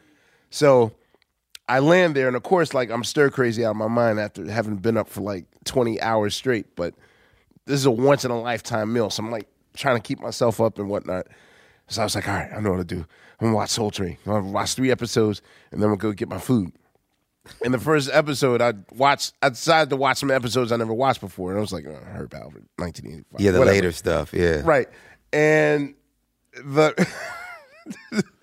Speaker 3: So I land there, and of course, like I'm stir crazy out of my mind after having been up for like 20 hours straight. But this is a once in a lifetime meal, so I'm like trying to keep myself up and whatnot. So I was like, all right, I know what to do. I'm gonna watch Soul Train. I'm gonna watch three episodes, and then we'll go get my food. In the first episode, I watched. I decided to watch some episodes I never watched before, and I was like, oh, Herb Albert, 1985.
Speaker 6: Yeah, the
Speaker 3: whatever.
Speaker 6: later stuff. Yeah.
Speaker 3: Right. And the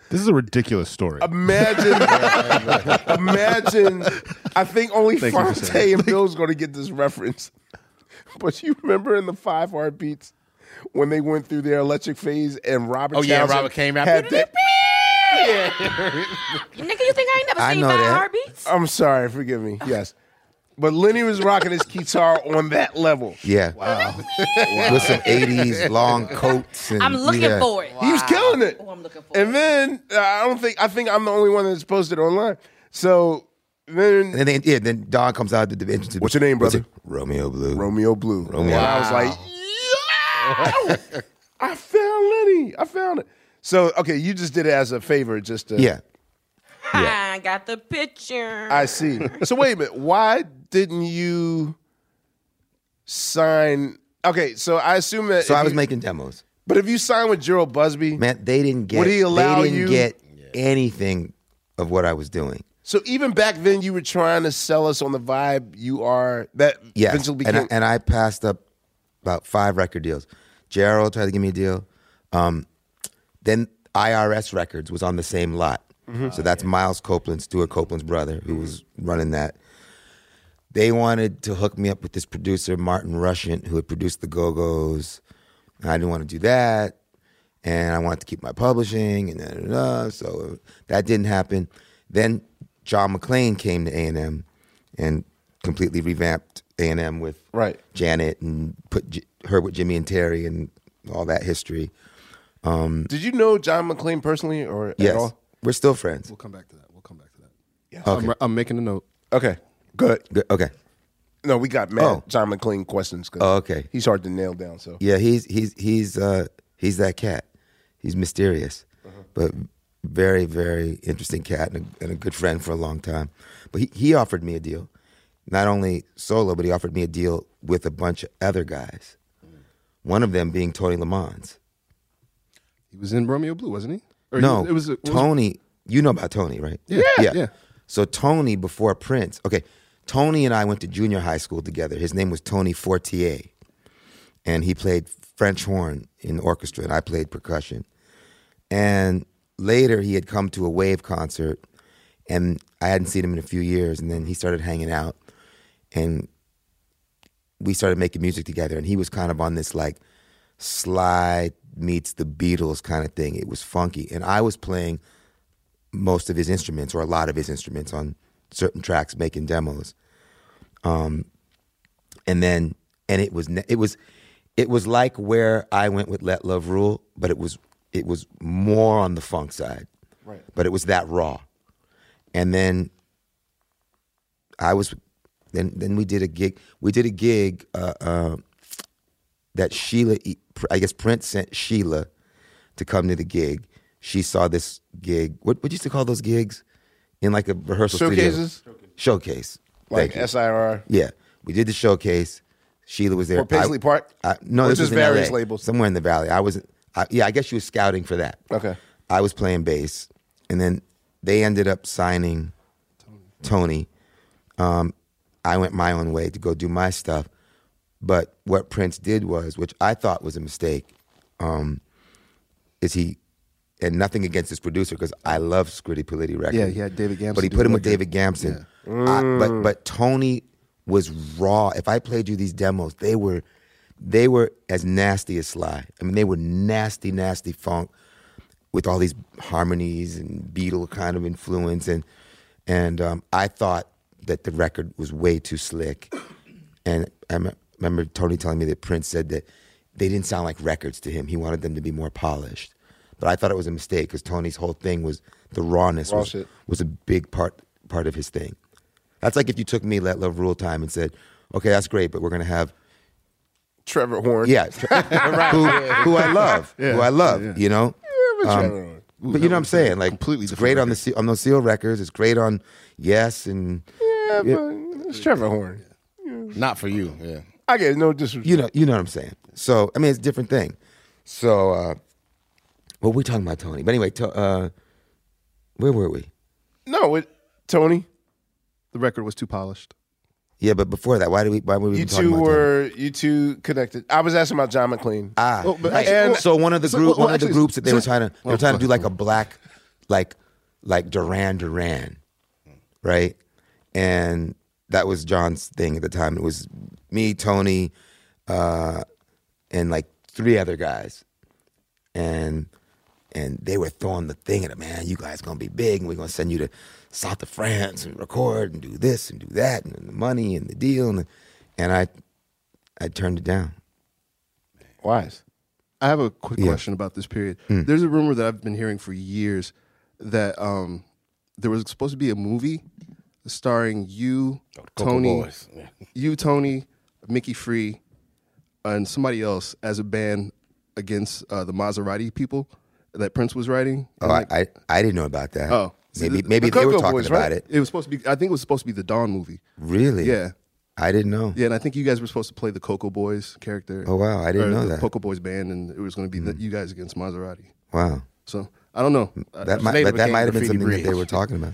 Speaker 7: This is a ridiculous story.
Speaker 3: Imagine, imagine. I think only
Speaker 7: Thank you for
Speaker 3: Fonte
Speaker 7: saying
Speaker 3: and Bill's going to get this reference. But you remember in the Five Heartbeats when they went through their electric phase and Robert?
Speaker 10: Oh, yeah,
Speaker 3: Townsend
Speaker 10: Robert came out.
Speaker 3: Had that,
Speaker 1: Nigga, you think I ain't never seen Five Heartbeats?
Speaker 3: I'm sorry, forgive me. Yes, but Lenny was rocking his guitar on that level.
Speaker 6: Yeah.
Speaker 3: Wow.
Speaker 6: With some 80s long coats. And,
Speaker 1: I'm looking
Speaker 6: yeah.
Speaker 1: for it. Oh,
Speaker 3: He was killing it. and then uh, I don't think I think I'm the only one that's posted online. So then,
Speaker 6: And then, yeah, then Don comes out the dimension. What's your name, brother? Romeo Blue.
Speaker 3: Romeo Blue.
Speaker 6: Romeo.
Speaker 3: I was like, yeah, I found Lenny. I found it. So okay, you just did it as a favor, just to
Speaker 6: yeah.
Speaker 1: I got the picture.
Speaker 3: I see. So wait a minute, why didn't you sign? Okay, so I assume that
Speaker 6: So
Speaker 3: if
Speaker 6: I was
Speaker 3: you-
Speaker 6: making demos.
Speaker 3: But if you sign with Gerald Busby,
Speaker 6: man, they didn't get.
Speaker 3: Would he allow
Speaker 6: they didn't
Speaker 3: you?
Speaker 6: get anything of what I was doing?
Speaker 3: So even back then, you were trying to sell us on the vibe you are that
Speaker 6: Yes,
Speaker 3: eventually
Speaker 6: and
Speaker 3: became.
Speaker 6: I, and I passed up about five record deals. Gerald tried to give me a deal. Um, then IRS Records was on the same lot,
Speaker 3: Mm-hmm.
Speaker 5: Mhm.
Speaker 6: so that's Miles Copeland, Stuart Copeland's brother, who was running that. They wanted to hook me up with this producer, Martin Rushent, who had produced the Go Go's. I didn't want to do that, and I wanted to keep my publishing, and da, da, da, da. so that didn't happen. Then John McClain came to A and M, and completely revamped A and M with
Speaker 3: right.
Speaker 6: Janet and put J- her with Jimmy and Terry and all that history. Um,
Speaker 3: Did you know John McClain personally or
Speaker 6: yes,
Speaker 3: at all?
Speaker 6: we're still friends.
Speaker 4: We'll come back to that. We'll come back to that.
Speaker 3: Yeah.
Speaker 4: I'm, I'm making a note.
Speaker 3: Okay. Good.
Speaker 6: Good. Okay.
Speaker 3: No, we got mad
Speaker 6: Oh.
Speaker 3: John McClain questions. 'cause
Speaker 6: Oh, okay.
Speaker 3: He's hard to nail down. So
Speaker 6: Yeah, he's he's he's uh, he's that cat. He's mysterious,
Speaker 3: Uh-huh.
Speaker 6: but very very interesting cat and a, and a good friend for a long time. But he, he offered me a deal, not only solo, but he offered me a deal with a bunch of other guys.
Speaker 3: Mm.
Speaker 6: One of them being Tony Lamons.
Speaker 4: He was in Romeo Blue, wasn't he? Or
Speaker 6: no,
Speaker 4: he- it was it was-
Speaker 6: Tony. You know about Tony, right?
Speaker 4: Yeah,
Speaker 6: yeah,
Speaker 4: yeah.
Speaker 6: So Tony before Prince. Okay, Tony and I went to junior high school together. His name was Tony Fortier, and he played French horn in the orchestra, and I played percussion. And later, he had come to a Wave concert, and I hadn't seen him in a few years. And then he started hanging out, and we started making music together. And he was kind of on this like Sly meets the Beatles kind of thing. It was funky. And I was playing most of his instruments or a lot of his instruments on certain tracks, making demos. Um, and then, and it was, ne- it was, it was like where I went with Let Love Rule, but it was, it was more on the funk side.
Speaker 3: Right.
Speaker 6: But it was that raw. And then I was, then, then we did a gig, we did a gig, uh, uh, that Sheila, E- I guess Prince sent Sheila to come to the gig. She saw this gig. What what you used to call those gigs? In like a rehearsal
Speaker 3: Showcases?
Speaker 6: studio. Showcase.
Speaker 3: like
Speaker 6: Thank you.
Speaker 3: SIR.
Speaker 6: Yeah, we did the showcase. Sheila was there.
Speaker 3: For Paisley
Speaker 6: I-
Speaker 3: Park?
Speaker 6: I, no,
Speaker 3: Or
Speaker 6: this was
Speaker 3: just
Speaker 6: in
Speaker 3: various
Speaker 6: LA,
Speaker 3: labels?
Speaker 6: somewhere in the valley. I was, I, yeah, I guess she was scouting for that.
Speaker 3: Okay.
Speaker 6: I was playing bass, and then they ended up signing Tony. Um, I went my own way to go do my stuff, but what Prince did was, which I thought was a mistake, um, is he, and nothing against this producer because I love Scritti Politti records.
Speaker 4: Yeah, he had David Gamson
Speaker 6: but he
Speaker 4: do
Speaker 6: put
Speaker 4: the
Speaker 6: him with
Speaker 4: record.
Speaker 6: David Gamson.
Speaker 4: Yeah.
Speaker 6: I- but
Speaker 4: Mm.
Speaker 6: but Tony was raw. If I played you these demos, they were they were as nasty as Sly. I mean, they were nasty, nasty funk with all these harmonies and Beatle kind of influence, and and um, I thought that the record was way too slick. And I me- remember Tony telling me that Prince said that they didn't sound like records to him. He wanted them to be more polished. But I thought it was a mistake because Tony's whole thing was the rawness
Speaker 3: Raw
Speaker 6: was,
Speaker 3: shit.
Speaker 6: was a big part part of his thing. That's like if you took me Let Love Rule time and said, okay, that's great, but we're going to have
Speaker 3: Trevor Horn.
Speaker 6: yeah, who, who I love,
Speaker 3: Yeah.
Speaker 6: who I love,
Speaker 3: Yeah.
Speaker 6: you know.
Speaker 3: Yeah, but Trevor
Speaker 6: Um, but you know what I'm saying? Like, completely it's great on the Se- on those Seal records. It's great on Yes and
Speaker 3: Yeah, but it's Trevor Horn.
Speaker 6: not for you. Yeah,
Speaker 3: I get no disrespect.
Speaker 6: You know, you know what I'm saying. So I mean, it's a different thing. So, uh, well, we're talking about Tony, but anyway, to, uh, where were we?
Speaker 3: No, it, Tony.
Speaker 4: The record was too polished.
Speaker 6: Yeah, but before that, why do we? Why were we
Speaker 3: You
Speaker 6: even talking
Speaker 3: two
Speaker 6: about
Speaker 3: were you two connected. I was asking about John McLean.
Speaker 6: Ah,
Speaker 3: Oh, but
Speaker 6: Right.
Speaker 3: and
Speaker 6: so one of the
Speaker 3: so-
Speaker 6: group,
Speaker 3: well,
Speaker 6: one of the
Speaker 3: actually-
Speaker 6: groups that they
Speaker 3: so- Oh,
Speaker 6: were trying to, they
Speaker 3: Well,
Speaker 6: were trying to
Speaker 3: fuck.
Speaker 6: do like a black like like Duran Duran, right? And that was John's thing at the time. It was me, Tony, uh, and like three other guys, and and they were throwing the thing at it. Man, you guys gonna be big, and we're gonna send you to South of France and record and do this and do that, and the money and the deal, and and I I turned it down.
Speaker 3: Wise.
Speaker 4: I have a quick
Speaker 6: Yeah.
Speaker 4: question about this period.
Speaker 6: Hmm.
Speaker 4: There's a rumor that I've been hearing for years that um, there was supposed to be a movie starring you,
Speaker 6: Oh,
Speaker 3: Cocoa
Speaker 4: Tony,
Speaker 3: Boys. Yeah.
Speaker 4: you, Tony, Mickey Free, and somebody else as a band against uh, the Maserati people that Prince was writing.
Speaker 6: Oh, I, I I didn't know about that.
Speaker 4: Oh,
Speaker 6: maybe maybe they were talking about it.
Speaker 4: It was supposed to be. I think it was supposed to be the Dawn movie.
Speaker 6: Really?
Speaker 4: Yeah.
Speaker 6: I didn't know.
Speaker 4: Yeah, and I think you guys were supposed to play the Coco Boys character.
Speaker 6: Oh, wow, I didn't
Speaker 4: or
Speaker 6: know
Speaker 4: the
Speaker 6: that. Hmm.
Speaker 4: Coco Boys band, and it was going to be the, you guys against Maserati.
Speaker 6: Wow. Hmm.
Speaker 4: So I don't know. Uh,
Speaker 6: That
Speaker 4: it's
Speaker 6: might,
Speaker 4: later
Speaker 6: but that
Speaker 4: became
Speaker 6: might have been
Speaker 4: Graffiti
Speaker 6: something
Speaker 4: Bridge.
Speaker 6: that they were talking about.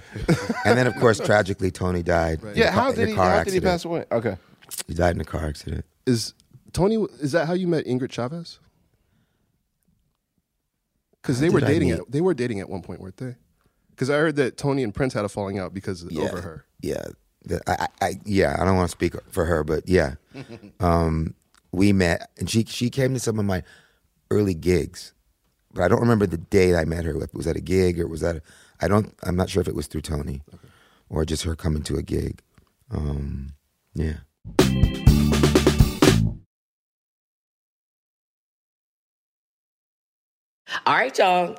Speaker 6: and then, of course, tragically, Tony died. in
Speaker 3: Yeah,
Speaker 6: a car-
Speaker 3: how
Speaker 6: in
Speaker 3: did
Speaker 6: a
Speaker 3: he?
Speaker 6: car
Speaker 3: How did he
Speaker 6: accident.
Speaker 3: pass away? Okay.
Speaker 6: He died in a car accident.
Speaker 4: Is Tony? Is that how you met Ingrid Chavez? Because they
Speaker 6: How
Speaker 4: were
Speaker 6: did I
Speaker 4: dating.
Speaker 6: meet-
Speaker 4: At, they were dating at one point, weren't they? Because I heard that Tony and Prince had a falling out because over her.
Speaker 6: Yeah, The- I, I, I- yeah. I don't want to speak for her, but yeah, um, we met, and she she came to some of my early gigs, but I don't remember the day I met her. If it was at a gig or was that? A, I don't. I'm not sure if it was through Tony, or just her coming to a gig. Um, yeah.
Speaker 1: All right, y'all.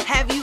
Speaker 11: Have you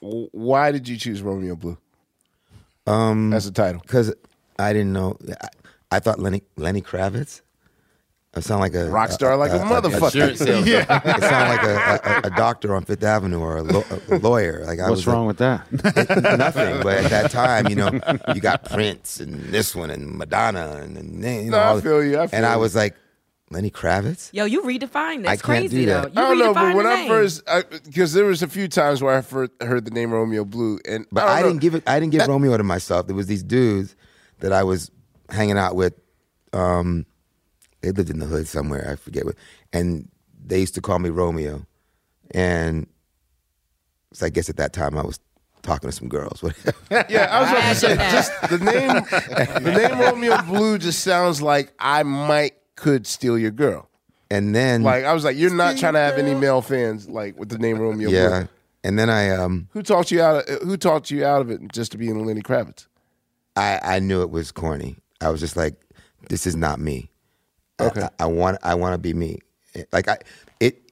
Speaker 3: W- Why did you choose Romeo Blue?
Speaker 6: Um,
Speaker 3: That's the title.
Speaker 6: Because I didn't know. I, I thought Lenny Lenny Kravitz. I sound like a
Speaker 3: Rock star like a motherfucker. Insurance salesman.
Speaker 6: yeah.
Speaker 3: Yeah.
Speaker 6: I sound like a, a, a doctor on Fifth Avenue or a, lo- a lawyer. Like I
Speaker 9: What's
Speaker 6: was
Speaker 9: wrong
Speaker 6: with that? nothing. But at that time, you know, you got Prince and this one and Madonna and, and you know.
Speaker 12: No, I
Speaker 6: all the-
Speaker 12: feel you, I feel
Speaker 6: and I
Speaker 12: you.
Speaker 6: was like, Lenny Kravitz.
Speaker 13: Yo, you redefine
Speaker 6: I
Speaker 13: this.
Speaker 6: can't
Speaker 13: Crazy
Speaker 6: do
Speaker 13: though.
Speaker 6: that.
Speaker 13: You
Speaker 3: I don't
Speaker 13: redefined
Speaker 3: know, but when
Speaker 13: the
Speaker 3: I
Speaker 13: name.
Speaker 3: first, because there was a few times where I fir- heard the name Romeo Blue, and
Speaker 6: But I, didn't give it. I didn't give Romeo to myself. There was these dudes that I was hanging out with. Um, they lived in the hood somewhere. I forget what, and they used to call me Romeo. And so I guess at that time I was talking to some girls. whatever.
Speaker 3: Yeah, I was about to say just the name. The name Romeo Blue just sounds like I might could steal your girl.
Speaker 6: And then
Speaker 3: Like I was like, you're not trying to have any male fans like with the name Romeo.
Speaker 6: yeah,
Speaker 3: Blue.
Speaker 6: and then I um
Speaker 3: Who talked you out? Of, who talked you out of it just to be in Lenny Kravitz?
Speaker 6: I I knew it was corny. I was just like, this is not me. I-
Speaker 3: Okay.
Speaker 6: I, I want I want to be me. It- Like I it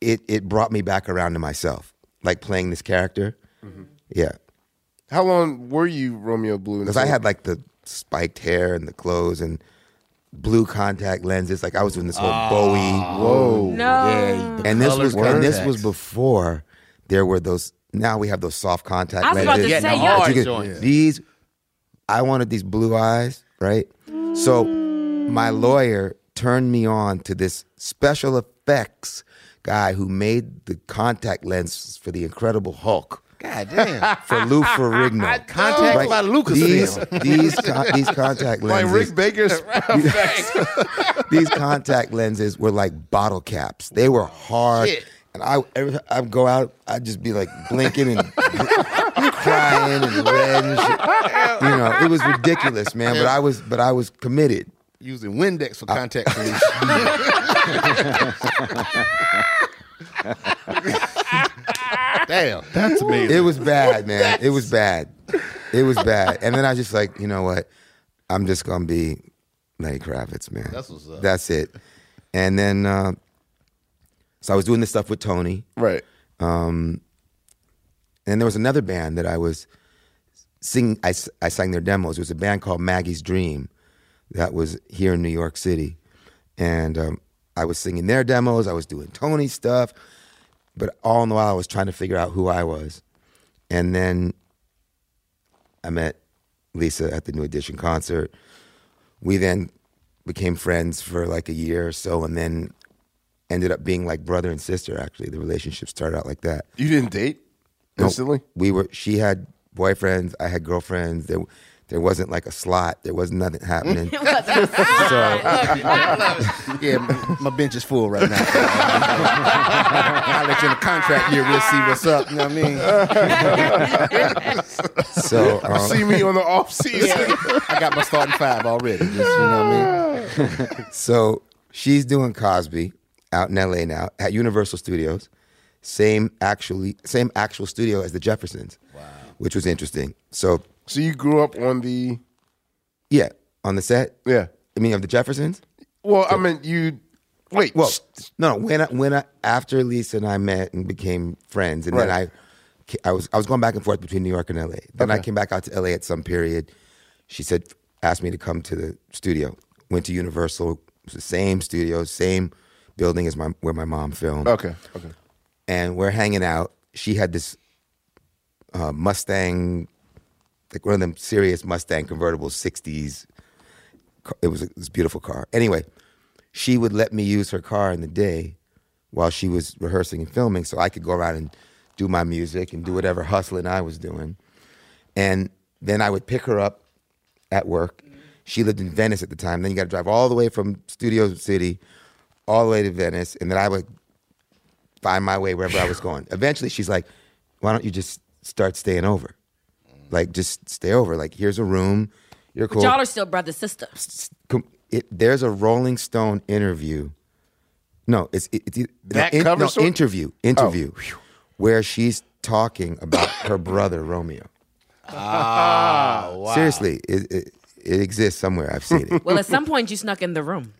Speaker 6: it it brought me back around to myself. Like playing this character.
Speaker 13: Mm-hmm.
Speaker 6: Yeah.
Speaker 3: How long were you Romeo Blue?
Speaker 6: Because I had like the spiked hair and the clothes and blue contact lenses. Like I was doing this whole
Speaker 10: Ah.
Speaker 6: Bowie.
Speaker 10: Whoa. No. Yeah, the
Speaker 6: and this was
Speaker 10: colors
Speaker 6: and this was
Speaker 10: contacts.
Speaker 6: before there were those. Now we have those soft contact
Speaker 10: I was
Speaker 6: lenses.
Speaker 10: about to Getting say, the y'all-
Speaker 6: But you
Speaker 10: hard joints.
Speaker 6: these. I wanted these blue eyes, right? So my lawyer turned me on to this special effects guy who made the contact lenses for the Incredible Hulk.
Speaker 10: God damn.
Speaker 6: For Lou Ferrigno.
Speaker 10: Contact by Lucasfilm.
Speaker 6: These, these, con- these contact lenses.
Speaker 3: Like Rick Baker's
Speaker 6: these contact lenses were like bottle caps. They were hard.
Speaker 10: Shit.
Speaker 6: And I, every time I go out, I'd just be like blinking and crying and red and shit. You know, it was ridiculous, man. But I was, but I was committed.
Speaker 10: Using Windex for contact lenses. Damn,
Speaker 6: that's amazing. It was bad, man. It was bad. It was bad. And then I just like, you know what? I'm just gonna be Lenny Kravitz, man.
Speaker 10: That's what's up.
Speaker 6: That's it. And then, uh, so I was doing this stuff with Tony,
Speaker 3: right?
Speaker 6: Um, and there was another band that I was sing. I, s- I sang their demos. It was a band called Maggie's Dream that was here in New York City, and um, I was singing their demos. I was doing Tony stuff, but all in the while I was trying to figure out who I was. And then I met Lisa at the New Edition concert. We then became friends for like a year or so, and then ended up being like brother and sister. Actually, the relationship started out like that.
Speaker 3: You didn't date
Speaker 6: No,
Speaker 3: instantly.
Speaker 6: we were. She had boyfriends. I had girlfriends. There, there wasn't like a slot. There was nothing happening.
Speaker 10: yeah, m- my bench is full right now. I'll let you in the contract year. We'll see what's up. You know what I mean?
Speaker 6: So, um,
Speaker 3: see me on the off season.
Speaker 10: I got my starting five already. Just, you know what I mean?
Speaker 6: so she's doing Cosby out in LA now at Universal Studios. Same actually same actual studio as the Jeffersons. Wow. Which was interesting. So
Speaker 3: So you grew up on the
Speaker 6: yeah, on the set?
Speaker 3: Yeah.
Speaker 6: I mean of the Jeffersons?
Speaker 3: well. I mean, you wait.
Speaker 6: Well, no, when I, when I, after Lisa and I met and became friends, and then
Speaker 3: Right.
Speaker 6: I, I was I was going back and forth between New York and L.A. Then I
Speaker 10: Okay.
Speaker 6: came back out to L.A. at some period. She said, asked me to come to the studio. Went to Universal. It was the same studio, same building as my where my mom filmed.
Speaker 3: Okay. Okay.
Speaker 6: And we're hanging out. She had this uh, Mustang, like one of them serious Mustang convertible '60s. car- It was a, this beautiful car. Anyway, she would let me use her car in the day while she was rehearsing and filming, so I could go around and do my music and do whatever hustling I was doing. And then I would pick her up at work. She lived in Venice at the time. Then you got to drive all the way from Studio City all the way to Venice, and then I would find my way wherever I was going. Eventually, she's like, "Why don't you just start staying over? Like, just stay over. Like, here's a room. You're
Speaker 14: But
Speaker 6: cool."
Speaker 14: y'all are still brother sister.
Speaker 6: Com- it, there's a Rolling Stone interview. No, it's it, it,
Speaker 14: That
Speaker 6: no,
Speaker 14: cover
Speaker 6: no,
Speaker 14: story? Oh.
Speaker 6: interview interview where she's talking about her brother Romeo.
Speaker 1: Ah,
Speaker 6: Seriously, it, it it exists somewhere. I've seen it.
Speaker 1: Well, at some point you snuck in the room.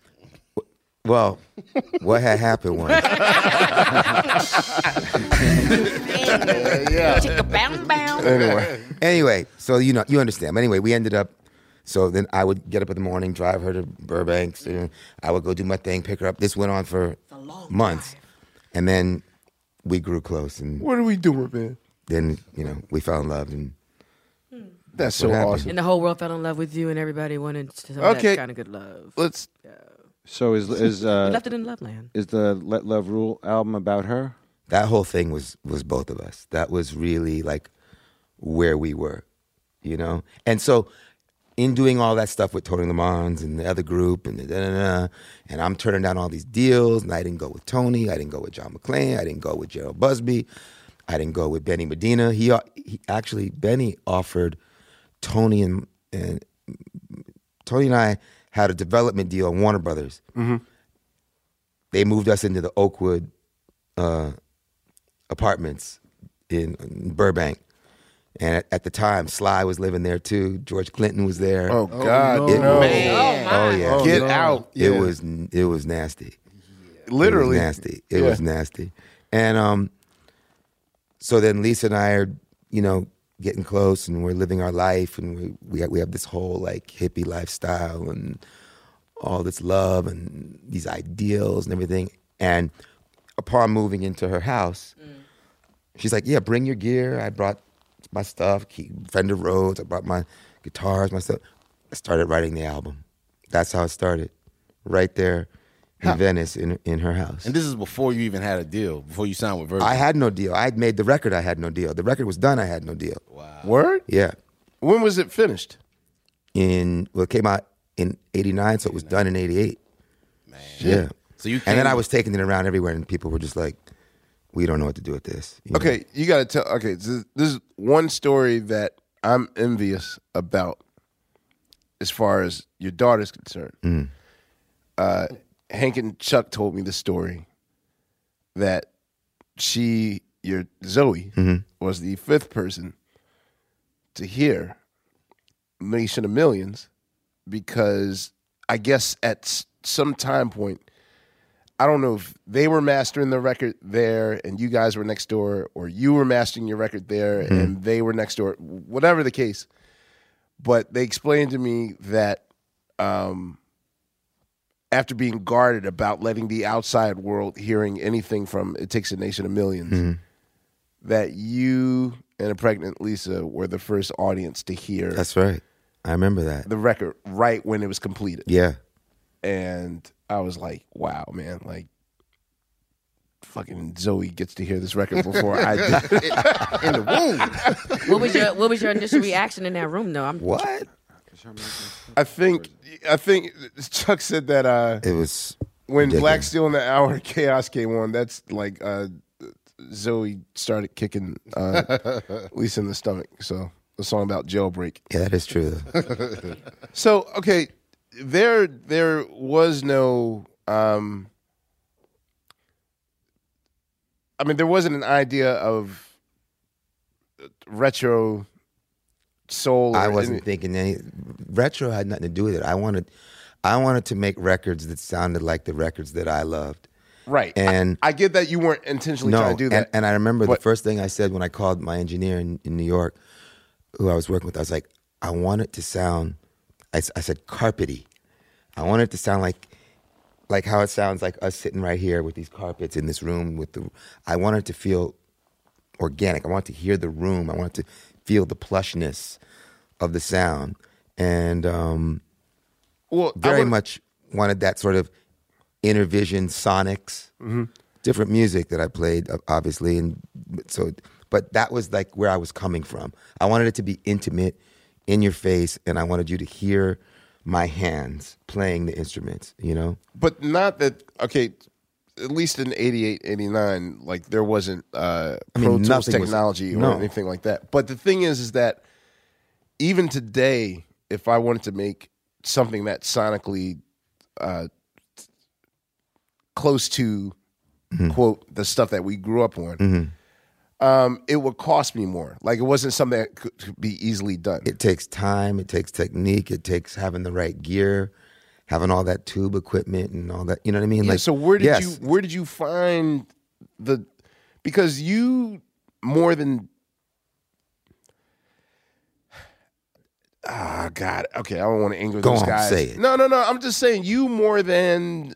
Speaker 6: Well, what had happened was
Speaker 14: yeah. Chicka bound bound.
Speaker 6: anyway, anyway, so you know, you understand. But anyway, we ended up. So then I would get up in the morning, drive her to Burbank. and I would go do my thing, pick her up. This went on for months, and then we grew close, and
Speaker 3: What are we doing, man?
Speaker 6: then you know we fell in love, and
Speaker 3: That's
Speaker 6: what
Speaker 3: so
Speaker 6: happened.
Speaker 3: awesome.
Speaker 1: And the whole world fell in love with you, and everybody wanted some of
Speaker 3: Okay.
Speaker 1: that kind of good love.
Speaker 3: Let's.
Speaker 9: So is is uh,
Speaker 1: We left it in love land.
Speaker 9: Is the Let Love Rule album about her?
Speaker 6: That whole thing was was both of us. That was really like where we were, you know. And so, in doing all that stuff with Tony Lamons and the other group, and da, da, da, da, and I'm turning down all these deals, and I didn't go with Tony, I didn't go with John McClain, I didn't go with Gerald Busby, I didn't go with Benny Medina. He, uh, he actually Benny offered Tony and and Mm-hmm. Tony and I had a development deal on Warner Brothers. they moved us into the Oakwood uh, apartments in, in Burbank. And at, at the time, Sly was living there too. George Clinton was there.
Speaker 3: Oh, Oh, God, no. no.
Speaker 6: was-
Speaker 3: Man.
Speaker 6: Oh,
Speaker 3: Oh,
Speaker 6: yeah,
Speaker 3: my. Get out.
Speaker 6: It
Speaker 3: Yeah.
Speaker 6: was it was nasty.
Speaker 3: Literally.
Speaker 6: it was nasty. It
Speaker 3: Yeah.
Speaker 6: was nasty. And um, so then Lisa and I are, you know, getting close, and we're living our life, and we we have, we have this whole like hippie lifestyle, and all this love, and these ideals, and everything. And upon moving into her house, she's like, "Yeah, bring your gear. I brought my stuff, key, Fender Rhodes. I brought my guitars, my stuff." I started writing the album. That's how it started, right there in
Speaker 10: How-
Speaker 6: Venice, in in her house.
Speaker 10: And this is before you even had a deal, before you signed with Virgin.
Speaker 6: I had no deal. I had made the record. I had no deal. The record was done. I had no deal. Wow.
Speaker 3: Word?
Speaker 6: Yeah.
Speaker 3: When was it finished?
Speaker 6: In well, it came out in '89, so it was done in '88. Man. Yeah.
Speaker 3: So you
Speaker 6: and then
Speaker 3: came-
Speaker 6: I was taking it around everywhere, and people were just like, "We don't know what to do with this." you know?
Speaker 3: Okay, you got to tell. Okay, this, this is one story that I'm envious about, as far as your daughter's concerned.
Speaker 6: Mm.
Speaker 3: Uh, Hank and Chuck told me the story that she, your Zoe,
Speaker 6: Mhm.
Speaker 3: was the fifth person to hear Nation of Millions because I guess at s- some time point I don't know if they were mastering the record there and you guys were next door, or you were mastering your record there and they were next door, whatever the case. But they explained to me that um, after being guarded about letting the outside world hearing anything from It Takes a Nation of 1000000s
Speaker 6: Mhm.
Speaker 3: that you and a pregnant Lisa were the first audience to hear
Speaker 6: That's right. I remember that.
Speaker 3: the record right when it was completed
Speaker 6: Yeah.
Speaker 3: and I was like, wow, man, like fucking Zoe gets to hear this record before I do.
Speaker 1: in the womb. What was your What was your initial reaction in that room, though? I'm
Speaker 6: what?
Speaker 3: I think I think Chuck said that uh
Speaker 6: It was
Speaker 3: when
Speaker 6: ridiculous.
Speaker 3: Black Steel and the Hour of Chaos came on, that's like uh Zoe started kicking uh Lisa in the stomach. So the song about jailbreak.
Speaker 6: Yeah, that is true. Though.
Speaker 3: so okay, there there was no. Um, I mean, there wasn't an idea of retro soul.
Speaker 6: I
Speaker 3: or
Speaker 6: wasn't
Speaker 3: any-
Speaker 6: thinking any retro had nothing to do with it. I wanted, I wanted to make records that sounded like the records that I loved.
Speaker 3: right.
Speaker 6: And
Speaker 3: I, I get that you weren't intentionally
Speaker 6: no,
Speaker 3: trying to do that.
Speaker 6: And, and I remember
Speaker 3: But-
Speaker 6: the first thing I said when I called my engineer in, in New York, who I was working with, I was like, I want it to sound, I, s- I said, carpety. I want it to sound like, like how it sounds like us sitting right here with these carpets in this room with the. I want it to feel organic. I want to hear the room. I want to feel the plushness of the sound, and um,
Speaker 3: well,
Speaker 6: very
Speaker 3: wanna-
Speaker 6: much wanted that sort of inner vision sonics
Speaker 3: Mhm.
Speaker 6: different music that I played, ob- obviously, and so. But that was like where I was coming from. I wanted it to be intimate, in your face, and I wanted you to hear my hands playing the instruments. You know,
Speaker 3: but not that. Okay, at least in 88, 89, like there wasn't uh,
Speaker 6: I mean,
Speaker 3: Pro Tools
Speaker 6: nothing was-
Speaker 3: technology or
Speaker 6: no.
Speaker 3: anything like that. But the thing is, is that even today, if I wanted to make something that sonically uh, close to
Speaker 6: Mm-hmm.
Speaker 3: quote the stuff that we grew up on,
Speaker 6: Mhm.
Speaker 3: um, it would cost me more. Like it wasn't something that could, could be easily done.
Speaker 6: it takes time, it takes technique, it takes having the right gear, having all that tube equipment and all that. You know what I mean?
Speaker 3: Yeah, so where did
Speaker 6: yes,
Speaker 3: you where did you find the because you more than Ah God. Okay, I don't want to anger
Speaker 6: Go
Speaker 3: those
Speaker 6: on,
Speaker 3: guys.
Speaker 6: say it.
Speaker 3: No, no, no. I'm just saying you more than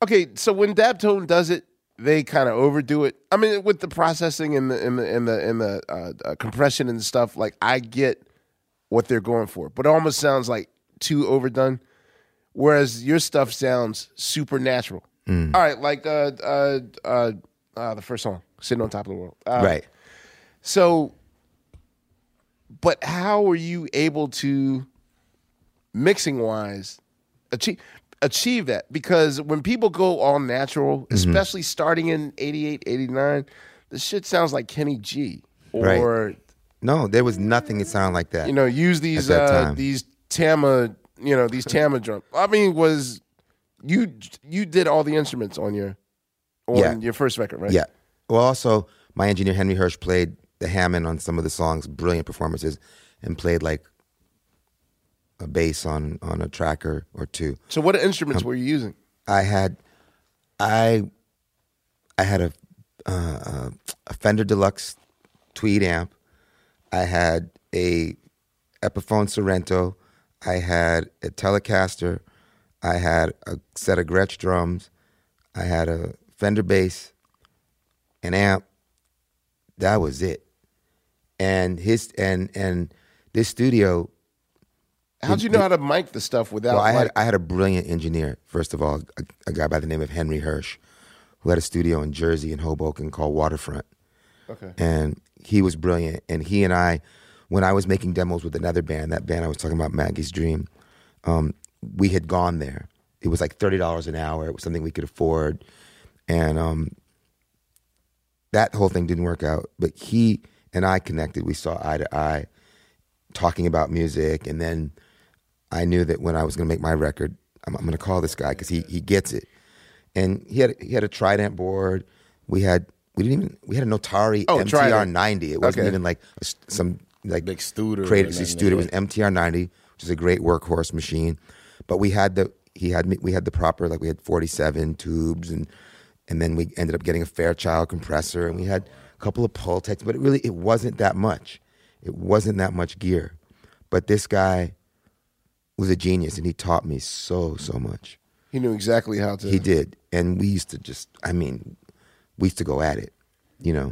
Speaker 3: Okay, so when Dabtone does it, they kind of overdo it. I mean, with the processing and the and the and the, and the uh, uh, compression and stuff, like I get what they're going for, but it almost sounds like too overdone. Whereas your stuff sounds supernatural.
Speaker 6: Mm.
Speaker 3: All right, like uh, uh, uh, uh, the first song, "Sitting on Top of the World." Uh,
Speaker 6: right.
Speaker 3: So, but how were you able to, mixing wise, achieve achieve that? Because when people go all natural,
Speaker 6: Mm-hmm.
Speaker 3: especially starting in 88, 89, the shit sounds like Kenny G
Speaker 6: Right.
Speaker 3: or
Speaker 6: No, there was nothing that sounded like that.
Speaker 3: you know use these
Speaker 6: at that
Speaker 3: uh,
Speaker 6: time.
Speaker 3: these Tama you know these Tama drum. I mean was you you did all the instruments on your on
Speaker 6: Yeah.
Speaker 3: your first record, right?
Speaker 6: Yeah. Well, also, my engineer Henry Hirsch played the Hammond on some of the songs, brilliant performances, and played like a bass on on a tracker or two.
Speaker 3: So what
Speaker 6: Um,
Speaker 3: instruments were you using?
Speaker 6: I had, I, I had a, uh, a Fender Deluxe Tweed amp. I had a Epiphone Sorrento. I had a Telecaster. I had a set of Gretsch drums. I had a Fender bass, an amp. That was it. And his and and this studio
Speaker 3: How'd you know how to mic the stuff without?
Speaker 6: well, I had
Speaker 3: like-
Speaker 6: I had a brilliant engineer. First of all, a, a guy by the name of Henry Hirsch, who had a studio in Jersey and Hoboken called Waterfront.
Speaker 3: Okay.
Speaker 6: And he was brilliant. And he and I, when I was making demos with another band, that band I was talking about, Maggie's Dream, um, we had gone there. It was like thirty dollars an hour. It was something we could afford, and um, that whole thing didn't work out. But he and I connected. We saw eye to eye, talking about music, and then I knew that when I was going to make my record, I'm, I'm going to call this guy because he he gets it. And he had he had a Trident board. We had we didn't even we had a Notari
Speaker 10: Oh,
Speaker 6: MTR
Speaker 10: Trident.
Speaker 6: 90. It wasn't
Speaker 10: Okay.
Speaker 6: even like a st- some like big
Speaker 10: Studer or
Speaker 6: Creative
Speaker 10: nothing
Speaker 6: Studer. It was
Speaker 10: like
Speaker 6: an MTR 90, which is a great workhorse machine. But we had the he had me we had the proper like we had 47 tubes and and then we ended up getting a Fairchild compressor and we had a couple of Pultex. But it really it wasn't that much. It wasn't that much gear. But this guy was a genius and he taught me so so much.
Speaker 3: He knew exactly how to.
Speaker 6: He did, and we used to just I mean, we used to go at it, you know.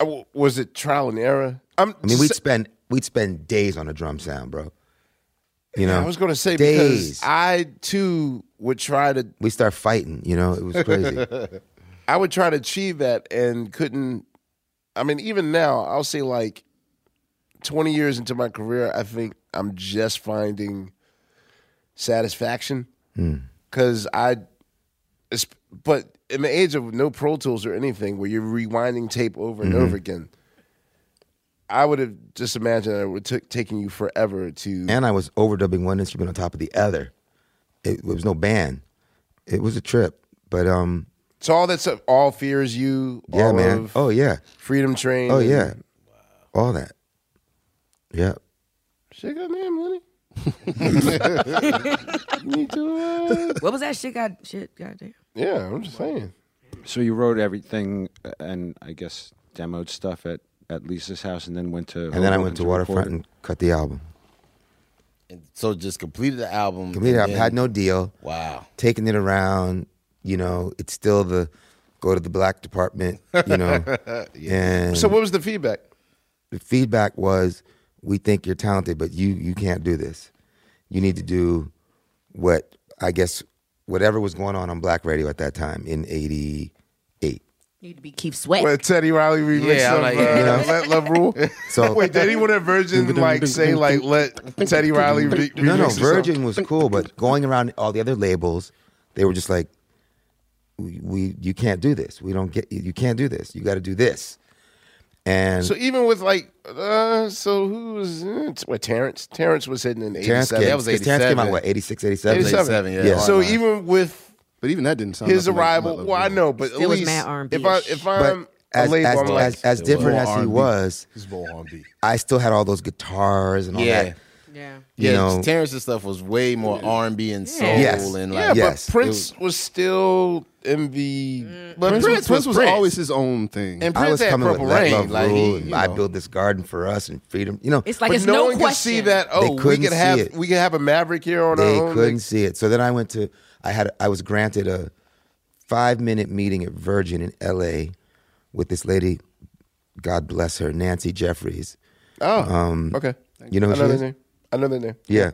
Speaker 3: Uh, w- Was it trial and error? I'm,
Speaker 6: I mean, we'd spend we'd spend days on a drum sound, bro. You know,
Speaker 3: I was going to say because
Speaker 6: days.
Speaker 3: I too would try to.
Speaker 6: we start fighting. You know, it was crazy.
Speaker 3: I would try to achieve that and couldn't. I mean, even now, I'll say like 20 years into my career, I think I'm just finding satisfaction
Speaker 6: Mm.
Speaker 3: because I. it's- But in the age of no Pro Tools or anything, where you're rewinding tape over and
Speaker 6: Mhm.
Speaker 3: over again, I would have just imagined that it would took taking you forever to.
Speaker 6: and I was overdubbing one instrument on top of the other. It, it was no band. It was a trip, but um,
Speaker 3: So all that stuff, all fears you.
Speaker 6: yeah,
Speaker 3: all
Speaker 6: man.
Speaker 3: Of
Speaker 6: oh yeah.
Speaker 3: Freedom Train.
Speaker 6: Oh
Speaker 3: and-
Speaker 6: yeah. All that. Yeah.
Speaker 3: Shit got name, Lenny. you need to. Uh...
Speaker 1: what was that shit? God, shit, goddamn.
Speaker 3: Yeah, I'm just saying.
Speaker 9: So you wrote everything uh, and I guess demoed stuff at, at Lisa's house and then went to.
Speaker 6: And then I
Speaker 9: Hoboken
Speaker 6: went to
Speaker 9: record
Speaker 6: Waterfront
Speaker 9: it?
Speaker 6: and cut the album.
Speaker 10: So just completed the album.
Speaker 6: Completed.
Speaker 10: and
Speaker 6: I
Speaker 10: then-
Speaker 6: had no deal.
Speaker 10: Wow.
Speaker 6: Taking it around, you know, it's still the go to the black department, you know.
Speaker 3: Yeah.
Speaker 6: And
Speaker 3: So what was the feedback?
Speaker 6: the feedback was, we think you're talented, but you you can't do this. You need to do what I guess whatever was going on on black radio at that time in '88.
Speaker 1: Need to be keep sweat.
Speaker 3: Well, Teddy Riley remix
Speaker 6: Yeah, I'm
Speaker 3: of
Speaker 6: like-
Speaker 3: uh,
Speaker 6: You know?
Speaker 3: Let Love Rule.
Speaker 6: So-
Speaker 3: wait, did anyone at Virgin like say like let Teddy Riley re- remix?
Speaker 6: No, no,
Speaker 3: or something?
Speaker 6: Virgin was cool, but going around all the other labels, they were just like, we, we you can't do this. We don't get you can't do this. You got to do this. And
Speaker 3: So even with like, uh, so who was uh, t- what Terrence? Terrence was hitting in
Speaker 6: Terrence
Speaker 3: '87.
Speaker 6: came, Terrence came out what 86, 87?
Speaker 3: 87, So even with
Speaker 4: but even that didn't sound
Speaker 3: his
Speaker 4: nothing like
Speaker 3: arrival,
Speaker 4: Let Love
Speaker 3: well, I
Speaker 4: Rule.
Speaker 3: know, but at
Speaker 4: Still was
Speaker 3: least
Speaker 4: mad
Speaker 3: if I
Speaker 4: R&B-ish.
Speaker 3: if
Speaker 4: But
Speaker 3: I'm a
Speaker 6: as,
Speaker 3: label,
Speaker 6: as,
Speaker 3: I'm like,
Speaker 6: as, as different as he
Speaker 4: R&B.
Speaker 6: was,
Speaker 10: It's bull R&B.
Speaker 6: I still had all those guitars and all
Speaker 10: Yeah.
Speaker 6: that.
Speaker 1: Yeah.
Speaker 6: You
Speaker 10: Yeah,
Speaker 6: know-
Speaker 10: Terrence's stuff was way more R and B and soul
Speaker 6: Yes.
Speaker 10: and
Speaker 3: yeah,
Speaker 10: like
Speaker 3: but
Speaker 6: Yes.
Speaker 3: Prince was still in the.
Speaker 1: Mm.
Speaker 4: But Prince, was, Prince was always his own thing.
Speaker 3: And
Speaker 6: I
Speaker 3: Prince
Speaker 6: was
Speaker 3: had
Speaker 6: coming with
Speaker 3: Purple
Speaker 6: Let
Speaker 3: Rain,
Speaker 6: Love
Speaker 3: like,
Speaker 6: Rule,
Speaker 3: he-
Speaker 6: and
Speaker 3: you
Speaker 6: I
Speaker 3: know.
Speaker 6: built this garden for us and freedom. You know,
Speaker 1: It's like
Speaker 3: but
Speaker 1: it's
Speaker 3: no,
Speaker 1: no
Speaker 3: one could see
Speaker 1: question.
Speaker 3: that.
Speaker 6: They
Speaker 3: Oh, we
Speaker 6: couldn't
Speaker 3: could
Speaker 6: see
Speaker 3: have
Speaker 6: it.
Speaker 3: we could have a Maverick here on
Speaker 6: they
Speaker 3: our own.
Speaker 6: couldn't see it. So then I went to I had I was granted a five minute meeting at Virgin in L.A. with this lady, God bless her, Nancy Jeffries.
Speaker 3: Oh,
Speaker 6: Um,
Speaker 3: okay.
Speaker 6: you know who
Speaker 3: I know
Speaker 6: she
Speaker 3: their
Speaker 6: is?
Speaker 3: name. I know their name.
Speaker 6: Yeah,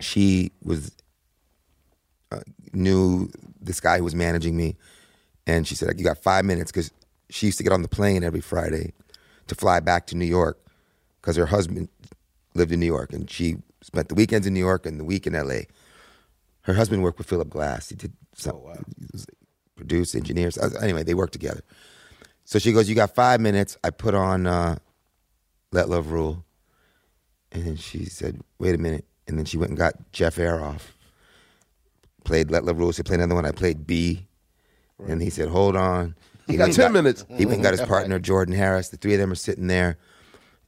Speaker 6: she was uh, knew this guy who was managing me, and she said, "Like, "You got five minutes," because she used to get on the plane every Friday to fly back to New York because her husband lived in New York, and she spent the weekends in New York and the week in L.A. Her husband worked with Philip Glass. He did some, he was a produce engineers. Uh, Anyway, they worked together. So she goes, "You got five minutes." I put on uh, "Let Love Rule." And then she said, wait a minute. And then she went and got Jeff Aroff, played Let Love Rule. She played another one. I played B. And he said, hold on. He
Speaker 3: You got
Speaker 6: went and
Speaker 3: 10 minutes.
Speaker 6: He went and got his
Speaker 3: Mhm.
Speaker 6: partner, Jordan Harris. The three of them are sitting there.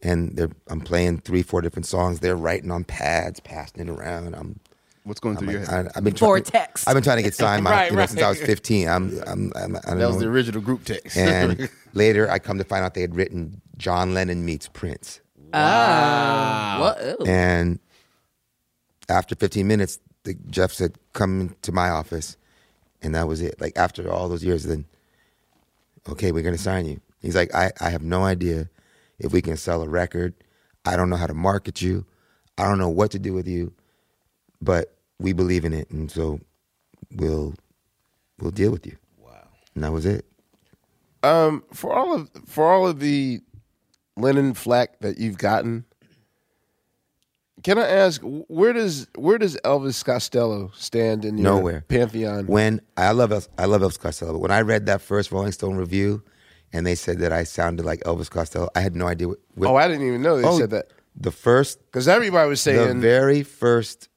Speaker 6: And they're, I'm playing three, four different songs. They're writing on pads, passing it around. I'm
Speaker 4: What's going
Speaker 6: through
Speaker 4: your head?
Speaker 6: I, have been try-
Speaker 4: Vortex.
Speaker 6: I've been trying to get signed my,
Speaker 4: Right,
Speaker 6: you know,
Speaker 4: right.
Speaker 6: since I was 15. I'm, I'm, I'm, I don't
Speaker 10: That was
Speaker 6: know.
Speaker 10: the original group text.
Speaker 6: And later, I come to find out they had written John Lennon meets Prince. Ah.
Speaker 14: Wow.
Speaker 6: And after 15 minutes, the, Jeff said, "Come to my office," and that was it. Like after all those years, then okay, we're gonna sign you. He's like, "I I have no idea if we can sell a record. I don't know how to market you. I don't know what to do with you, but we believe in it, and so we'll we'll deal with you." Wow. And that was it.
Speaker 3: Um, for all of for all of the linen flack that you've gotten, can I ask where does where does Elvis Costello stand in your
Speaker 6: Nowhere.
Speaker 3: pantheon?
Speaker 6: When I love El- I love Elvis Costello, but when I read that first Rolling Stone review, and they said that I sounded like Elvis Costello, I had no idea. What, what-
Speaker 3: oh, I didn't even know they
Speaker 6: Oh,
Speaker 3: said that
Speaker 6: The first
Speaker 3: because everybody was saying
Speaker 6: the very first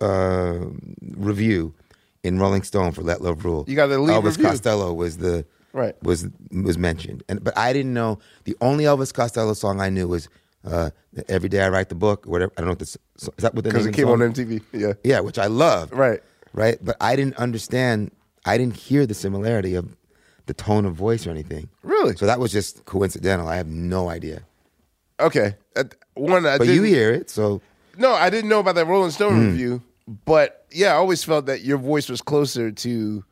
Speaker 6: uh, review in Rolling Stone for Let Love Rule.
Speaker 3: You got the lead
Speaker 6: Elvis
Speaker 3: review.
Speaker 6: Costello was the
Speaker 3: Right.
Speaker 6: was was mentioned, and but I didn't know the only Elvis Costello song I knew was uh, Every Day I Write the Book or whatever. I don't know what this is that what the
Speaker 3: because
Speaker 6: name of
Speaker 3: it
Speaker 6: the
Speaker 3: came
Speaker 6: song?
Speaker 3: on MTV. Yeah,
Speaker 6: Yeah, which I loved.
Speaker 3: Right.
Speaker 6: Right. But I didn't understand, I didn't hear the similarity of the tone of voice or anything.
Speaker 3: Really?
Speaker 6: So that was just coincidental. I have no idea.
Speaker 3: okay. Uh, one, I
Speaker 6: but you
Speaker 3: didn't-
Speaker 6: hear it, so
Speaker 3: No, I didn't know about that Rolling Stone
Speaker 6: Mm.
Speaker 3: review, but yeah, I always felt that your voice was closer to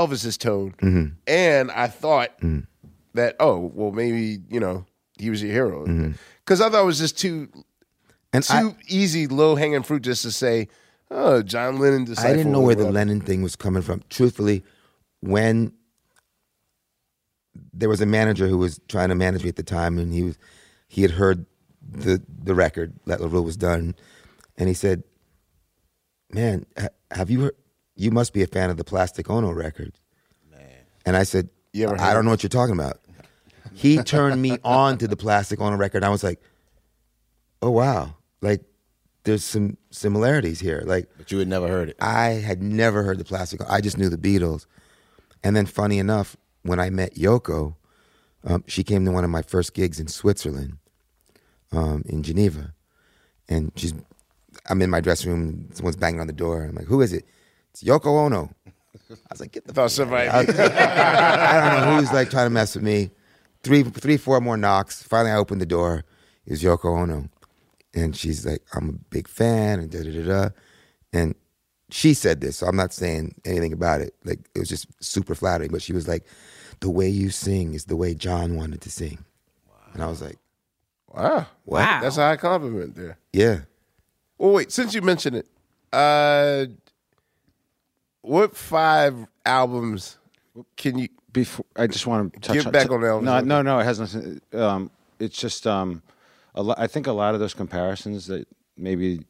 Speaker 3: Elvis's tone,
Speaker 6: Mhm.
Speaker 3: and I thought
Speaker 6: Mm.
Speaker 3: that oh, well, maybe you know he was your hero because I thought it was just too
Speaker 6: Mm-hmm. And
Speaker 3: too easy, low hanging fruit just to say, oh, John Lennon. Disciple
Speaker 6: I didn't know where the
Speaker 3: whatever.
Speaker 6: Lennon thing was coming from. Truthfully, when there was a manager who was trying to manage me at the time, and he was he had heard the the record that LaRue was done, and he said, "Man, ha- have you heard? You must be a fan of the Plastic Ono record." And I said, "I I don't know what you're talking about." He turned me on to the Plastic Ono record, and I was like, "Oh wow!" Like there's some similarities here. Like, but you had never heard it. I had never heard the Plastic. I just knew the Beatles. And then, funny enough, when I met Yoko, um, she came to one of my first gigs in Switzerland, um, in Geneva, and she's. I'm in my dressing room. Someone's banging on the door. I'm like, "Who is it?" It's Yoko Ono. I was like, get the
Speaker 3: thought somebody.
Speaker 6: I, I don't know who's like trying to mess with me. Three, three, four more knocks. Finally, I opened the door. It was Yoko Ono, and she's like, "I'm a big fan," and da da da da. And she said this, so I'm not saying anything about it. Like it was just super flattering. But she was like, "The way you sing is the way John wanted to sing," and I was like,
Speaker 3: Wow.
Speaker 6: What? Wow.
Speaker 3: That's a high compliment there.
Speaker 6: "Yeah."
Speaker 3: Well, wait. Since you mentioned it, uh, what five albums can you?
Speaker 9: Before I just want to touch
Speaker 3: Get back
Speaker 9: t-
Speaker 3: on Elvis,
Speaker 9: No,
Speaker 3: okay.
Speaker 9: no, no. It has nothing. Um, it's just um, a lo- I think a lot of those comparisons that maybe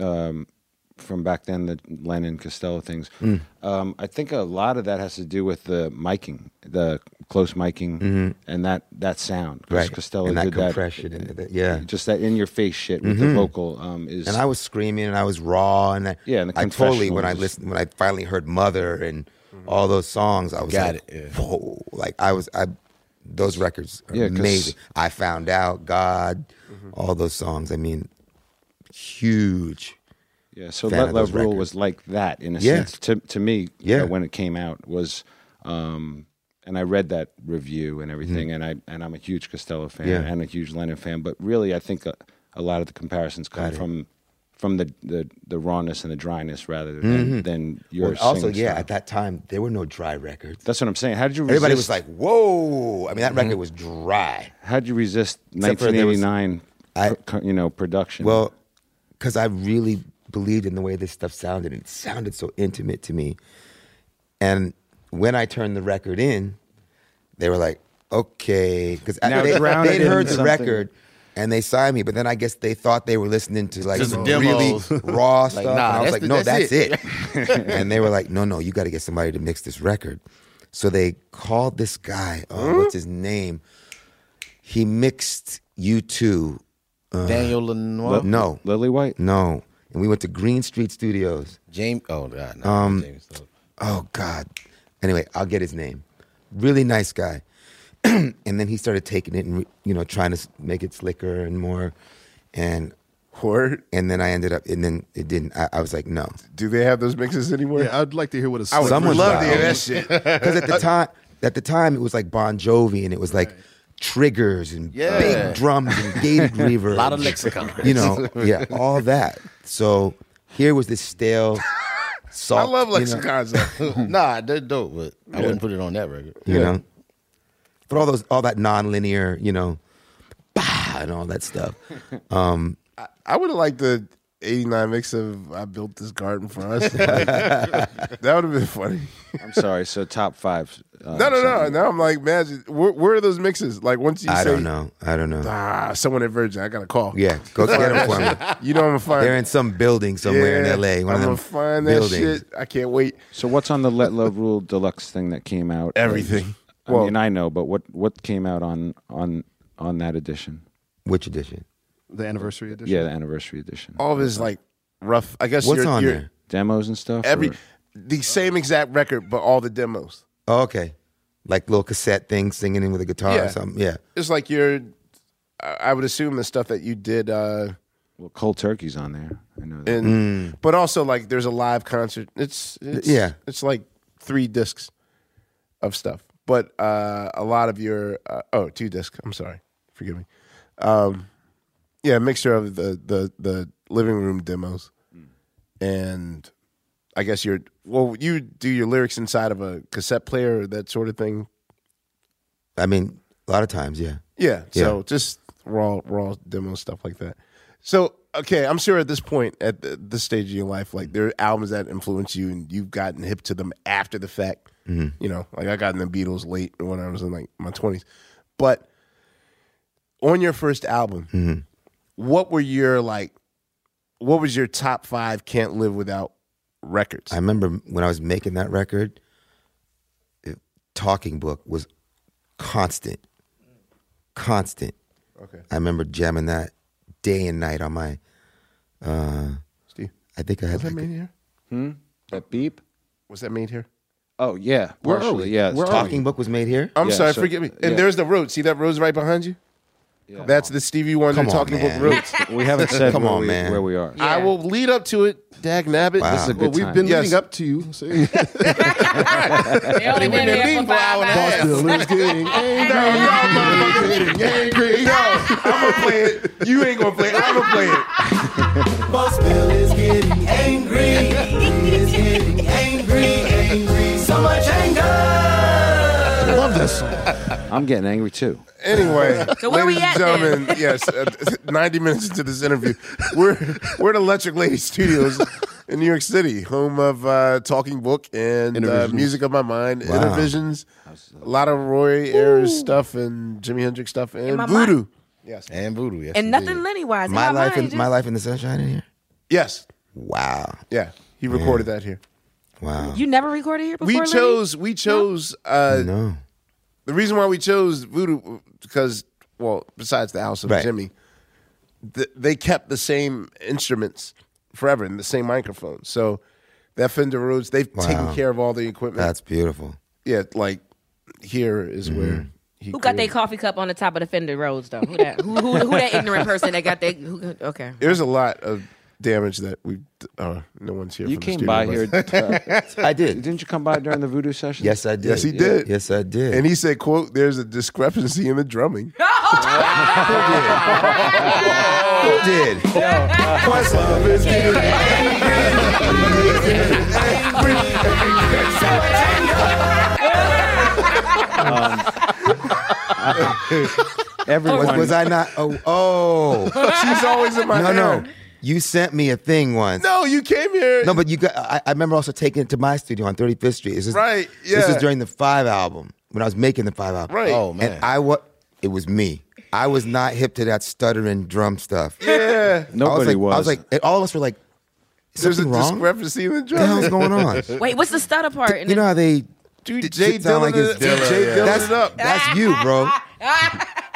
Speaker 9: um, from back then, the Lennon Costello things.
Speaker 6: Hmm.
Speaker 5: Mm.
Speaker 9: Um, I think a lot of that has to do with the miking, the close miking,
Speaker 6: Mhm.
Speaker 9: and that that sound. 'Cause
Speaker 6: Right.
Speaker 9: Costello
Speaker 6: And that
Speaker 9: did
Speaker 6: compression and that- yeah.
Speaker 9: just that in your face shit with the
Speaker 6: Mhm.
Speaker 9: vocal um, is.
Speaker 6: and I was screaming and I was raw and I,
Speaker 9: Yeah, and the
Speaker 6: I totally when I
Speaker 9: confessionals.
Speaker 6: listened when I finally heard Mother and all those songs I was
Speaker 9: Got
Speaker 6: like whoa like I was I those records are
Speaker 9: Yeah, 'cause-
Speaker 6: amazing I found out God all those songs I mean huge
Speaker 9: Yeah, so
Speaker 6: fan
Speaker 9: Let
Speaker 6: of
Speaker 9: Love
Speaker 6: those
Speaker 9: Rule
Speaker 6: records.
Speaker 9: was like that in a
Speaker 6: Yeah.
Speaker 9: sense to to me.
Speaker 6: Yeah.
Speaker 9: uh, when it came out was, um, and I read that review and everything, and I and I'm a huge Costello fan
Speaker 6: Mm-hmm. Yeah.
Speaker 9: and a huge Lennon fan, but really I think a, a lot of the comparisons come
Speaker 6: Got it.
Speaker 9: from from the, the the rawness and the dryness rather than
Speaker 6: Mhm.
Speaker 9: than your
Speaker 6: Well, also
Speaker 9: singing
Speaker 6: yeah
Speaker 9: style.
Speaker 6: at that time there were no dry records
Speaker 9: That's what I'm saying. How did you?
Speaker 6: everybody was
Speaker 9: resist- Mm-hmm.
Speaker 6: like whoa I mean that record was dry
Speaker 9: How'd you resist
Speaker 6: Except for there was-
Speaker 9: 1989? pro- you know, production.
Speaker 6: Well, because I really believed in the way this stuff sounded. It sounded so intimate to me. And when I turned the record in, they were like, okay. Because
Speaker 10: Now
Speaker 6: they,
Speaker 10: drown it
Speaker 6: they'd
Speaker 10: in
Speaker 6: heard the
Speaker 10: something.
Speaker 6: record and they signed me. But then I guess they thought they were listening to like
Speaker 10: Just
Speaker 6: really
Speaker 10: demos.
Speaker 6: raw
Speaker 10: Like,
Speaker 6: stuff.
Speaker 10: nah,
Speaker 6: and I
Speaker 10: that's
Speaker 6: was like,
Speaker 10: the-
Speaker 6: no,
Speaker 10: that's
Speaker 6: that's,
Speaker 10: it."
Speaker 6: it. and they were like, no, no, you got to get somebody to mix this record. So they called this guy, oh, what's his name? He mixed you 2
Speaker 10: Daniel Lanois?
Speaker 6: No.
Speaker 9: Lily White?
Speaker 6: No. and we went to Green Street Studios.
Speaker 15: James, oh God, no,
Speaker 6: um,
Speaker 15: James Dope.
Speaker 6: oh God. Anyway, I'll get his name. Really nice guy. and then he started taking it and re- you know trying to s- make it slicker and more, and
Speaker 3: Word.
Speaker 6: And then I ended up, and then it didn't. I, I was like, no.
Speaker 3: Do they have those mixes anywhere?
Speaker 4: Yeah, I'd like to hear what a
Speaker 6: I would
Speaker 4: love to hear that
Speaker 3: shit.
Speaker 6: Because at the time, at the time, it was like Bon Jovi, and it was like triggers and
Speaker 15: Yeah.
Speaker 6: big drums and gated reverb,
Speaker 15: Lot of lexicon.
Speaker 6: You know, yeah, all that. So here was this stale. Salt,
Speaker 15: I love
Speaker 6: you know,
Speaker 15: lexicons. though. nah, they're dope, but I wouldn't put it on that record.
Speaker 6: You know, but all those, all that non-linear, you know, bah, and all that stuff. Um,
Speaker 3: I, I would have liked the 89 mix of I Built This Garden for Us. that would have been funny.
Speaker 9: I'm sorry. So top five. uh,
Speaker 3: No, no, no.
Speaker 9: something.
Speaker 3: Now I'm like, imagine, where, where are those mixes? Like, once you
Speaker 6: I
Speaker 3: say,
Speaker 6: don't know. I don't know.
Speaker 3: ah, someone at Virgin, I got to call.
Speaker 6: Yeah, go get them for me.
Speaker 3: You know I'm going to find
Speaker 6: They're in some building somewhere
Speaker 3: Yeah,
Speaker 6: in L.A. One
Speaker 3: I'm
Speaker 6: of them
Speaker 3: gonna find that
Speaker 6: buildings.
Speaker 3: shit. I can't wait.
Speaker 9: So what's on the Let Love Rule Deluxe thing that came out?
Speaker 3: Everything.
Speaker 9: I
Speaker 3: Well-
Speaker 9: mean, I know, but what what came out on on on that edition?
Speaker 6: Which edition?
Speaker 4: The anniversary edition.
Speaker 9: Yeah, the anniversary edition.
Speaker 3: All of his, like, rough, I guess
Speaker 9: What's
Speaker 3: your-
Speaker 9: on
Speaker 3: your-
Speaker 9: there? Demos and stuff.
Speaker 3: Every,
Speaker 9: or-
Speaker 3: the same exact record, but all the demos.
Speaker 6: Oh, okay. Like little cassette thing, singing in with a guitar or something. Yeah.
Speaker 3: It's like your, I I would assume the stuff that you did. Uh,
Speaker 9: well, Cold Turkey's on there. I know that.
Speaker 6: Mm.
Speaker 3: and but also like there's a live concert. It's, it's
Speaker 9: yeah.
Speaker 3: it's like three discs of stuff, but uh, a lot of your uh, oh two discs. I'm sorry, forgive me. Um, yeah, a mixture of the the the living room demos
Speaker 9: Hmm.
Speaker 3: and I guess your well you do your lyrics inside of a cassette player or that sort of thing.
Speaker 6: I mean, a lot of times, yeah.
Speaker 3: Yeah. So just raw, raw demo stuff like that. So okay, I'm sure at this point, at the, this stage of your life, like there are albums that influence you, and you've gotten hip to them after the fact.
Speaker 6: Mhm.
Speaker 3: You know, like I got in the Beatles late when I was in like my 20s. But on your first album,
Speaker 6: Mhm.
Speaker 3: what were your like? What was your top five? Can't live without records.
Speaker 6: I remember when I was making that record, it, Talking Book was constant, constant.
Speaker 3: Okay.
Speaker 6: I remember jamming that day and night on my. Uh,
Speaker 3: Steve.
Speaker 6: I think I had
Speaker 3: was that
Speaker 6: like.
Speaker 3: made here?
Speaker 9: Hmm? That beep.
Speaker 3: Was that made here?
Speaker 9: Oh yeah,
Speaker 3: Where are
Speaker 9: partially,
Speaker 3: we?
Speaker 9: yeah. it's
Speaker 3: Where are
Speaker 9: top-
Speaker 3: we?
Speaker 6: Talking Book was made here.
Speaker 3: I'm
Speaker 9: Yeah,
Speaker 3: sorry,
Speaker 9: so-
Speaker 3: forgive me. And
Speaker 9: yeah.
Speaker 3: there's the road. See that road's right behind you. That's the Stevie Wonder
Speaker 6: Come on,
Speaker 3: talking
Speaker 6: man.
Speaker 3: book roads.
Speaker 9: We haven't said
Speaker 6: Come
Speaker 9: where,
Speaker 6: on,
Speaker 9: we,
Speaker 6: man.
Speaker 9: where we are.
Speaker 3: I will lead up to it. Dag nabbit.
Speaker 6: Wow. This is a
Speaker 4: Well,
Speaker 6: good
Speaker 4: we've
Speaker 6: time.
Speaker 4: been
Speaker 3: Yes.
Speaker 4: leading up to you. See?
Speaker 3: only
Speaker 4: been there
Speaker 3: meeting for an hour and a half.
Speaker 4: Still is getting angry.
Speaker 3: Yo, I'm gonna play it. You ain't gonna play it. I'm gonna play it.
Speaker 14: Boss Bill is getting angry. He is getting angry, angry. So much anger.
Speaker 9: I love this song. I'm getting angry too.
Speaker 3: Anyway,
Speaker 14: So where we
Speaker 3: ladies and
Speaker 14: at then?
Speaker 3: gentlemen, yes, uh, 90 minutes into this interview, we're we're at Electric Lady Studios in New York City, home of uh, Talking Book and uh,
Speaker 4: Intervisions.
Speaker 3: Music of My Mind,
Speaker 4: Wow.
Speaker 3: Intervisions, a lot of Roy Ayers stuff and Jimi Hendrix stuff and
Speaker 1: my
Speaker 3: Voodoo.
Speaker 1: mind-
Speaker 3: Yes,
Speaker 15: and Voodoo. Yes,
Speaker 1: and nothing Lenny wise.
Speaker 6: My life in
Speaker 1: just,
Speaker 6: my life in the sunshine in here.
Speaker 3: Yes.
Speaker 6: Wow.
Speaker 3: Yeah, he recorded that here.
Speaker 6: Wow.
Speaker 1: You never recorded here before.
Speaker 3: we
Speaker 1: Lenny?
Speaker 3: chose we chose uh
Speaker 6: no
Speaker 3: the reason why we chose voodoo because well besides the house of
Speaker 6: Right.
Speaker 3: jimmy th- they kept the same instruments forever and the same microphone so that fender rhodes they've taken
Speaker 6: Wow.
Speaker 3: care of all the equipment
Speaker 6: That's beautiful. Mm-hmm.
Speaker 3: yeah like here is where he
Speaker 1: Who got their
Speaker 3: created-
Speaker 1: coffee cup on the top of the fender roads though? Who that? Who, who, who that ignorant person that got that? Who, okay.
Speaker 3: there's a lot of damage that we uh no one's here
Speaker 9: You
Speaker 3: from the
Speaker 9: came
Speaker 3: studio,
Speaker 9: by here.
Speaker 3: but-
Speaker 9: uh,
Speaker 6: I did.
Speaker 9: Didn't you come by during the voodoo session?
Speaker 6: Yes, I did.
Speaker 3: yes he did
Speaker 6: Yes, I did.
Speaker 3: and he said quote there's a discrepancy in the drumming
Speaker 6: Who did?
Speaker 9: Everyone
Speaker 6: Was, was I not? Oh, oh.
Speaker 3: she's always in my
Speaker 6: no,
Speaker 3: hair.
Speaker 6: no. You sent me a thing once.
Speaker 3: no you came here
Speaker 6: No, but you got. I, I remember also taking it to my studio on 35th Street. This is,
Speaker 3: Right,
Speaker 6: This
Speaker 3: yeah.
Speaker 6: is during the Five album when I was making the Five album.
Speaker 3: Right. Oh,
Speaker 6: And I what? It was me. I was not hip to that stuttering drum stuff.
Speaker 3: yeah
Speaker 6: I was. Like, I was
Speaker 9: Nobody was.
Speaker 6: like, and all of us were like, is
Speaker 3: there's a
Speaker 6: something wrong?
Speaker 3: discrepancy in the
Speaker 6: What the hell's
Speaker 3: drumming
Speaker 6: going on?
Speaker 1: Wait, what's the stutter part? in
Speaker 6: You know how they
Speaker 3: Dude,
Speaker 6: it
Speaker 3: Jay
Speaker 6: sound
Speaker 3: Dillon, it- Jay Dillon
Speaker 6: that's,
Speaker 3: it up.
Speaker 6: That's you, bro.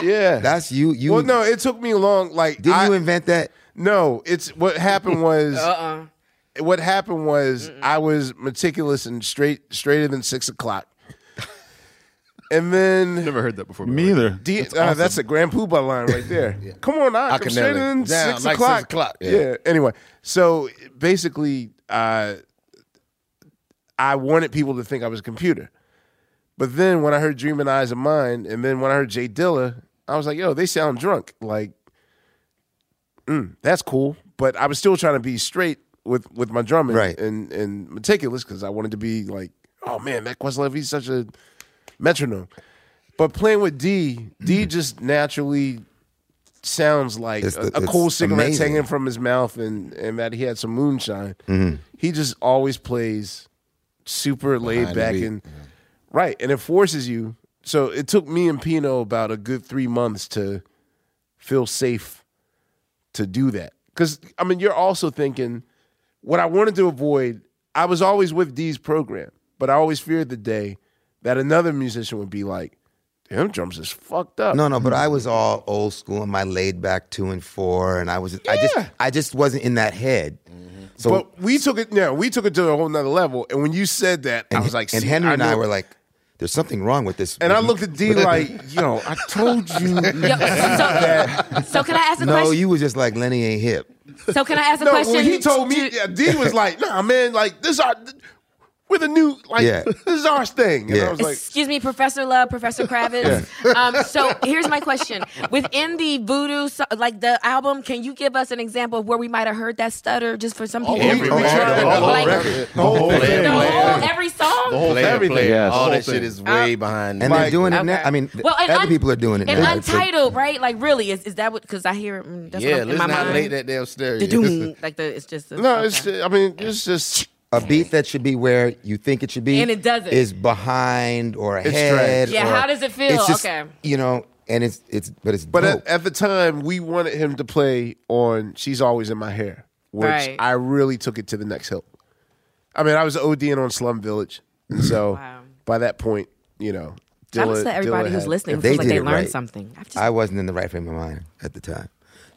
Speaker 3: Yeah.
Speaker 6: That's you. You
Speaker 3: well, no, it took me long. Like,
Speaker 6: didn't
Speaker 3: I,
Speaker 6: you invent that?
Speaker 3: No, it's what happened was.
Speaker 1: Uh-uh.
Speaker 3: What happened was I was meticulous and straight, straighter than six o'clock. And then never heard that before.
Speaker 7: Me either.
Speaker 3: D- that's, that's a grand poobah line right there. Come on, I,
Speaker 15: I
Speaker 3: come
Speaker 15: can
Speaker 3: straight
Speaker 15: never-
Speaker 3: in
Speaker 15: Down,
Speaker 3: six
Speaker 15: like
Speaker 3: o'clock.
Speaker 15: six o'clock,
Speaker 3: Yeah.
Speaker 15: yeah.
Speaker 3: Anyway, so basically, uh, I wanted people to think I was a computer, but then when I heard "Dreaming Eyes of Mine," and then when I heard Jay Dilla, I was like, "Yo, they sound drunk." Like, mm, that's cool. But I was still trying to be straight with with my drumming and and meticulous because I wanted to be like, "Oh man, that Questlove he's such a metronome." But playing with D, D just naturally sounds like
Speaker 6: Mm-hmm. It's
Speaker 3: a,
Speaker 6: the-
Speaker 3: a
Speaker 6: it's
Speaker 3: cool cigarette
Speaker 6: amazing.
Speaker 3: hanging from his mouth, and and that he had some moonshine.
Speaker 6: Mhm.
Speaker 3: He just always plays super
Speaker 15: Behind
Speaker 3: laid
Speaker 15: the
Speaker 3: back
Speaker 15: beat,
Speaker 3: and right, and it forces you. So it took me and Pino about a good three months to feel safe to do that. Because I mean, you're also thinking what I wanted to avoid. I was always with D's program, but I always feared the day that another musician would be like, "Damn, drums is fucked up."
Speaker 6: No, no, but I was all old school and my laid back two and four, and I was I just I just wasn't in that head. So
Speaker 3: Mm-hmm. but we took it. Yeah, we took it to a whole nother level. And when you said that, I was like,
Speaker 6: and
Speaker 3: see,
Speaker 6: Henry and I
Speaker 3: knew-
Speaker 6: were like, "There's something wrong with this."
Speaker 3: and I looked at D like, yo, I told you. that.
Speaker 1: So can I ask a
Speaker 6: no,
Speaker 1: question?
Speaker 6: you were just like Lenny ain't hip.
Speaker 1: So can I ask a
Speaker 3: no,
Speaker 1: question?
Speaker 3: When he told me, yeah, D was like, nah, man, like this our, we're the new, like
Speaker 6: Yeah.
Speaker 3: this is our thing. And
Speaker 6: Yeah.
Speaker 3: I was like,
Speaker 1: Excuse me, Professor Love, Professor Kravitz. Um, so here's my question: Within the Voodoo, so- like the album, can you give us an example of where we might have heard that stutter? Just for some people,
Speaker 15: every
Speaker 1: Like,
Speaker 15: record, all
Speaker 1: like,
Speaker 15: over
Speaker 1: the
Speaker 15: it. The whole
Speaker 16: Oh.
Speaker 1: whole,
Speaker 15: thing.
Speaker 1: every song.
Speaker 15: The whole
Speaker 6: Player,
Speaker 15: everything.
Speaker 6: player, yes.
Speaker 15: All
Speaker 6: Whole
Speaker 15: that shit
Speaker 6: thing.
Speaker 15: is way behind.
Speaker 6: And they're doing it now. I mean,
Speaker 1: Well, and
Speaker 6: other
Speaker 1: un-
Speaker 6: people are doing it
Speaker 1: And
Speaker 6: now. so-
Speaker 1: Untitled, right? Like, really, is, is that what? Because I hear it. mm, That's
Speaker 15: yeah,
Speaker 1: what I'm, in
Speaker 15: let's
Speaker 1: my
Speaker 15: not
Speaker 1: mind.
Speaker 15: lay that damn stereo.
Speaker 1: Da-doom. like the it's just
Speaker 3: no, it's. I mean, it's just
Speaker 6: a beat that should be where you think it should be,
Speaker 1: And it doesn't.
Speaker 6: is behind or
Speaker 3: It's
Speaker 6: ahead.
Speaker 1: trash. Yeah,
Speaker 6: or-
Speaker 1: how does it feel?
Speaker 6: it's just,
Speaker 1: Okay.
Speaker 6: you know, and it's it's but it's
Speaker 3: But
Speaker 6: dope.
Speaker 3: at, at the time, we wanted him to play on "She's Always in My Hair," which
Speaker 6: Right.
Speaker 3: I really took it to the next hill. I mean, I was ODing on Slum Village, and so by that point, you know,
Speaker 1: Shout out
Speaker 3: Dilla-
Speaker 1: to everybody
Speaker 3: Dilla
Speaker 1: who's
Speaker 3: had-
Speaker 1: listening
Speaker 6: if they
Speaker 1: feels like
Speaker 6: did
Speaker 1: they
Speaker 6: it
Speaker 1: learned
Speaker 6: right,
Speaker 1: something. I've just-
Speaker 6: I wasn't in the right frame of mind at the time.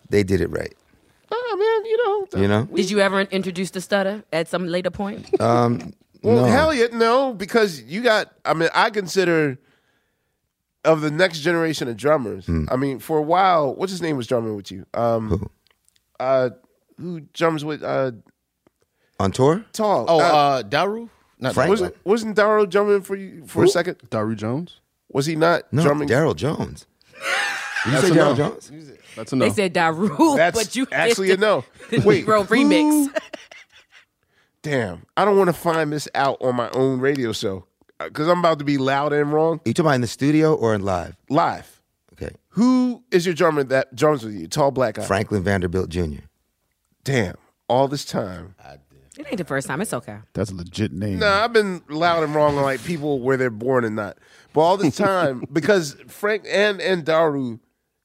Speaker 6: They did it right.
Speaker 3: Oh man, you know.
Speaker 6: You know?
Speaker 1: Did you ever introduce the stutter at some later point?
Speaker 6: Um,
Speaker 3: Well,
Speaker 6: no.
Speaker 3: hell yeah, no, because you got. I mean, I consider of the next generation of drummers. I mean, for a while, what's his name was drumming with you? Um, who? Uh, who drums with uh,
Speaker 6: On tour?
Speaker 3: Tall?
Speaker 15: Oh, uh, Daru? Not Daru.
Speaker 3: wasn't, wasn't Daryl drumming for you for a
Speaker 15: Who?
Speaker 3: second?
Speaker 4: Daru Jones?
Speaker 3: Was he not
Speaker 6: No,
Speaker 3: drumming?
Speaker 6: Daryl Jones. Did you
Speaker 3: That's
Speaker 6: say
Speaker 3: a
Speaker 6: Daryl
Speaker 3: no.
Speaker 6: Jones?
Speaker 4: That's
Speaker 1: They said Daru,
Speaker 3: That's
Speaker 1: but you
Speaker 3: actually a no. Wait,
Speaker 1: Negro remix.
Speaker 3: Damn, I don't want to find this out on my own radio show because I'm about to be loud and wrong.
Speaker 6: you talking about in the studio or in live?
Speaker 3: Live.
Speaker 6: Okay.
Speaker 3: Who is your drummer that drums with you? Tall black guy.
Speaker 6: Franklin Vanderbilt Jr.
Speaker 3: Damn, all this time.
Speaker 1: It ain't the first time. It's okay.
Speaker 7: That's a legit name.
Speaker 3: Nah, I've been loud and wrong on like people where they're born and not. But all this time, because Frank and and Daru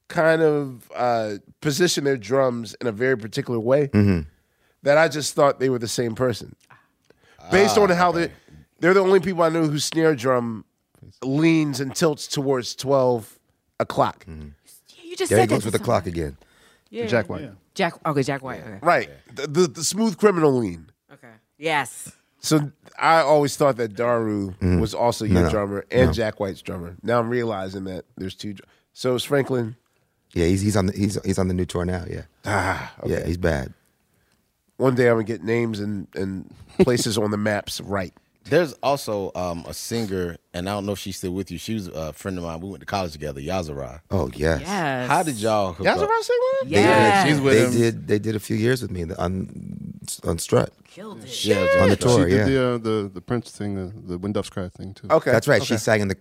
Speaker 3: kind of uh, position their drums in a very particular way
Speaker 6: Mhm.
Speaker 3: that I just thought they were the same person. Based
Speaker 15: Ah,
Speaker 3: on how they they're the only people I know who snare drum leans and tilts towards twelve o'clock.
Speaker 1: You just
Speaker 6: There Mm-hmm. he
Speaker 1: said that
Speaker 6: goes
Speaker 1: to
Speaker 6: with the
Speaker 1: someone.
Speaker 6: clock again.
Speaker 1: Yeah.
Speaker 3: Jack White.
Speaker 1: Jack. Okay, Jack White. Okay.
Speaker 3: Right. The, the the smooth criminal lean.
Speaker 1: Yes.
Speaker 3: So I always thought that Daru
Speaker 6: Mhm.
Speaker 3: was also your
Speaker 6: No,
Speaker 3: drummer and
Speaker 6: no.
Speaker 3: Jack White's drummer. Now I'm realizing that there's two. dr- So it's Franklin.
Speaker 6: Yeah, he's he's on the he's he's on the new tour now. Yeah. Ah, Yeah, he's bad.
Speaker 3: One day I'm gonna get names and and places on the maps right.
Speaker 15: There's also um, a singer, and I don't know if she's still with you. She was a friend of mine. We went to college together, Yazara.
Speaker 6: Oh yes.
Speaker 1: Yes.
Speaker 15: How did y'all hook up?
Speaker 3: Yazara sing with
Speaker 6: They did-
Speaker 15: Yeah. She's with
Speaker 6: they
Speaker 15: him.
Speaker 6: did they did a few years with me on on Strut.
Speaker 1: Killed it.
Speaker 15: Yeah,
Speaker 6: on the tour.
Speaker 4: She
Speaker 6: yeah.
Speaker 4: did the, uh, the the Prince thing, the the Winduff's Cry thing too.
Speaker 6: That's right. She sang in the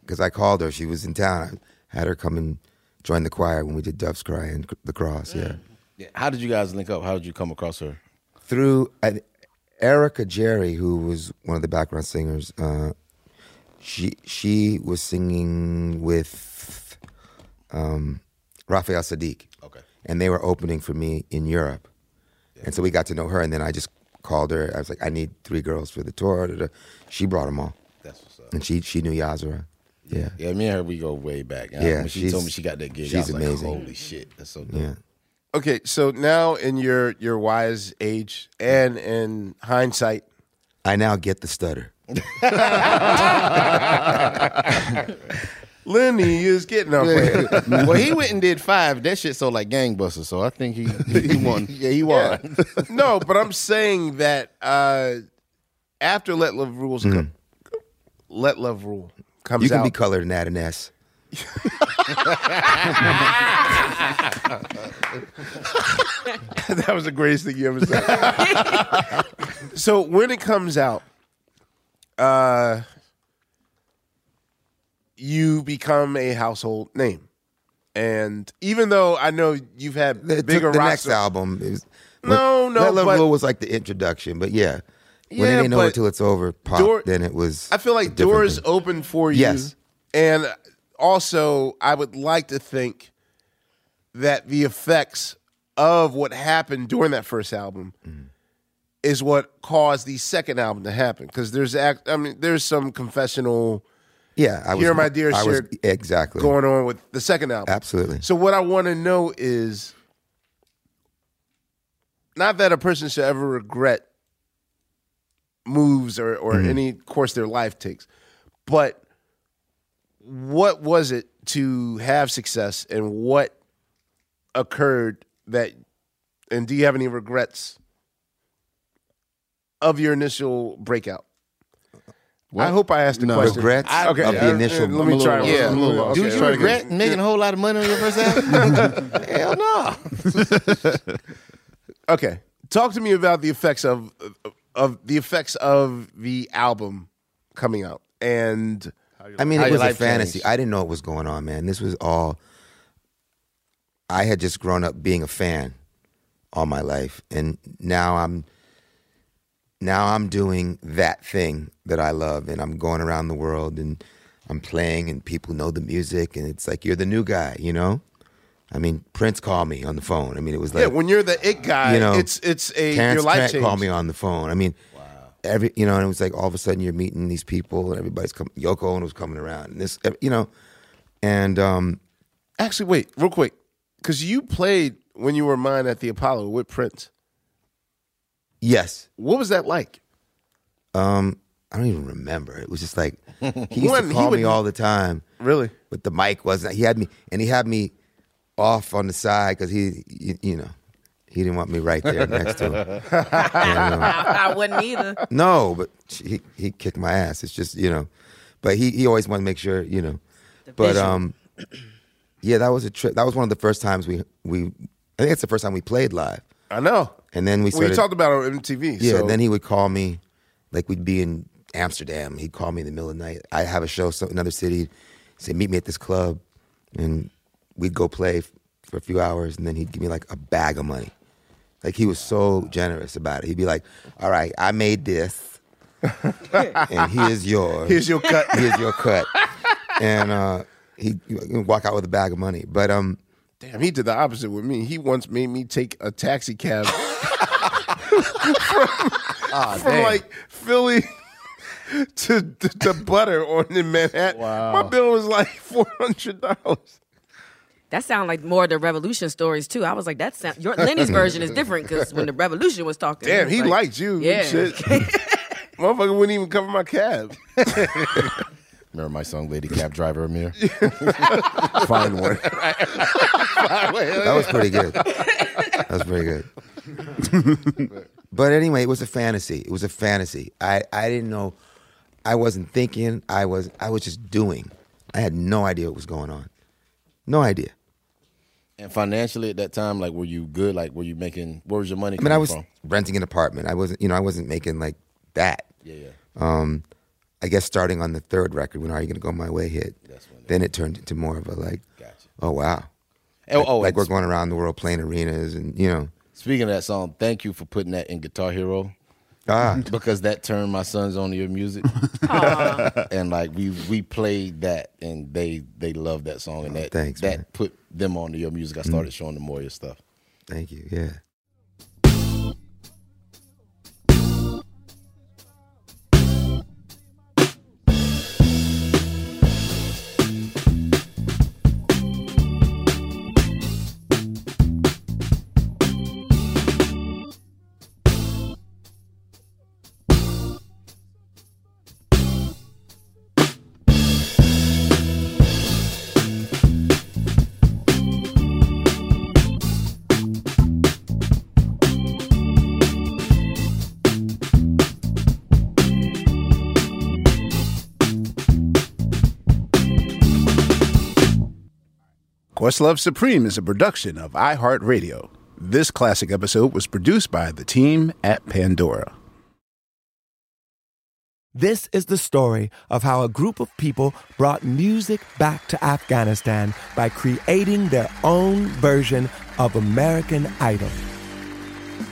Speaker 6: because I called her. She was in town. I had her come and join the choir when we did Dove's Cry and C- the Cross. Yeah.
Speaker 15: Yeah. How did you guys link up? How did you come across her?
Speaker 6: Through I, Erica Jerry, who was one of the background singers, uh, she she was singing with um, Raphael Sadiq. Okay. And they were opening for me in Europe, and so we got to know her. And then I just called her. I was like, I need three girls for the tour. da, da. She brought them all.
Speaker 15: That's what's up.
Speaker 6: And she she knew Yazara. Yeah.
Speaker 15: Yeah, me and her, we go way back.
Speaker 6: Yeah,
Speaker 15: when she
Speaker 6: she's-
Speaker 15: told me she got that gig. I
Speaker 6: she's
Speaker 15: was
Speaker 6: amazing.
Speaker 15: Like, Holy shit, that's so dope.
Speaker 6: Yeah.
Speaker 3: okay, so now in your your wise age and in hindsight,
Speaker 6: I now get the stutter.
Speaker 3: Lenny is getting up there.
Speaker 15: well, he went and did five. That shit sold like gangbusters, so I think he he won. yeah, he won.
Speaker 3: no, but I'm saying that uh, after Let Love Rules,
Speaker 6: Mm-hmm.
Speaker 3: co- Let Love Rule comes
Speaker 6: you can
Speaker 3: out.
Speaker 6: be colored and add an S.
Speaker 3: that was the greatest thing you ever said. so when it comes out, uh, you become a household name, and even though I know you've had
Speaker 6: It
Speaker 3: bigger
Speaker 6: took the
Speaker 3: roster-
Speaker 6: next album. It was-
Speaker 3: No,
Speaker 6: when-
Speaker 3: no,
Speaker 6: That Love
Speaker 3: but-
Speaker 6: Rule was like the introduction, but yeah. When
Speaker 3: Yeah,
Speaker 6: it ain't over
Speaker 3: but
Speaker 6: till it's over, pop.
Speaker 3: Door-
Speaker 6: then it was.
Speaker 3: I feel
Speaker 6: a
Speaker 3: like
Speaker 6: different
Speaker 3: doors
Speaker 6: thing.
Speaker 3: open for you.
Speaker 6: Yes.
Speaker 3: And also, I would like to think that the effects of what happened during that first album
Speaker 6: Mm-hmm.
Speaker 3: is what caused the second album to happen. Because there's, act, I mean, there's some confessional.
Speaker 6: Yeah, I was.
Speaker 3: Here, my dear,
Speaker 6: I was-
Speaker 3: shit
Speaker 6: exactly
Speaker 3: going on with the second album.
Speaker 6: Absolutely.
Speaker 3: So what I want to know is not that a person should ever regret moves or, or
Speaker 6: Mhm.
Speaker 3: any course their life takes, but what was it to have success and what occurred that and do you have any regrets of your initial breakout? I hope I asked the
Speaker 6: No.
Speaker 3: question.
Speaker 6: Regrets
Speaker 3: I-
Speaker 6: of the
Speaker 3: uh, uh,
Speaker 6: initial-
Speaker 3: Let me try.
Speaker 15: Yeah,
Speaker 3: Okay,
Speaker 15: do you
Speaker 3: okay.
Speaker 15: regret making a whole lot of money on your first album? Hell no.
Speaker 3: Okay, talk to me about the effects of of the effects of the album coming out and.
Speaker 6: I mean, it was a fantasy. I didn't know what was going on, man. This was all. I had just grown up being a fan all my life, and now I'm. Now I'm doing that thing that I love, and I'm going around the world, and I'm playing, and people know the music, and it's like you're the new guy, you know. I mean, Prince called me on the phone. I mean, it was like
Speaker 3: yeah, when you're the it guy,
Speaker 6: you know,
Speaker 3: it's it's a
Speaker 6: Terrence
Speaker 3: your life
Speaker 6: Trent
Speaker 3: change.
Speaker 6: called me on the phone. I mean, every you know, and it was like all of a sudden you're meeting these people, and everybody's coming. Yoko Ono was coming around, and this, you know, and um,
Speaker 3: Actually, wait, real quick, because you played when you were mine at the Apollo with Prince.
Speaker 6: yes,
Speaker 3: What was that like?
Speaker 6: um, I don't even remember. It was just like he used
Speaker 3: One,
Speaker 6: to
Speaker 3: he
Speaker 6: call me
Speaker 3: would-
Speaker 6: all the time.
Speaker 3: Really,
Speaker 6: but the mic wasn't. He had me, and he had me off on the side because he, you, you know, he didn't want me right there next to him. And, um,
Speaker 1: I wouldn't either.
Speaker 6: No, but he he kicked my ass. It's just you know, but he he always wanted to make sure you know. But
Speaker 1: vision.
Speaker 6: um, yeah, that was a trip. That was one of the first times we we. I think it's the first time we played live.
Speaker 3: I know.
Speaker 6: And then we
Speaker 3: well, you
Speaker 6: started.
Speaker 3: talked about it on MTV.
Speaker 6: yeah,
Speaker 3: so.
Speaker 6: and then he would call me, like we'd be in Amsterdam. He'd call me in the middle of the night. I have a show, so another city. Say meet me at this club, and we'd go play f- for a few hours, and then he'd give me like a bag of money. Like he was so generous about it. He'd be like, "All right, I made this." and here's yours.
Speaker 3: Here's your cut.
Speaker 6: Here's your cut. And uh, he he'd walk out with a bag of money. But um,
Speaker 3: Damn, he did the opposite with me. He once made me take a taxi cab from,
Speaker 6: Ah,
Speaker 3: from,
Speaker 14: damn.
Speaker 3: like Philly to, to to Butter on in Manhattan.
Speaker 6: Oh.
Speaker 3: My bill was like four hundred dollars.
Speaker 1: That sound like more of the revolution stories too. I was like, that sound. Your Lenny's version is different because when the revolution was talking, it
Speaker 3: Damn,
Speaker 1: was
Speaker 3: he
Speaker 1: like-
Speaker 3: liked you. and
Speaker 1: Yeah.
Speaker 3: shit. Motherfucker wouldn't even cover my cab.
Speaker 15: Remember my song, Lady Cab Driver Amir?
Speaker 3: Find one.
Speaker 6: that was pretty good. That was pretty good. but anyway, it was a fantasy. It was a fantasy. I, I didn't know. I wasn't thinking. I was I was just doing. I had no idea what was going on. No idea.
Speaker 15: And financially at that time, like, were you good? Like, were you making, where was your money
Speaker 6: I mean,
Speaker 15: coming
Speaker 6: I was
Speaker 15: from?
Speaker 6: renting an apartment. I wasn't, you know, I wasn't making like that.
Speaker 15: Yeah, yeah.
Speaker 6: Um, I guess starting on the third record, when Are You Gonna Go My Way hit, then it turned into more of a like, oh wow,
Speaker 15: Oh,
Speaker 6: like,
Speaker 15: oh,
Speaker 6: like we're
Speaker 15: it's-
Speaker 6: going around the world playing arenas and you know,
Speaker 15: Speaking of that song, thank you for putting that in Guitar Hero.
Speaker 6: Ah.
Speaker 15: Because that turned my sons on to your music. and like we we played that and they they loved that song and that
Speaker 6: Oh, thanks,
Speaker 15: that
Speaker 6: man. Mm.
Speaker 15: put them on to your music. I started showing them more of your stuff.
Speaker 6: thank you, yeah.
Speaker 17: Questlove Supreme is a production of iHeartRadio. This classic episode was produced by the team at Pandora.
Speaker 18: This is the story of how a group of people brought music back to Afghanistan by creating their own version of American Idol.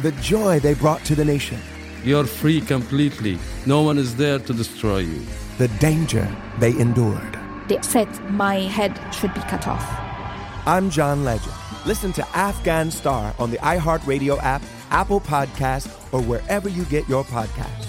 Speaker 18: The joy they brought to the nation,
Speaker 19: You're free completely. No one is there to destroy you.
Speaker 18: the danger they endured.
Speaker 20: They said my head should be cut off.
Speaker 18: I'm John Legend. Listen to Afghan Star on the iHeartRadio app, Apple Podcasts, or wherever you get your podcasts.